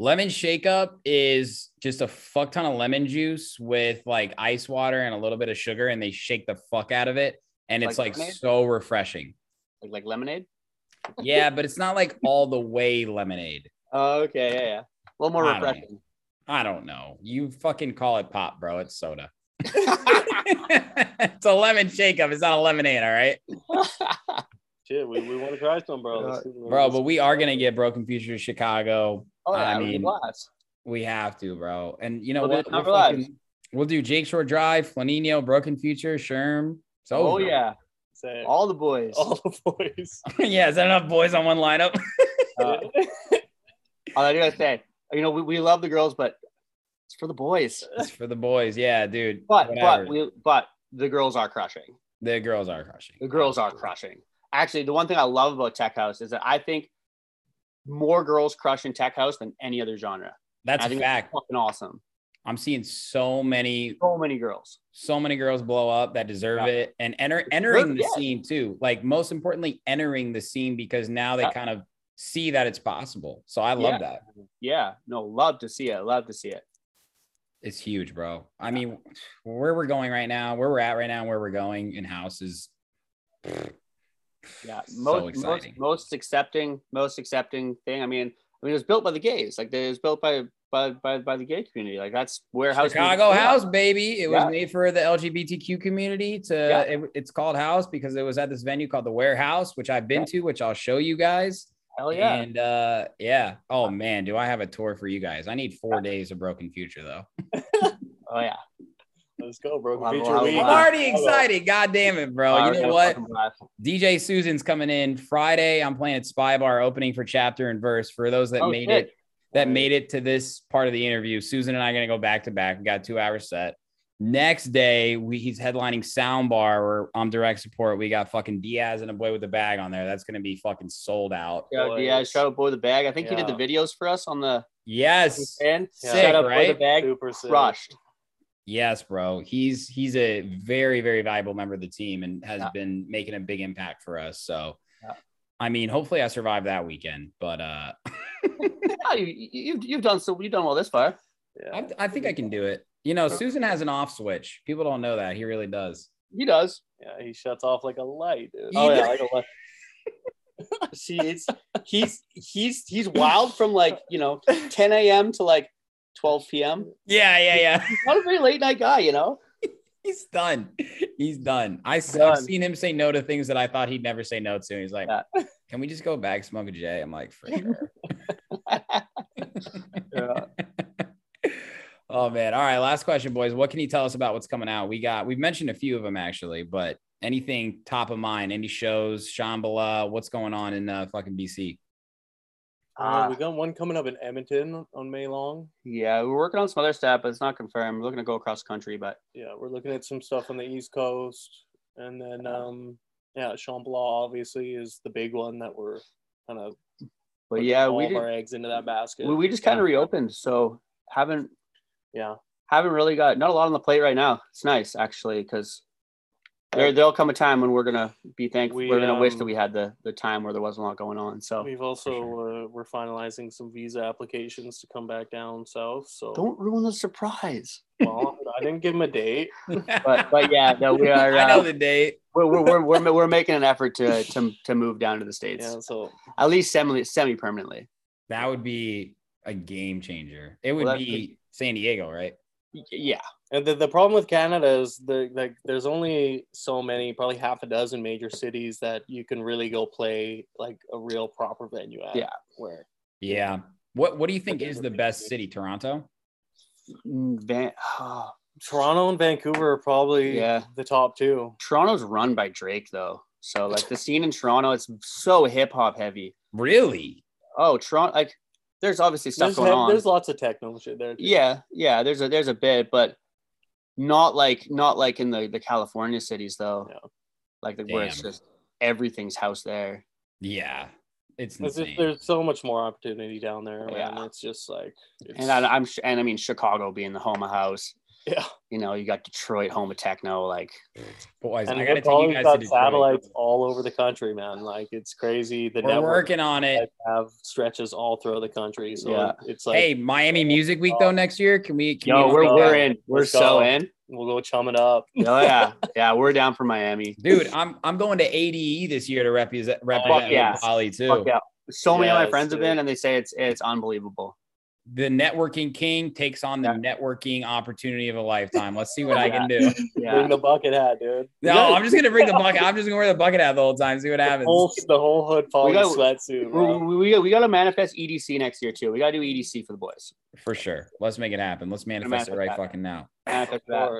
Speaker 9: Lemon shakeup is just a fuck ton of lemon juice with like ice water and a little bit of sugar, and they shake the fuck out of it. And it's
Speaker 10: Like
Speaker 9: like
Speaker 10: lemonade?
Speaker 9: so refreshing.
Speaker 10: Like, like lemonade?
Speaker 9: Yeah, but it's not like all the way lemonade.
Speaker 10: Oh, okay, yeah, yeah. A little more
Speaker 9: I don't know.
Speaker 10: refreshing.
Speaker 9: I don't know. You fucking call it pop, bro. It's soda. it's a lemon shakeup. It's not a lemonade. All right,
Speaker 6: Shit, we, we want to try some, bro. Let's see what
Speaker 9: bro.
Speaker 6: it
Speaker 9: But we are gonna get Broken Future to Chicago.
Speaker 10: Oh, yeah,
Speaker 9: I
Speaker 10: I mean,
Speaker 9: mean,
Speaker 10: glass.
Speaker 9: We have to, bro. And you know
Speaker 10: We'll do
Speaker 9: what?
Speaker 10: it
Speaker 9: We'll,
Speaker 10: for lives.
Speaker 9: fucking- we'll do Jake Shore Drive, Flanino, Broken Future, Sherm. So
Speaker 10: Oh, yeah.
Speaker 6: is. Say it.
Speaker 10: All the boys.
Speaker 9: Oh,
Speaker 6: all the boys.
Speaker 9: yeah, is that enough boys on one lineup?
Speaker 10: Uh, I do gotta say, you know, we, we love the girls, but it's for the boys.
Speaker 9: it's for the boys. Yeah, dude.
Speaker 10: But
Speaker 9: Whatever.
Speaker 10: but we but the girls are crushing.
Speaker 9: the girls are crushing.
Speaker 10: The girls are crushing. Actually, the one thing I love about tech house is that I think more girls crush in tech house than any other genre.
Speaker 9: That's
Speaker 10: I
Speaker 9: a
Speaker 10: think
Speaker 9: fact.
Speaker 10: That's fucking awesome.
Speaker 9: I'm seeing so many,
Speaker 10: So many girls.
Speaker 9: so many girls blow up that deserve
Speaker 10: Yeah.
Speaker 9: it and enter entering the
Speaker 10: yeah.
Speaker 9: scene too. Like most importantly, entering the scene because now they
Speaker 10: Yeah.
Speaker 9: kind of see that it's possible. So I love
Speaker 10: Yeah.
Speaker 9: that.
Speaker 10: Yeah, no, love to see it. Love to see it.
Speaker 9: It's huge, bro. I mean, where we're going right now, where we're at right now, where we're going in house is
Speaker 10: Yeah,
Speaker 9: So
Speaker 10: most most,
Speaker 9: exciting.
Speaker 10: most accepting, most accepting thing. I mean, I mean, it was built by the gays. Like it was built by by by, by the gay community. Like that's where house music
Speaker 9: Chicago
Speaker 10: grew up.
Speaker 9: House, baby. It was
Speaker 10: Yeah.
Speaker 9: made for the LGBTQ community. To
Speaker 10: Yeah.
Speaker 9: it- it's called House because it was at this venue called the Warehouse, which I've been to, which I'll show you guys.
Speaker 10: Hell Oh, yeah.
Speaker 9: And uh, yeah. Oh man, do I have a tour for you guys? I need four days of Broken Future though.
Speaker 10: oh yeah.
Speaker 6: Let's go, bro.
Speaker 10: Wow,
Speaker 6: Feature
Speaker 10: wow,
Speaker 6: week.
Speaker 10: wow.
Speaker 9: I'm already excited. God damn it,
Speaker 10: Oh,
Speaker 9: bro. You know what? DJ Susan's coming in Friday. I'm playing at Spy Bar opening for chapter and verse. For those that
Speaker 10: Oh,
Speaker 9: made
Speaker 10: shit.
Speaker 9: it, that made it to this part of the interview, Susan and I are gonna go back to back. We got a two hour set. Next day, we he's headlining Soundbar where I'm direct support. We got fucking Diaz and a boy with a bag on there. That's gonna be fucking sold out.
Speaker 10: Yeah,
Speaker 6: Boys.
Speaker 10: yeah, shout out boy with the bag. I think he did
Speaker 6: Yeah.
Speaker 10: the videos for us on the
Speaker 9: Yes.
Speaker 10: and
Speaker 6: Yeah.
Speaker 9: Sick,
Speaker 10: shout out boy
Speaker 9: right?
Speaker 10: with the bag.
Speaker 6: Super sick.
Speaker 10: Crushed.
Speaker 9: Yes, bro. He's he's a very very valuable member of the team and has
Speaker 10: Yeah.
Speaker 9: been making a big impact for us. So,
Speaker 10: Yeah.
Speaker 9: I mean, hopefully I survive that weekend. But uh,
Speaker 10: Yeah, you, you, have you've done so. You've done well this far.
Speaker 6: Yeah.
Speaker 9: I, I think I can do it. You know, Susan has an off switch. People don't know that he really does.
Speaker 10: He does.
Speaker 6: yeah, he shuts off like a light, dude.
Speaker 9: Oh, yeah,
Speaker 10: like a lot. See, it's he's he's he's wild from like you know 10 a.m. to like 12 p.m.
Speaker 9: Yeah, yeah, yeah.
Speaker 10: Not a very late night guy, you know.
Speaker 9: He's done. He's done. I,
Speaker 10: Done.
Speaker 9: have seen him say no to things that I thought he'd never say no to. He's like,
Speaker 10: Yeah.
Speaker 9: "Can we just go back smoke a J?" I'm like, "For sure." oh man. All right. Last question, boys. What can you tell us about what's coming out? We got. We've mentioned a few of them actually, but anything top of mind? Any shows? Shambhala? What's going on in uh, fucking BC?
Speaker 6: Uh,
Speaker 10: Uh,
Speaker 6: we got one coming up in Edmonton on May long.
Speaker 10: yeah, we're working on some other stuff, but it's not confirmed. We're looking to go across country, but
Speaker 6: Yeah, we're looking at some stuff on the East Coast, and then um, yeah, Champlain obviously is the big one that we're kind of
Speaker 10: but yeah,
Speaker 6: all
Speaker 10: we
Speaker 6: of
Speaker 10: did,
Speaker 6: our eggs into that basket.
Speaker 10: we, we just kind of reopened, so haven't
Speaker 6: yeah,
Speaker 10: haven't really got not a lot on the plate right now. It's nice actually because there there'll come a time when we're gonna be thankful.
Speaker 6: We,
Speaker 10: We, are gonna wish that
Speaker 6: um,
Speaker 10: we had the the time where there wasn't a lot going on. So
Speaker 6: we've also uh, we're finalizing some visa applications to come back down south. So
Speaker 10: don't ruin the surprise.
Speaker 6: well, I didn't give him a date.
Speaker 10: But but yeah, no, we are.
Speaker 9: I know
Speaker 10: Uh,
Speaker 9: the date.
Speaker 10: we're, we're, we're, we're, we're making an effort to, to to move down to the states
Speaker 6: Yeah, so
Speaker 10: at least semi semi permanently.
Speaker 9: That would be a game changer. It would
Speaker 10: Well, that's
Speaker 9: be San Diego, right?
Speaker 10: Yeah,
Speaker 6: And the, the problem with Canada is the like there's only so many, probably half a dozen major cities that you can really go play like a real proper venue at.
Speaker 10: Yeah.
Speaker 6: Where
Speaker 9: Yeah. What What do you think is the best city? Toronto.
Speaker 10: Mm, Van- oh,
Speaker 6: Toronto and Vancouver are probably
Speaker 10: Yeah.
Speaker 6: the top two.
Speaker 10: Toronto's run by Drake though. So like the scene in Toronto, it's so hip hop heavy.
Speaker 9: Really?
Speaker 10: Oh, Toronto like there's obviously stuff
Speaker 6: There's,
Speaker 10: going on.
Speaker 6: there's lots of techno shit there. too.
Speaker 10: yeah, yeah, there's a there's a bit, but not like not like in the the California cities though. Like the, where it's
Speaker 6: Damn.
Speaker 10: just everything's house there.
Speaker 9: Yeah. It's
Speaker 6: As if there's so much more opportunity down there. Man. It's just like
Speaker 10: and I, I'm sh- and I mean Chicago being the home of house.
Speaker 6: Yeah.
Speaker 10: You know, you got Detroit home of techno. Like,
Speaker 9: boys,
Speaker 6: and we've always got satellites all over the country, man. Like it's crazy. The
Speaker 9: We're working on it.
Speaker 6: Have stretches all through the country, so
Speaker 9: Yeah.
Speaker 6: it's like
Speaker 9: hey, Miami Music Week though next year. Can we? Can we make that?
Speaker 6: Let's go. We'll go chum it up.
Speaker 10: Oh yeah, yeah, we're down for Miami,
Speaker 9: dude. I'm I'm going to ADE this year to represent represent
Speaker 10: yeah.
Speaker 9: Poly too.
Speaker 10: Fuck yeah. So many of my
Speaker 9: Yes,
Speaker 10: friends have
Speaker 9: dude.
Speaker 10: been, and they say it's it's unbelievable.
Speaker 9: The networking king takes on the networking opportunity of a lifetime. Let's see what I can
Speaker 10: Yeah.
Speaker 9: do.
Speaker 10: Yeah.
Speaker 6: Bring the bucket hat, dude.
Speaker 9: No, I'm just gonna bring the bucket. I'm just gonna wear the bucket hat the whole time. See what
Speaker 6: the
Speaker 9: happens.
Speaker 6: whole, the whole hood poly
Speaker 10: gotta-
Speaker 6: sweatsuit. Bro.
Speaker 10: We, we, we got to manifest EDC next year too. We got to do EDC for the boys.
Speaker 9: For sure. Let's make it happen. Let's manifest it
Speaker 10: manifest
Speaker 9: right
Speaker 10: that.
Speaker 9: fucking now.
Speaker 10: Manifest that.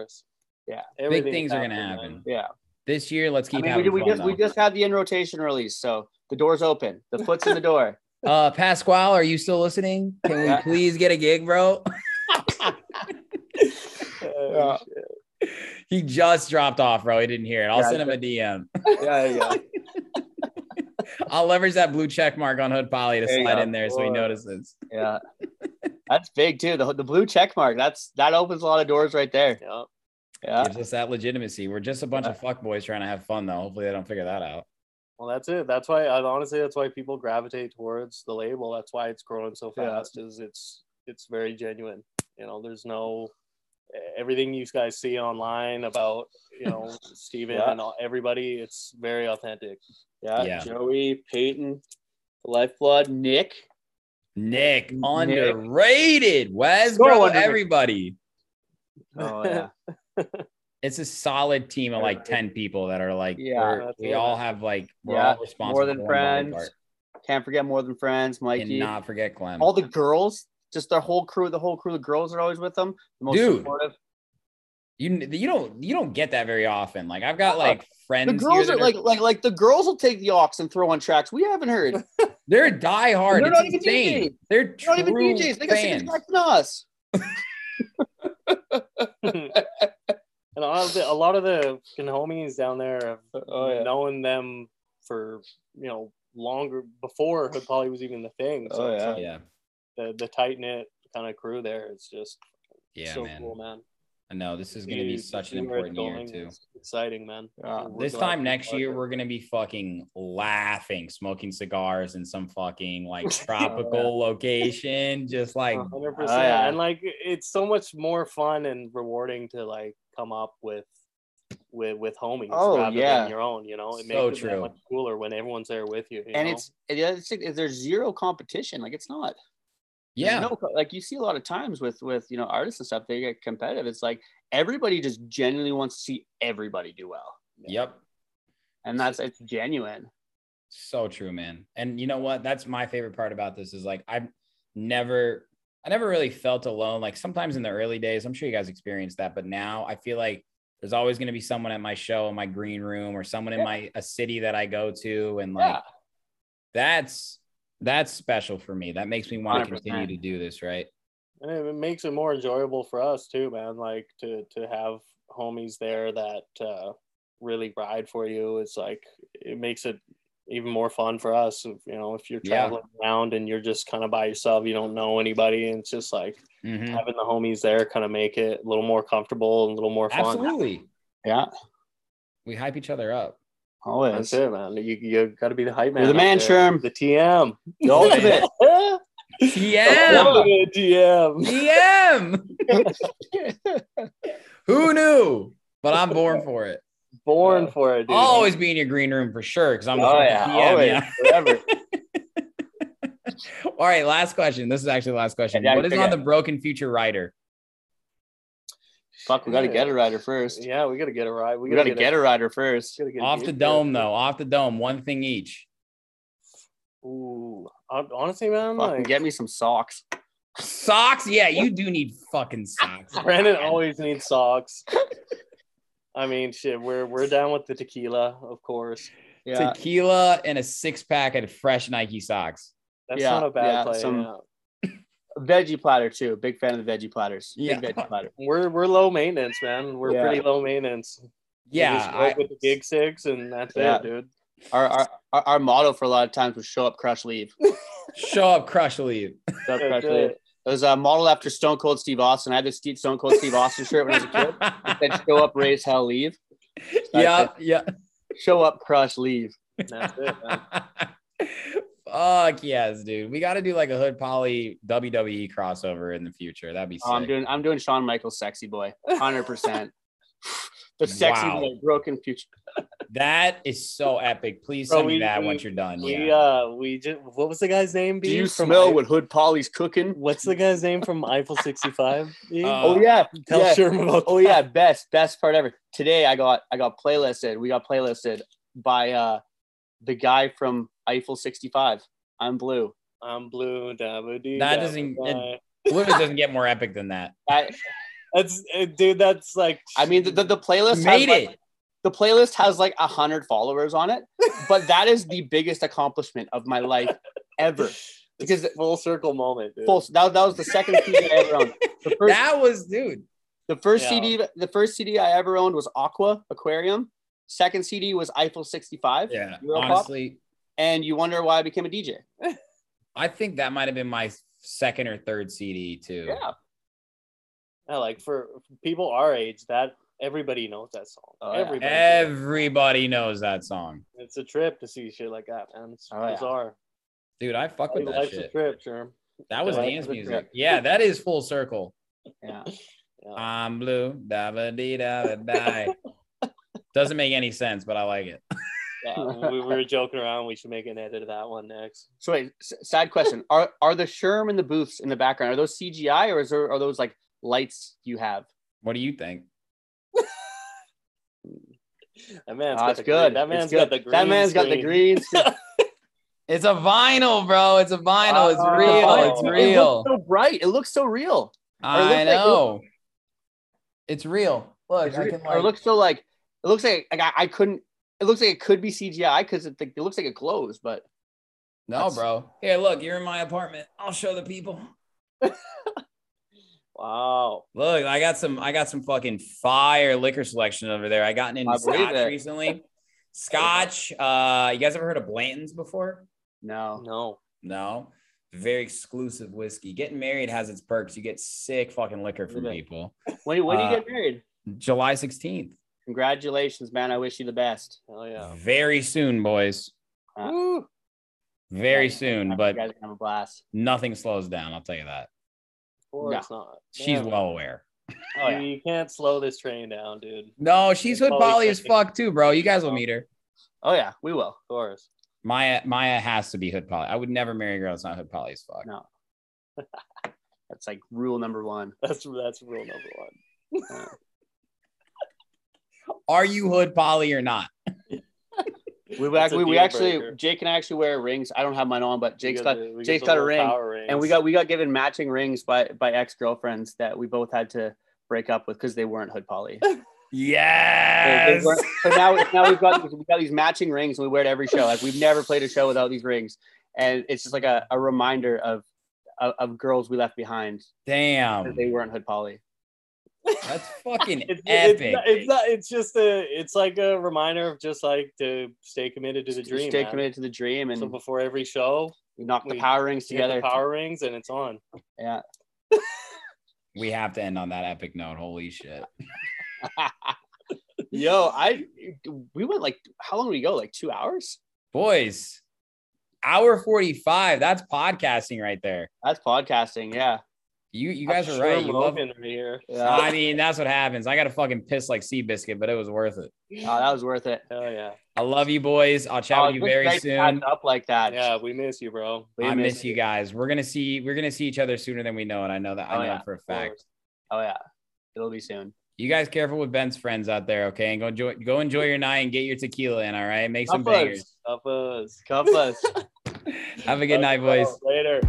Speaker 10: Yeah,
Speaker 9: Big things are gonna happen.
Speaker 10: Yeah.
Speaker 9: This year, let's
Speaker 10: I
Speaker 9: keep
Speaker 10: mean, we,
Speaker 9: having
Speaker 10: we
Speaker 9: fun.
Speaker 10: just we
Speaker 9: though.
Speaker 10: just had the in rotation release, so the door's open. The foot's in the door.
Speaker 9: uh Pasquale, are you still listening? Can we
Speaker 10: Yeah.
Speaker 9: please get a gig, bro?
Speaker 6: Oh,
Speaker 9: He just dropped off, bro. He didn't hear it. I'll
Speaker 6: Yeah, I
Speaker 9: send him a DM.
Speaker 10: Yeah, yeah.
Speaker 9: I'll leverage that blue check mark on Hood Poly to
Speaker 10: There you
Speaker 9: slide
Speaker 10: go.
Speaker 9: in there so he
Speaker 10: Boy.
Speaker 9: notices.
Speaker 10: Yeah, that's big too. The the blue check mark. That's that opens a lot of doors right there.
Speaker 6: Yeah.
Speaker 9: Gives us that legitimacy. We're just a bunch of fuck boys trying to have fun though. Hopefully they don't figure that out.
Speaker 6: Well, that's it. That's why I honestly that's why people gravitate towards the label. That's why it's growing so
Speaker 10: Yeah.
Speaker 6: fast. Is it's it's very genuine. You know, there's no e, everything you guys see online about you know Steven
Speaker 10: Yeah.
Speaker 6: and all, everybody. It's very authentic.
Speaker 10: Yeah,
Speaker 9: Yeah.
Speaker 10: Joey, Peyton, Lifeblood, Nick.
Speaker 9: Nick, underrated. Wes,
Speaker 10: So
Speaker 9: bro,
Speaker 10: underrated.
Speaker 9: everybody.
Speaker 10: Oh yeah.
Speaker 9: It's a solid team of like 10 people that are like,
Speaker 10: Yeah.
Speaker 9: we're- we
Speaker 10: Yeah.
Speaker 9: all have like, we're
Speaker 10: yeah.
Speaker 9: all
Speaker 10: More
Speaker 9: responsible. for
Speaker 10: than
Speaker 9: one body
Speaker 10: friends.
Speaker 9: part.
Speaker 10: Can't forget more than friends,
Speaker 9: And
Speaker 10: Mikey.
Speaker 9: not forget Clem.
Speaker 10: All the girls, just their whole crew, the whole crew of girls are always with them. The most
Speaker 9: Dude.
Speaker 10: supportive.
Speaker 9: you you don't you don't get that very often. Like I've got like friends.
Speaker 10: The girls
Speaker 9: here
Speaker 10: are
Speaker 9: that
Speaker 10: like like like the girls will take the aux and throw on tracks we haven't heard.
Speaker 9: they're diehard.
Speaker 10: They're
Speaker 9: It's
Speaker 10: not even
Speaker 9: insane.
Speaker 10: DJs.
Speaker 9: They're
Speaker 10: They're not even
Speaker 9: true
Speaker 10: DJs. They got six
Speaker 9: fans.
Speaker 10: tracks than us.
Speaker 6: And a lot of the, a lot of the fucking homies down there have
Speaker 10: Oh,
Speaker 6: known them for you know longer before Hood Poly was even the thing.
Speaker 10: Oh,
Speaker 6: So it's like
Speaker 9: yeah,
Speaker 6: the the tight knit kind of crew there is just
Speaker 9: yeah,
Speaker 6: so
Speaker 9: man.
Speaker 6: cool, man.
Speaker 9: I know this is going to be
Speaker 6: You-
Speaker 9: such an
Speaker 6: you where it's
Speaker 9: important year
Speaker 6: going
Speaker 9: too.
Speaker 6: is Exciting, man. We're
Speaker 9: This
Speaker 6: glad
Speaker 9: time
Speaker 6: to be
Speaker 9: next
Speaker 6: part
Speaker 9: year,
Speaker 6: of it.
Speaker 9: we're going to be fucking laughing, smoking cigars in some fucking like tropical location, just like
Speaker 6: 100%.
Speaker 9: Oh, yeah.
Speaker 6: And like it's so much more fun and rewarding to like come up with with with homies
Speaker 10: Oh,
Speaker 6: rather
Speaker 10: yeah.
Speaker 6: than your own, you know. It
Speaker 9: So
Speaker 6: makes it that
Speaker 9: true.
Speaker 6: much cooler when everyone's there with you. you
Speaker 10: and
Speaker 6: know?
Speaker 10: it's and the other thing is there's zero competition. Like it's not. There's
Speaker 9: yeah,
Speaker 10: No, co- like you see a lot of times with with you know artists and stuff, they get competitive. It's like everybody just genuinely wants to see everybody do well,
Speaker 9: yep.
Speaker 10: and that's it's genuine.
Speaker 9: So true, man. And you know what? That's my favorite part about this is like I've never I never really felt alone. Like sometimes in the early days, I'm sure you guys experienced that, but now I feel like there's always going to be someone at my show in my green room or someone in
Speaker 10: Yeah.
Speaker 9: my a city that I go to and like
Speaker 10: Yeah.
Speaker 9: that's that's special for me. That makes me want to
Speaker 10: 100%.
Speaker 9: continue to do this, right?
Speaker 6: and it, it makes it more enjoyable for us too, man. Like to to have homies there that uh, really ride for you. It's like it makes it even more fun for us. You know, if you're
Speaker 9: Yeah.
Speaker 6: traveling around and you're just kind of by yourself, you don't know anybody, and it's just like
Speaker 10: Mm.
Speaker 9: Mhm.
Speaker 6: having the homies there kind of make it a little more comfortable and a little more fun.
Speaker 9: Absolutely.
Speaker 10: Yeah,
Speaker 9: We hype each other up.
Speaker 10: always.
Speaker 6: That's it, man. You you got to be the hype man.
Speaker 10: You're the
Speaker 6: out
Speaker 10: man,
Speaker 6: there.
Speaker 10: Sherm.
Speaker 6: The TM.
Speaker 10: The ultimate.
Speaker 9: TM.
Speaker 6: The TM.
Speaker 9: TM. Who knew? But I'm born for it.
Speaker 6: Born for it, dude.
Speaker 9: I'll always be in your green room for sure because I'm the
Speaker 10: Oh
Speaker 9: fucking
Speaker 10: yeah,
Speaker 9: PM,
Speaker 10: always,
Speaker 9: yeah.
Speaker 10: forever.
Speaker 9: All right, last question. This is actually the last question.
Speaker 10: Yeah,
Speaker 9: what is
Speaker 10: forget.
Speaker 9: on the broken future rider?
Speaker 10: Fuck, we got to get a rider first.
Speaker 6: Yeah, we got to get a ride.
Speaker 10: We got to get a rider first.
Speaker 9: Off the dome though, off the dome, one thing each.
Speaker 6: Ooh, hon- honestly, man,
Speaker 10: Fucking
Speaker 6: like,
Speaker 10: get me some socks.
Speaker 9: Socks? Yeah, you do need fucking socks.
Speaker 6: Brandon always needs socks. I mean, shit, we're we're down with the tequila, of course.
Speaker 9: Tequila and a six pack of fresh Nike socks.
Speaker 6: That's not a bad play. yeah.
Speaker 10: Veggie platter too. Big fan of the veggie platters.
Speaker 9: Yeah.
Speaker 10: Big veggie platter.
Speaker 6: We're we're low maintenance, man. We're
Speaker 10: Yeah.
Speaker 6: pretty low maintenance. We
Speaker 10: Yeah,
Speaker 6: just go
Speaker 10: I-
Speaker 6: with the gig six, and that's
Speaker 10: Yeah.
Speaker 6: it, dude.
Speaker 10: Our, our our our motto for a lot of times was show up, crush, leave.
Speaker 9: Show up, crush, leave.
Speaker 10: Show up, crush,
Speaker 6: That's
Speaker 10: leave.
Speaker 6: it.
Speaker 10: It was a model after Stone Cold Steve Austin. I had this Steve Stone Cold Steve Austin shirt when I was a kid. It said show up, raise hell, leave.
Speaker 9: Yeah, yeah.
Speaker 10: Show up, crush, leave.
Speaker 6: That's it, man.
Speaker 9: Fuck yes, dude. We got to do like a hood poly WWE crossover in the future. That'd be sick.
Speaker 10: Oh, I'm doing I'm doing Shawn Michaels sexy boy. 100 percent The sexy
Speaker 9: Wow.
Speaker 10: boy, broken future.
Speaker 9: that is so epic. Please
Speaker 6: Bro,
Speaker 9: send me
Speaker 6: we-
Speaker 9: that
Speaker 6: we-
Speaker 9: once you're done.
Speaker 6: We
Speaker 9: yeah.
Speaker 6: uh, we just what was the guy's name?
Speaker 10: Do
Speaker 6: B,
Speaker 10: you
Speaker 6: from
Speaker 10: smell
Speaker 6: I-
Speaker 10: what Hood Polly's cooking?
Speaker 6: What's the guy's name from Eiffel 65? B?
Speaker 9: Uh,
Speaker 10: oh yeah.
Speaker 6: Tell
Speaker 10: yeah.
Speaker 6: Sherman about
Speaker 10: Oh yeah, best best part ever. Today I got I got playlisted. We got playlisted by uh the guy from Eiffel 65. I'm blue.
Speaker 6: I'm blue. That
Speaker 9: That doesn't- it- Literally doesn't get more epic than that.
Speaker 10: I,
Speaker 6: That's eh, dude. That's like
Speaker 10: I mean the, the, the playlist
Speaker 9: Made
Speaker 10: has, like,
Speaker 9: it.
Speaker 10: the playlist has like a hundred followers on it, but that is the biggest accomplishment of my life ever. Because
Speaker 6: because full circle moment. Dude.
Speaker 10: full that, that was the second CD I ever owned. The first,
Speaker 9: That was, dude.
Speaker 10: the first
Speaker 6: Yeah.
Speaker 10: CD the first CD I ever owned was Aqua Aquarium. Second CD was Eiffel 65.
Speaker 9: Yeah.
Speaker 10: Europop.
Speaker 9: Honestly,
Speaker 10: And you wonder why I became a DJ.
Speaker 9: I think that might have been my second or third CD too.
Speaker 10: Yeah.
Speaker 6: Yeah, like for people our age, that everybody knows that song.
Speaker 10: Oh, yeah.
Speaker 6: everybody.
Speaker 9: Everybody knows that song,
Speaker 6: It's a trip to see shit like that, man. It's
Speaker 10: Oh, yeah.
Speaker 6: bizarre.
Speaker 9: dude. I fuck with that
Speaker 6: Life's a
Speaker 9: shit.
Speaker 6: trip, sure.
Speaker 9: That was
Speaker 6: Life's
Speaker 9: dance
Speaker 6: a
Speaker 9: music.
Speaker 6: trip.
Speaker 9: Yeah, that is full circle.
Speaker 10: Yeah.
Speaker 6: Yeah.
Speaker 9: I'm blue. Da ba dee da ba die. Doesn't make any sense, but I like it.
Speaker 6: yeah. we, we were joking around. We should make an edit of that one next.
Speaker 10: So wait, s- side question. Are are the Sherm and the booths in the background? Are those CGI or is there are those like lights you have?
Speaker 9: What do you think?
Speaker 6: That man's
Speaker 10: Ah,
Speaker 6: got
Speaker 10: it's
Speaker 6: the
Speaker 10: good.
Speaker 6: Green, that
Speaker 10: man
Speaker 6: man's
Speaker 10: it's
Speaker 6: got
Speaker 10: good.
Speaker 6: the green.
Speaker 10: That man's got the
Speaker 6: screen.
Speaker 10: green. screen.
Speaker 9: It's a vinyl, bro. It's a vinyl. It's
Speaker 6: Oh,
Speaker 9: real.
Speaker 10: Oh,
Speaker 9: It's
Speaker 10: dude,
Speaker 9: real.
Speaker 10: It looks so bright. It looks so real. looks
Speaker 9: I
Speaker 10: like-
Speaker 9: know. It's real. Look,
Speaker 10: It's
Speaker 9: I
Speaker 10: re-
Speaker 9: can
Speaker 10: or it
Speaker 9: like.
Speaker 10: looks so like it looks like, like I, I couldn't. It looks like it could be CGI because it, it looks like it glows, but
Speaker 9: No, bro. Here, look. You're in my apartment. I'll show the people.
Speaker 6: Wow.
Speaker 9: Look, I got some. I got some fucking fire liquor selection over there. I gotten into
Speaker 10: I believe
Speaker 9: scotch
Speaker 10: it.
Speaker 9: recently. Scotch. Uh, you guys ever heard of Blanton's before?
Speaker 10: no.
Speaker 6: No.
Speaker 9: No. Very exclusive whiskey. Getting married has its perks. You get sick fucking liquor from
Speaker 10: Yeah.
Speaker 9: people.
Speaker 10: When when do
Speaker 9: Uh,
Speaker 10: you get married?
Speaker 9: July 16th.
Speaker 10: Congratulations, man. I wish you the best.
Speaker 6: Hell yeah.
Speaker 9: Very soon, boys.
Speaker 10: Uh,
Speaker 9: Very
Speaker 10: I
Speaker 9: soon,
Speaker 10: hope
Speaker 9: but
Speaker 10: you guys have a blast.
Speaker 9: nothing slows down. I'll tell you that.
Speaker 6: Of course
Speaker 10: No.
Speaker 6: not.
Speaker 9: She's
Speaker 6: Man,
Speaker 9: well aware.
Speaker 10: Oh yeah.
Speaker 6: You can't slow this train down, dude. Of
Speaker 9: No, she's hood
Speaker 6: Always
Speaker 9: poly as
Speaker 6: something.
Speaker 9: fuck too, bro. You guys will meet her.
Speaker 10: Oh yeah. We will.
Speaker 6: course.
Speaker 9: Maya Maya has to be hood poly. I would never marry a girl that's not hood poly as fuck.
Speaker 10: No. That's like rule number one.
Speaker 6: That's that's rule number one.
Speaker 9: Are you hood poly or not?
Speaker 10: We
Speaker 6: That's a
Speaker 10: we, we
Speaker 6: deal
Speaker 10: actually
Speaker 6: breaker.
Speaker 10: Jake and I actually wear rings. I don't have mine on, but
Speaker 6: We
Speaker 10: Jake's
Speaker 6: got
Speaker 10: got
Speaker 6: the- we
Speaker 10: Jake's
Speaker 6: the
Speaker 10: got a
Speaker 6: little
Speaker 10: ring,
Speaker 6: power
Speaker 10: and we
Speaker 6: rings.
Speaker 10: got we got given matching rings by by ex girlfriends that we both had to break up with because they weren't hood poly. They- they
Speaker 9: Yes.
Speaker 10: weren't- so now now we've got we got these matching rings and we wear it every show. Like we've never played a show without these rings, and it's just like a, a reminder of, of of girls we left behind
Speaker 9: Damn.
Speaker 10: because they weren't hood poly.
Speaker 9: That's fucking
Speaker 6: It's,
Speaker 9: epic.
Speaker 6: it's, not, it's not. It's just a. It's like a reminder of just like to stay committed to the dream.
Speaker 10: Stay
Speaker 6: man.
Speaker 10: committed to the dream, and
Speaker 6: So before every show,
Speaker 10: we knocked the
Speaker 6: we-
Speaker 10: power rings
Speaker 6: you get
Speaker 10: together.
Speaker 6: the power rings and it's on.
Speaker 10: Yeah.
Speaker 9: we have to end on that epic note. Holy shit.
Speaker 10: Yo, I we went like how long did we go? Like two hours?
Speaker 9: Boys, hour 45. That's podcasting right there.
Speaker 10: That's podcasting, yeah.
Speaker 9: You you guys
Speaker 6: I'm
Speaker 9: are right.
Speaker 6: sure
Speaker 9: You love
Speaker 6: Logan right here.
Speaker 9: I mean, that's what happens. I got to fucking piss like Seabiscuit, but it was worth it.
Speaker 10: Oh, that was worth it.
Speaker 6: Hell yeah.
Speaker 9: I love you boys. I'll chat
Speaker 10: Oh,
Speaker 9: with you
Speaker 10: it was
Speaker 9: very
Speaker 10: great to catch
Speaker 9: soon.
Speaker 10: Up like that.
Speaker 6: Yeah, we miss you, bro.
Speaker 10: We
Speaker 9: I
Speaker 10: miss
Speaker 9: miss you guys. We're gonna see we're gonna see each other sooner than we know it. I know that I
Speaker 10: Oh,
Speaker 9: know
Speaker 10: yeah.
Speaker 9: it for a fact.
Speaker 10: Oh yeah, it'll be soon.
Speaker 9: You guys careful with Ben's friends out there, okay? And go enjoy go enjoy your night and get your tequila in, all right? Make some
Speaker 10: Have fun.
Speaker 9: bangers.
Speaker 6: Cuff us. Cuff us.
Speaker 9: Have a good night, boys.
Speaker 6: Later.